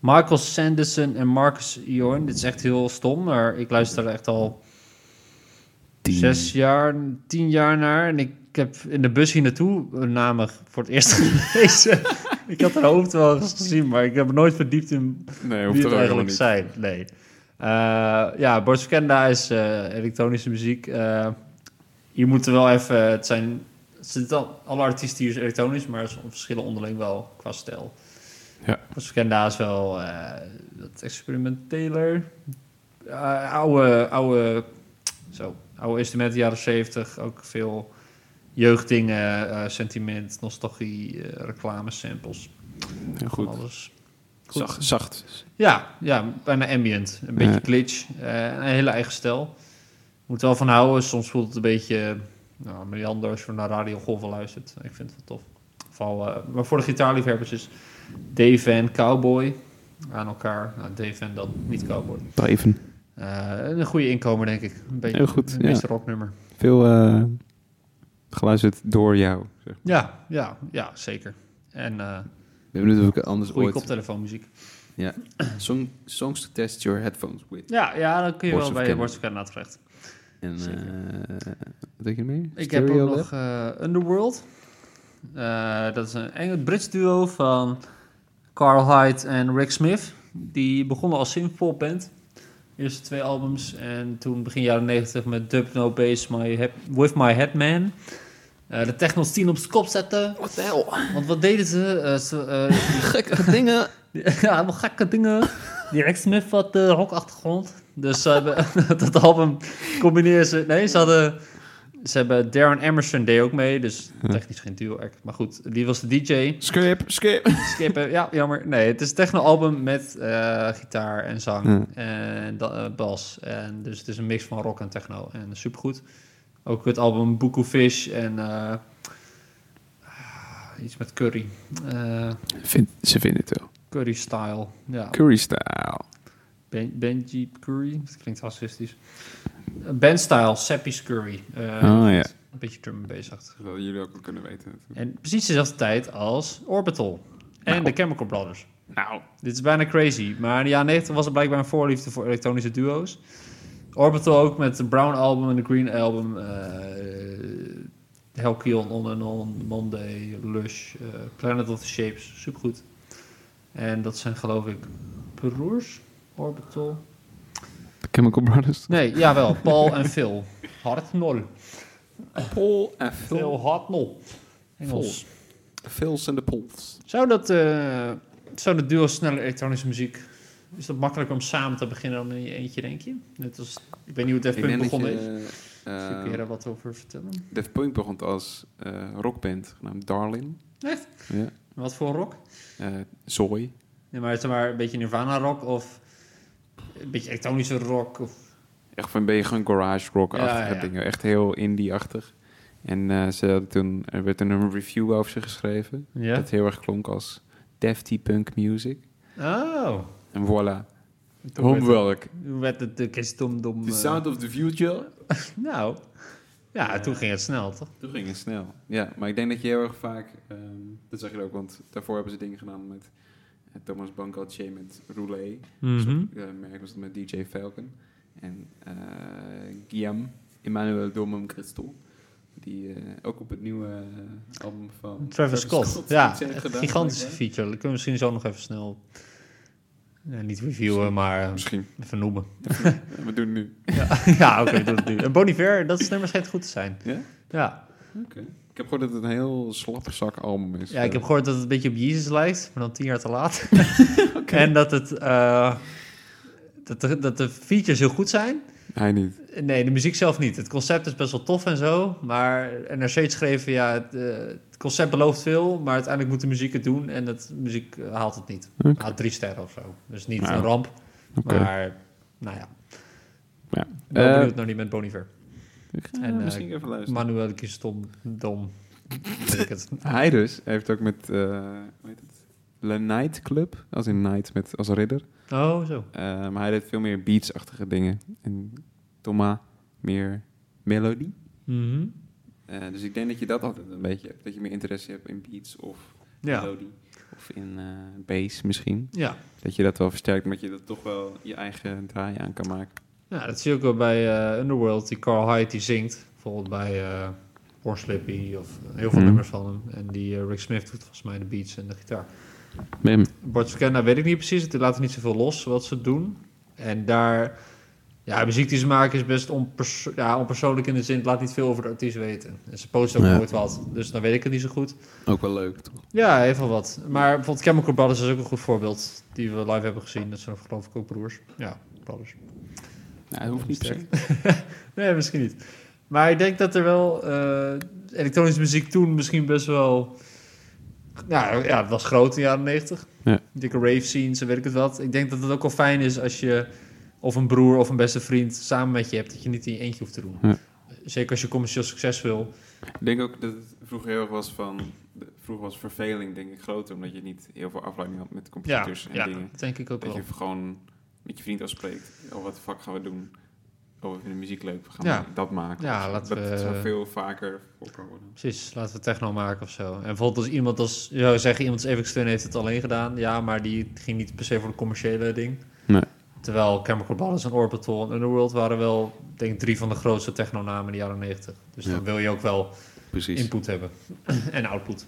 [SPEAKER 2] Michael Sanderson en Marcus Jorn. Dit is echt heel stom, maar ik luister er echt al
[SPEAKER 1] Tien.
[SPEAKER 2] zes jaar, tien jaar naar. En ik heb in de bus hier naartoe hun namen voor het eerst (laughs) gelezen. ik had haar hoofd wel eens gezien, maar ik heb me nooit verdiept in
[SPEAKER 1] Nee,
[SPEAKER 2] wie het eigenlijk zijn. Nee. Eh, ja, Boris Kenda is eh, elektronische muziek. Eh, je moet er wel even... Het zijn... Het zitten al, alle artiesten hier is elektronisch, maar ze verschillen onderling wel qua stijl.
[SPEAKER 1] Ja.
[SPEAKER 2] Boris Kenda is wel eh wat experimenteler. Eh, oude, oude, zo, oude instrumenten, jaren 70, Ook veel jeugddingen, eh, sentiment, nostalgie, eh, reclame samples.
[SPEAKER 1] Ja,
[SPEAKER 2] Goed.
[SPEAKER 1] goed.
[SPEAKER 2] Alles. Goed.
[SPEAKER 1] Zacht, zacht.
[SPEAKER 2] Ja, ja, bijna ambient. Een beetje
[SPEAKER 1] Ja.
[SPEAKER 2] glitch. eh, een hele eigen stijl. Moet er wel van houden. Soms voelt het een beetje nou, meander als je naar radiogolven luistert. Ik vind het wel tof. Vooral, eh, maar voor de gitaarliefhebbers is Dave en Cowboy aan elkaar. Nou, Dave en dan niet Cowboy.
[SPEAKER 1] Blijven.
[SPEAKER 2] Eh, een goede inkomen, denk ik. Een beetje
[SPEAKER 1] Heel goed,
[SPEAKER 2] een
[SPEAKER 1] ja.
[SPEAKER 2] meeste rocknummer.
[SPEAKER 1] Veel eh, geluisterd door jou. zeg.
[SPEAKER 2] Ja, ja, ja, zeker. En eh
[SPEAKER 1] We hebben natuurlijk anders
[SPEAKER 2] goede
[SPEAKER 1] ooit...
[SPEAKER 2] koptelefoonmuziek.
[SPEAKER 1] Ja. Song, songs to test your headphones with.
[SPEAKER 2] Ja, ja, dan kun je
[SPEAKER 1] Words
[SPEAKER 2] wel
[SPEAKER 1] of
[SPEAKER 2] bij
[SPEAKER 1] Canada.
[SPEAKER 2] Words of Canada terecht.
[SPEAKER 1] En
[SPEAKER 2] Zeker.
[SPEAKER 1] eh wat denk je ermee?
[SPEAKER 2] Ik heb
[SPEAKER 1] Stereo
[SPEAKER 2] ook
[SPEAKER 1] Lab?
[SPEAKER 2] nog eh, Underworld. Eh, dat is een Engels Brits duo van Carl Hyde en Rick Smith. Die begonnen als synthpop band. Eerste twee albums. En toen begin jaren 90 met Dub No Bass My Hep- With My Headman. Eh de techno scene op z'n kop zetten.
[SPEAKER 1] What the hell?
[SPEAKER 2] Want wat deden ze? Eh, ze eh,
[SPEAKER 5] (laughs)
[SPEAKER 1] Gekke dingen.
[SPEAKER 2] (laughs) ja, allemaal gekke dingen. Die Rick Smith had de rockachtergrond. Dus ze hebben (laughs) dat album combineren ze. Nee, ze hadden. Ze hebben Darren Emerson deed ook mee, dus technisch geen duo act. Maar goed, die was de DJ.
[SPEAKER 1] Skip, skip.
[SPEAKER 2] Skippen, eh, ja, jammer. Nee, het is een techno-album met eh, gitaar en zang
[SPEAKER 1] Ja.
[SPEAKER 2] en da- eh, bas. En dus het is een mix van rock en techno en supergoed. Ook het album Buku Fish en eh, ah, iets met curry. Eh,
[SPEAKER 1] Vind, ze vinden het wel.
[SPEAKER 2] curry style, ja.
[SPEAKER 1] Curry style.
[SPEAKER 2] Ben- Benji Curry, dat klinkt racistisch. Bandstyle, Seppi Scurry. Eh,
[SPEAKER 1] Oh, ja.
[SPEAKER 2] Een beetje drum and bass achtig.
[SPEAKER 5] Dat jullie ook wel kunnen weten. natuurlijk.
[SPEAKER 2] En precies dezelfde tijd als Orbital en de Chemical Brothers.
[SPEAKER 5] Nou,
[SPEAKER 2] Dit is bijna crazy, maar in de jaren 90 was er blijkbaar een voorliefde voor elektronische duo's. Orbital ook met de Brown Album en de Green Album. eh Halcyon, On and On, Monday, Lush, eh, Planet of the Shapes. Supergoed. En dat zijn geloof ik broers? Orbital?
[SPEAKER 1] The Chemical Brothers.
[SPEAKER 2] Nee, jawel. Paul en Phil. Hartnol.
[SPEAKER 1] Paul en Phil.
[SPEAKER 2] Phil Hartnol. Engels.
[SPEAKER 1] Phil's en de Pols.
[SPEAKER 2] Zou dat, eh, zou dat duo snelle elektronische muziek... Is dat makkelijker om samen te beginnen dan in je eentje, denk je? Net als, ik weet niet hoe het Punk begonnen is.
[SPEAKER 5] eh,
[SPEAKER 2] Misschien kun je daar wat over vertellen.
[SPEAKER 5] Def Punk begon als eh, rockband genaamd Darling.
[SPEAKER 2] Echt?
[SPEAKER 5] Ja.
[SPEAKER 2] Wat voor rock?
[SPEAKER 5] Eh, Zooi.
[SPEAKER 2] Nee, maar het is maar een beetje Nirvana-rock of een beetje elektronische rock. Of,
[SPEAKER 5] Echt van ben je gewoon garage rock-achtige
[SPEAKER 2] Ja, ja.
[SPEAKER 5] dingen. Echt heel indie-achtig. En eh, ze hadden toen, er werd toen een review over ze geschreven.
[SPEAKER 2] ja.
[SPEAKER 5] Dat heel erg klonk als Defty Punk Music.
[SPEAKER 2] Oh.
[SPEAKER 5] En voilà.
[SPEAKER 2] Toen
[SPEAKER 5] Homework.
[SPEAKER 2] werd- Toen werd het de christendom... eh,
[SPEAKER 1] of the Future.
[SPEAKER 2] Nou, ja, toen ging het snel, toch?
[SPEAKER 5] Toen ging het snel. Ja, maar ik denk dat je heel erg vaak... ehm, dat zag je ook, want daarvoor hebben ze dingen gedaan met... eh, Thomas Bangalter met Roulet.
[SPEAKER 2] Mhm.
[SPEAKER 5] Zo'n, eh, merk was het met DJ Falcon. En eh Guillaume, Emmanuel Domum Christel. Die eh, ook op het nieuwe eh, album van
[SPEAKER 2] Travis Scott.
[SPEAKER 5] iets
[SPEAKER 2] ja,
[SPEAKER 5] heeft
[SPEAKER 2] een
[SPEAKER 5] gedaan,
[SPEAKER 2] gigantische
[SPEAKER 5] blijkbaar.
[SPEAKER 2] feature. Dat kunnen we misschien zo nog even snel... eh, niet reviewen, maar eh,
[SPEAKER 5] Misschien.
[SPEAKER 2] even noemen. (laughs)
[SPEAKER 5] We doen het nu.
[SPEAKER 2] ja, oké, doe het nu. En Boniver, dat is nummer schijnt goed te zijn.
[SPEAKER 5] Ja?
[SPEAKER 2] Ja.
[SPEAKER 5] Oké. Ik heb gehoord dat het een heel slapzak album is.
[SPEAKER 2] ja, ik heb gehoord dat het een beetje op Jezus lijkt, maar dan tien jaar te
[SPEAKER 5] (laughs)
[SPEAKER 2] laat. En dat, het, eh, dat, de, dat de features heel goed zijn.
[SPEAKER 5] Hij niet.
[SPEAKER 2] Nee, de muziek zelf niet. Het concept is best wel tof en zo. Maar NRC schreef, ja, het, eh, het concept belooft veel. Maar uiteindelijk moet de muziek het doen. En het muziek eh, haalt het niet. Haalt drie sterren of zo. Dus niet
[SPEAKER 5] Nou,
[SPEAKER 2] een ramp.
[SPEAKER 5] oké.
[SPEAKER 2] Maar, nou ja.
[SPEAKER 5] Ja.
[SPEAKER 2] Wel
[SPEAKER 5] Eh,
[SPEAKER 2] benieuwd naar die met Boniver. en, eh,
[SPEAKER 5] misschien even luisteren.
[SPEAKER 2] Manuel Kistom, Dom. Weet ik het.
[SPEAKER 5] Hij dus heeft ook met, eh hoe heet het? Le Night Club, als in Night met, als ridder.
[SPEAKER 2] Oh, zo.
[SPEAKER 5] Eh, maar hij deed veel meer beatsachtige dingen. En Thomas meer melodie.
[SPEAKER 2] Mhm.
[SPEAKER 5] Eh, dus ik denk dat je dat altijd een beetje hebt. Dat je meer interesse hebt in beats of
[SPEAKER 2] Ja.
[SPEAKER 5] melodie. Of in eh bass misschien.
[SPEAKER 2] Ja.
[SPEAKER 5] Dat je dat wel versterkt, maar dat je dat toch wel je eigen draai aan kan maken.
[SPEAKER 2] ja, dat zie je ook wel bij eh, Underworld. Die Carl Hyde die zingt. Bijvoorbeeld bij eh Horse Lippy of heel veel
[SPEAKER 5] Mhm.
[SPEAKER 2] nummers van hem. En die eh, Rick Smith doet volgens mij de beats en de gitaar.
[SPEAKER 1] Bim.
[SPEAKER 2] Bart Verkenna weet ik niet precies. Die laten niet zoveel los wat ze doen. En daar... Ja, de muziek die ze maken is best onpers ja, onpersoonlijk in de zin... het laat niet veel over de artiest weten. En ze posten ook
[SPEAKER 1] Ja.
[SPEAKER 2] nooit wat. Dus dan weet ik het niet zo goed.
[SPEAKER 1] Ook wel leuk, toch?
[SPEAKER 2] Ja, even wat. Maar bijvoorbeeld Chemical Brothers is ook een goed voorbeeld. Die we live hebben gezien. Dat zijn geloof ik ook broers. Ja, brothers.
[SPEAKER 5] Nou, dat hoeft niet per se.
[SPEAKER 2] Nee, misschien niet. Maar ik denk dat er wel... eh, elektronische muziek toen misschien best wel... Nou ja, het was groot in de jaren negentig.
[SPEAKER 1] Ja.
[SPEAKER 2] Dikke rave scenes en weet ik het wat. Ik denk dat het ook wel fijn is als je... Of een broer of een beste vriend samen met je hebt. Dat je niet in je eentje hoeft te doen.
[SPEAKER 1] Ja.
[SPEAKER 2] Zeker als je commercieel succes wil.
[SPEAKER 5] Ik denk ook dat het vroeger heel erg was van... de- Vroeger was verveling denk ik groter, omdat je niet heel veel afleiding had met
[SPEAKER 2] Ja,
[SPEAKER 5] computers en
[SPEAKER 2] ja
[SPEAKER 5] dingen.
[SPEAKER 2] dat denk ik ook
[SPEAKER 5] Dat
[SPEAKER 2] wel.
[SPEAKER 5] je gewoon met je vriend afspreekt. Oh, wat de fuck gaan we doen? Oh, we vinden muziek leuk, we gaan
[SPEAKER 2] Ja.
[SPEAKER 5] dat maken.
[SPEAKER 2] Ja, eh,
[SPEAKER 5] Dus
[SPEAKER 2] laten
[SPEAKER 5] dat
[SPEAKER 2] we-
[SPEAKER 5] zou veel vaker voorkomen. worden.
[SPEAKER 2] Precies, laten we techno maken of zo. En bijvoorbeeld als iemand als, je zou zeggen, iemand als Evic Steun heeft het alleen gedaan. Ja, maar die ging niet per se voor de commerciële ding.
[SPEAKER 1] Nee.
[SPEAKER 2] Terwijl Chemical Brothers en Orbital en Underworld waren wel, denk ik, drie van de grootste technonamen in de jaren negentig. Dus dan wil je ook wel
[SPEAKER 1] Precies.
[SPEAKER 2] input hebben. (clears throat) en output.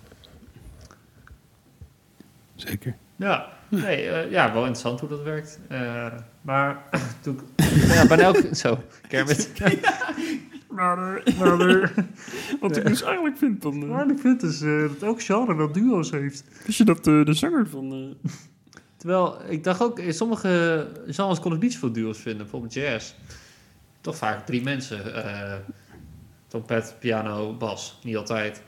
[SPEAKER 1] Zeker.
[SPEAKER 2] Ja, nee, eh, ja, wel interessant hoe dat werkt. Eh, maar (clears throat) toen ik- (laughs) ja, bijna elk... Zo, (laughs) Kermit.
[SPEAKER 6] Wat ik dus eigenlijk vind dan, eh,
[SPEAKER 2] Maar ik vind dus dat elk genre wel duo's heeft.
[SPEAKER 6] is je dat eh, de zanger van... eh,
[SPEAKER 2] Terwijl, ik dacht ook, in sommige genres kon ik niet zoveel duo's vinden. Bijvoorbeeld jazz. Toch vaak drie mensen. eh trompet, piano, bas. Niet altijd.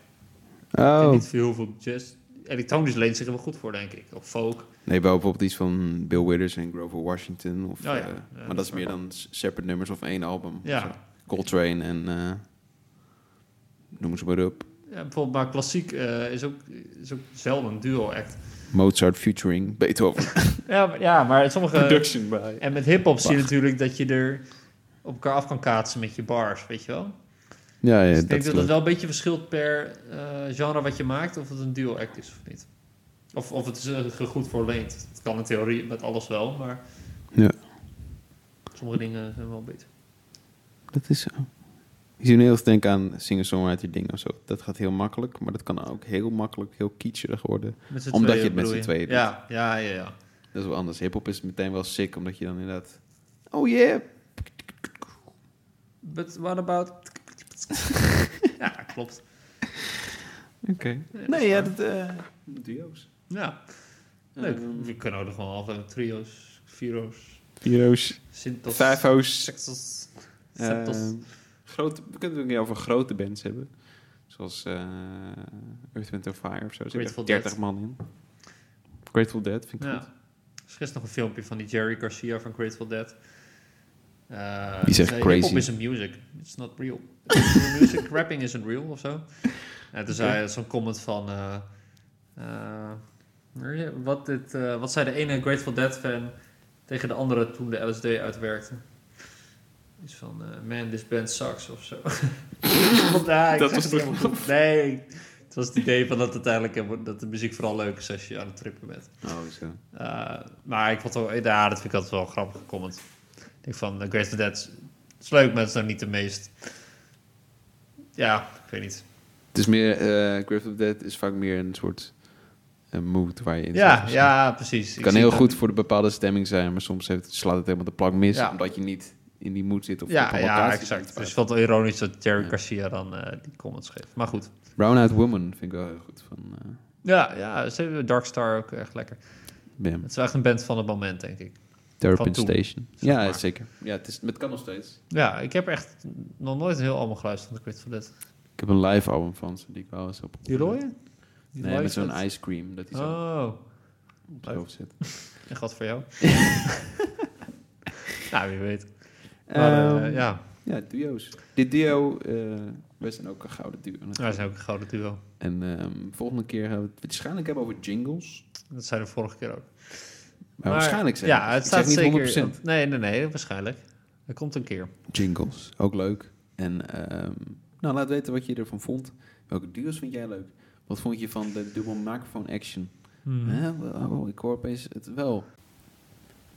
[SPEAKER 2] En
[SPEAKER 1] Oh.
[SPEAKER 2] niet veel, veel jazz. Elektronisch leent zich er wel goed voor, denk ik. Of folk.
[SPEAKER 1] Nee, bijvoorbeeld iets van Bill Withers en Grover Washington. Of,
[SPEAKER 2] Oh ja,
[SPEAKER 1] eh,
[SPEAKER 2] ja,
[SPEAKER 1] maar
[SPEAKER 2] dat
[SPEAKER 1] dat is meer dan s- separate nummers of één album. Of zo.
[SPEAKER 2] Ja.
[SPEAKER 1] Coltrane en... eh, noem ze maar op.
[SPEAKER 2] Ja, bijvoorbeeld, maar klassiek eh, is, ook, is ook zelden een duo-act.
[SPEAKER 1] Mozart featuring Beethoven.
[SPEAKER 2] Ja, maar, ja, maar sommige...
[SPEAKER 5] Production bij.
[SPEAKER 2] En met hip-hop zie je natuurlijk dat je er op elkaar af kan kaatsen met je bars, weet je wel?
[SPEAKER 1] (laughs) Ja, ja
[SPEAKER 2] Dus ik
[SPEAKER 1] Eh, dat
[SPEAKER 2] denk
[SPEAKER 1] is
[SPEAKER 2] dat het
[SPEAKER 1] leuk.
[SPEAKER 2] wel een beetje verschilt per eh, genre wat je maakt, of het een dual act is of niet. Of, of het is eh, ge- goed voorleend. Dat kan in theorie met alles wel, maar
[SPEAKER 1] Ja,
[SPEAKER 2] sommige dingen zijn wel beter.
[SPEAKER 1] dat is zo. Ik zie nu heel erg denken aan singer-songwriter dingen of zo. Dat gaat heel makkelijk, maar dat kan ook heel makkelijk heel kitscherig worden.
[SPEAKER 2] Met z'n
[SPEAKER 1] Omdat
[SPEAKER 2] tweeën,
[SPEAKER 1] je het met
[SPEAKER 2] bedoel
[SPEAKER 1] z'n tweeën doet.
[SPEAKER 2] Ja, ja, ja. ja.
[SPEAKER 1] Dat is wel anders. Hip-hop is meteen wel sick, omdat je dan inderdaad... Oh yeah!
[SPEAKER 2] But
[SPEAKER 1] (laughs)
[SPEAKER 2] what about... ja, klopt.
[SPEAKER 1] Oké.
[SPEAKER 2] dat
[SPEAKER 1] Nee,
[SPEAKER 2] is
[SPEAKER 1] ja,
[SPEAKER 2] waar.
[SPEAKER 1] dat... eh, Ehm.
[SPEAKER 5] Duo's.
[SPEAKER 2] Ja, leuk. we kunnen ook nog wel af en trio's, viro's,
[SPEAKER 1] Heroes,
[SPEAKER 2] sintos,
[SPEAKER 1] vijfho's.
[SPEAKER 2] sextos,
[SPEAKER 1] Ehm.
[SPEAKER 5] Eh,
[SPEAKER 2] septos.
[SPEAKER 5] Grote, we kunnen het ook niet over grote bands hebben. Zoals eh Earth, Wind Fire of zo. Er
[SPEAKER 2] Grateful
[SPEAKER 5] zitten 30
[SPEAKER 2] Dead.
[SPEAKER 5] man in. Grateful Dead vind ik
[SPEAKER 2] ja.
[SPEAKER 5] goed.
[SPEAKER 2] Er is gisteren nog een filmpje van die Jerry Garcia van Grateful Dead. Eh,
[SPEAKER 1] Die zegt
[SPEAKER 2] zei,
[SPEAKER 1] crazy.
[SPEAKER 2] Hip-hop isn't music. It's not real. It's not real music. Rapping isn't real of zo. En toen zei hij zo'n comment van... eh, eh, wat, dit, eh, wat zei de ene Grateful Dead fan tegen de andere toen de LSD uitwerkte? Iets van, eh, man, this band sucks of zo. (laughs) Nou, ik zeg
[SPEAKER 5] Dat was
[SPEAKER 2] het
[SPEAKER 5] de
[SPEAKER 2] helemaal goed. Nee, het was het idee van dat uiteindelijk helemaal- dat de muziek vooral leuk is als je aan het trippen bent.
[SPEAKER 1] Oh, zo.
[SPEAKER 2] Eh, maar ik vond het wel, ja, dat vind ik altijd wel een grappige comment. Ik denk van, The Great Dead is- is leuk, maar het is nou niet de meest... Ja, ik weet niet.
[SPEAKER 1] Het is meer... eh Grateful Dead is vaak meer een soort eh, mood waar je in zit
[SPEAKER 2] Ja,
[SPEAKER 1] of zo.
[SPEAKER 2] ja, precies.
[SPEAKER 1] Het kan
[SPEAKER 2] zie
[SPEAKER 1] heel
[SPEAKER 2] dat-
[SPEAKER 1] goed voor de bepaalde stemming zijn, maar soms heeft, slaat het helemaal de plank mis,
[SPEAKER 2] Ja.
[SPEAKER 1] omdat je niet in die mood zit of op
[SPEAKER 2] Ja,
[SPEAKER 1] een
[SPEAKER 2] ja,
[SPEAKER 1] locatie
[SPEAKER 2] exact.
[SPEAKER 1] zit.
[SPEAKER 2] Dus ik vond het wel ironisch dat Jerry
[SPEAKER 1] Ja.
[SPEAKER 2] Garcia dan eh, die comments geeft. Maar goed.
[SPEAKER 1] Brown Eyed Woman vind ik wel heel goed van eh,
[SPEAKER 2] Ja, ja, ze hebben Dark Star ook echt lekker.
[SPEAKER 1] Bam.
[SPEAKER 2] Het is wel echt een band van het moment, denk ik.
[SPEAKER 1] Turpin
[SPEAKER 2] toen,
[SPEAKER 1] Station.
[SPEAKER 2] zeg
[SPEAKER 1] Ja,
[SPEAKER 2] maar.
[SPEAKER 1] zeker. Ja, het, is, het kan nog steeds.
[SPEAKER 2] Ja, ik heb echt nog nooit heel allemaal geluisterd van de Grateful Dead.
[SPEAKER 1] Ik heb een live album van ze die ik wel eens op.
[SPEAKER 2] Die rode? Die
[SPEAKER 1] Nee, met
[SPEAKER 2] live
[SPEAKER 1] zo'n
[SPEAKER 2] set?
[SPEAKER 1] ice cream dat hij zo
[SPEAKER 2] Oh,
[SPEAKER 1] op zijn hoofd zit.
[SPEAKER 2] en wat voor
[SPEAKER 1] (laughs)
[SPEAKER 2] jou. nou, wie weet. Maar, eh,
[SPEAKER 1] Ehm, ja.
[SPEAKER 2] ja,
[SPEAKER 1] duo's. Dit duo, eh wij zijn ook een gouden duo.
[SPEAKER 2] wij zijn ook een gouden duo.
[SPEAKER 1] En ehm, volgende keer gaan we het waarschijnlijk hebben over jingles.
[SPEAKER 2] Dat zei de vorige keer ook.
[SPEAKER 1] Maar, waarschijnlijk zijn
[SPEAKER 2] Ja,
[SPEAKER 1] Ik
[SPEAKER 2] het
[SPEAKER 1] zeg
[SPEAKER 2] staat zeker.
[SPEAKER 1] niet 100%.
[SPEAKER 2] Nee, nee, nee, waarschijnlijk. Dat komt een keer.
[SPEAKER 1] jingles. Ook leuk. En ehm, nou, laat weten wat je ervan vond. Welke duos vind jij leuk? Wat vond je van de dubbel microphone action? Hè? Oh, ik hoor opeens het wel.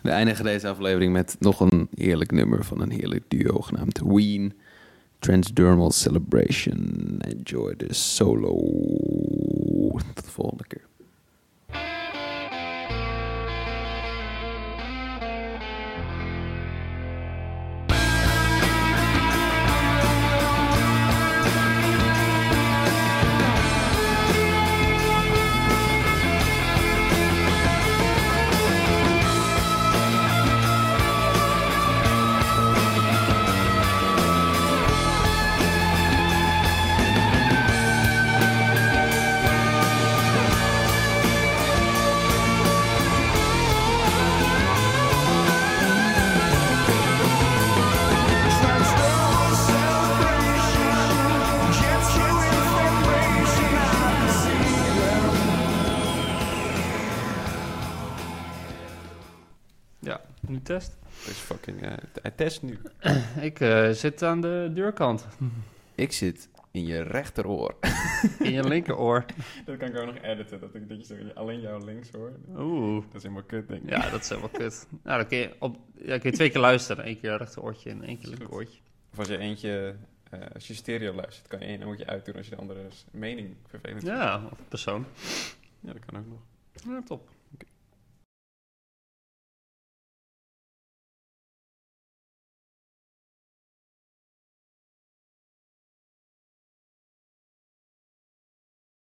[SPEAKER 1] We eindigen deze aflevering met nog een heerlijk nummer van een heerlijk duo genaamd Ween. Transdermal Celebration. Enjoy the solo. Tot de volgende keer.
[SPEAKER 2] Ja, nu test.
[SPEAKER 5] Dat is fucking... eh, hij test nu.
[SPEAKER 2] Ik eh, zit aan de (laughs) deurkant.
[SPEAKER 1] Ik zit in je rechteroor.
[SPEAKER 2] In je linkeroor.
[SPEAKER 5] Dat kan ik ook nog editen. Dat ik dat je alleen jou links hoor.
[SPEAKER 2] Oeh.
[SPEAKER 5] Dat is helemaal kut, denk ik.
[SPEAKER 2] Ja, dat is helemaal kut. Nou, dan kun je, op, ja, kun je twee keer luisteren. Eén keer rechteroortje en één keer linkeroortje.
[SPEAKER 5] Of als je eentje... eh, als je stereo luistert, kan je één oortje uitdoen als je de andere mening vervelend vindt.
[SPEAKER 2] Ja, of persoon.
[SPEAKER 5] ja, dat kan ook nog.
[SPEAKER 2] Ja, top.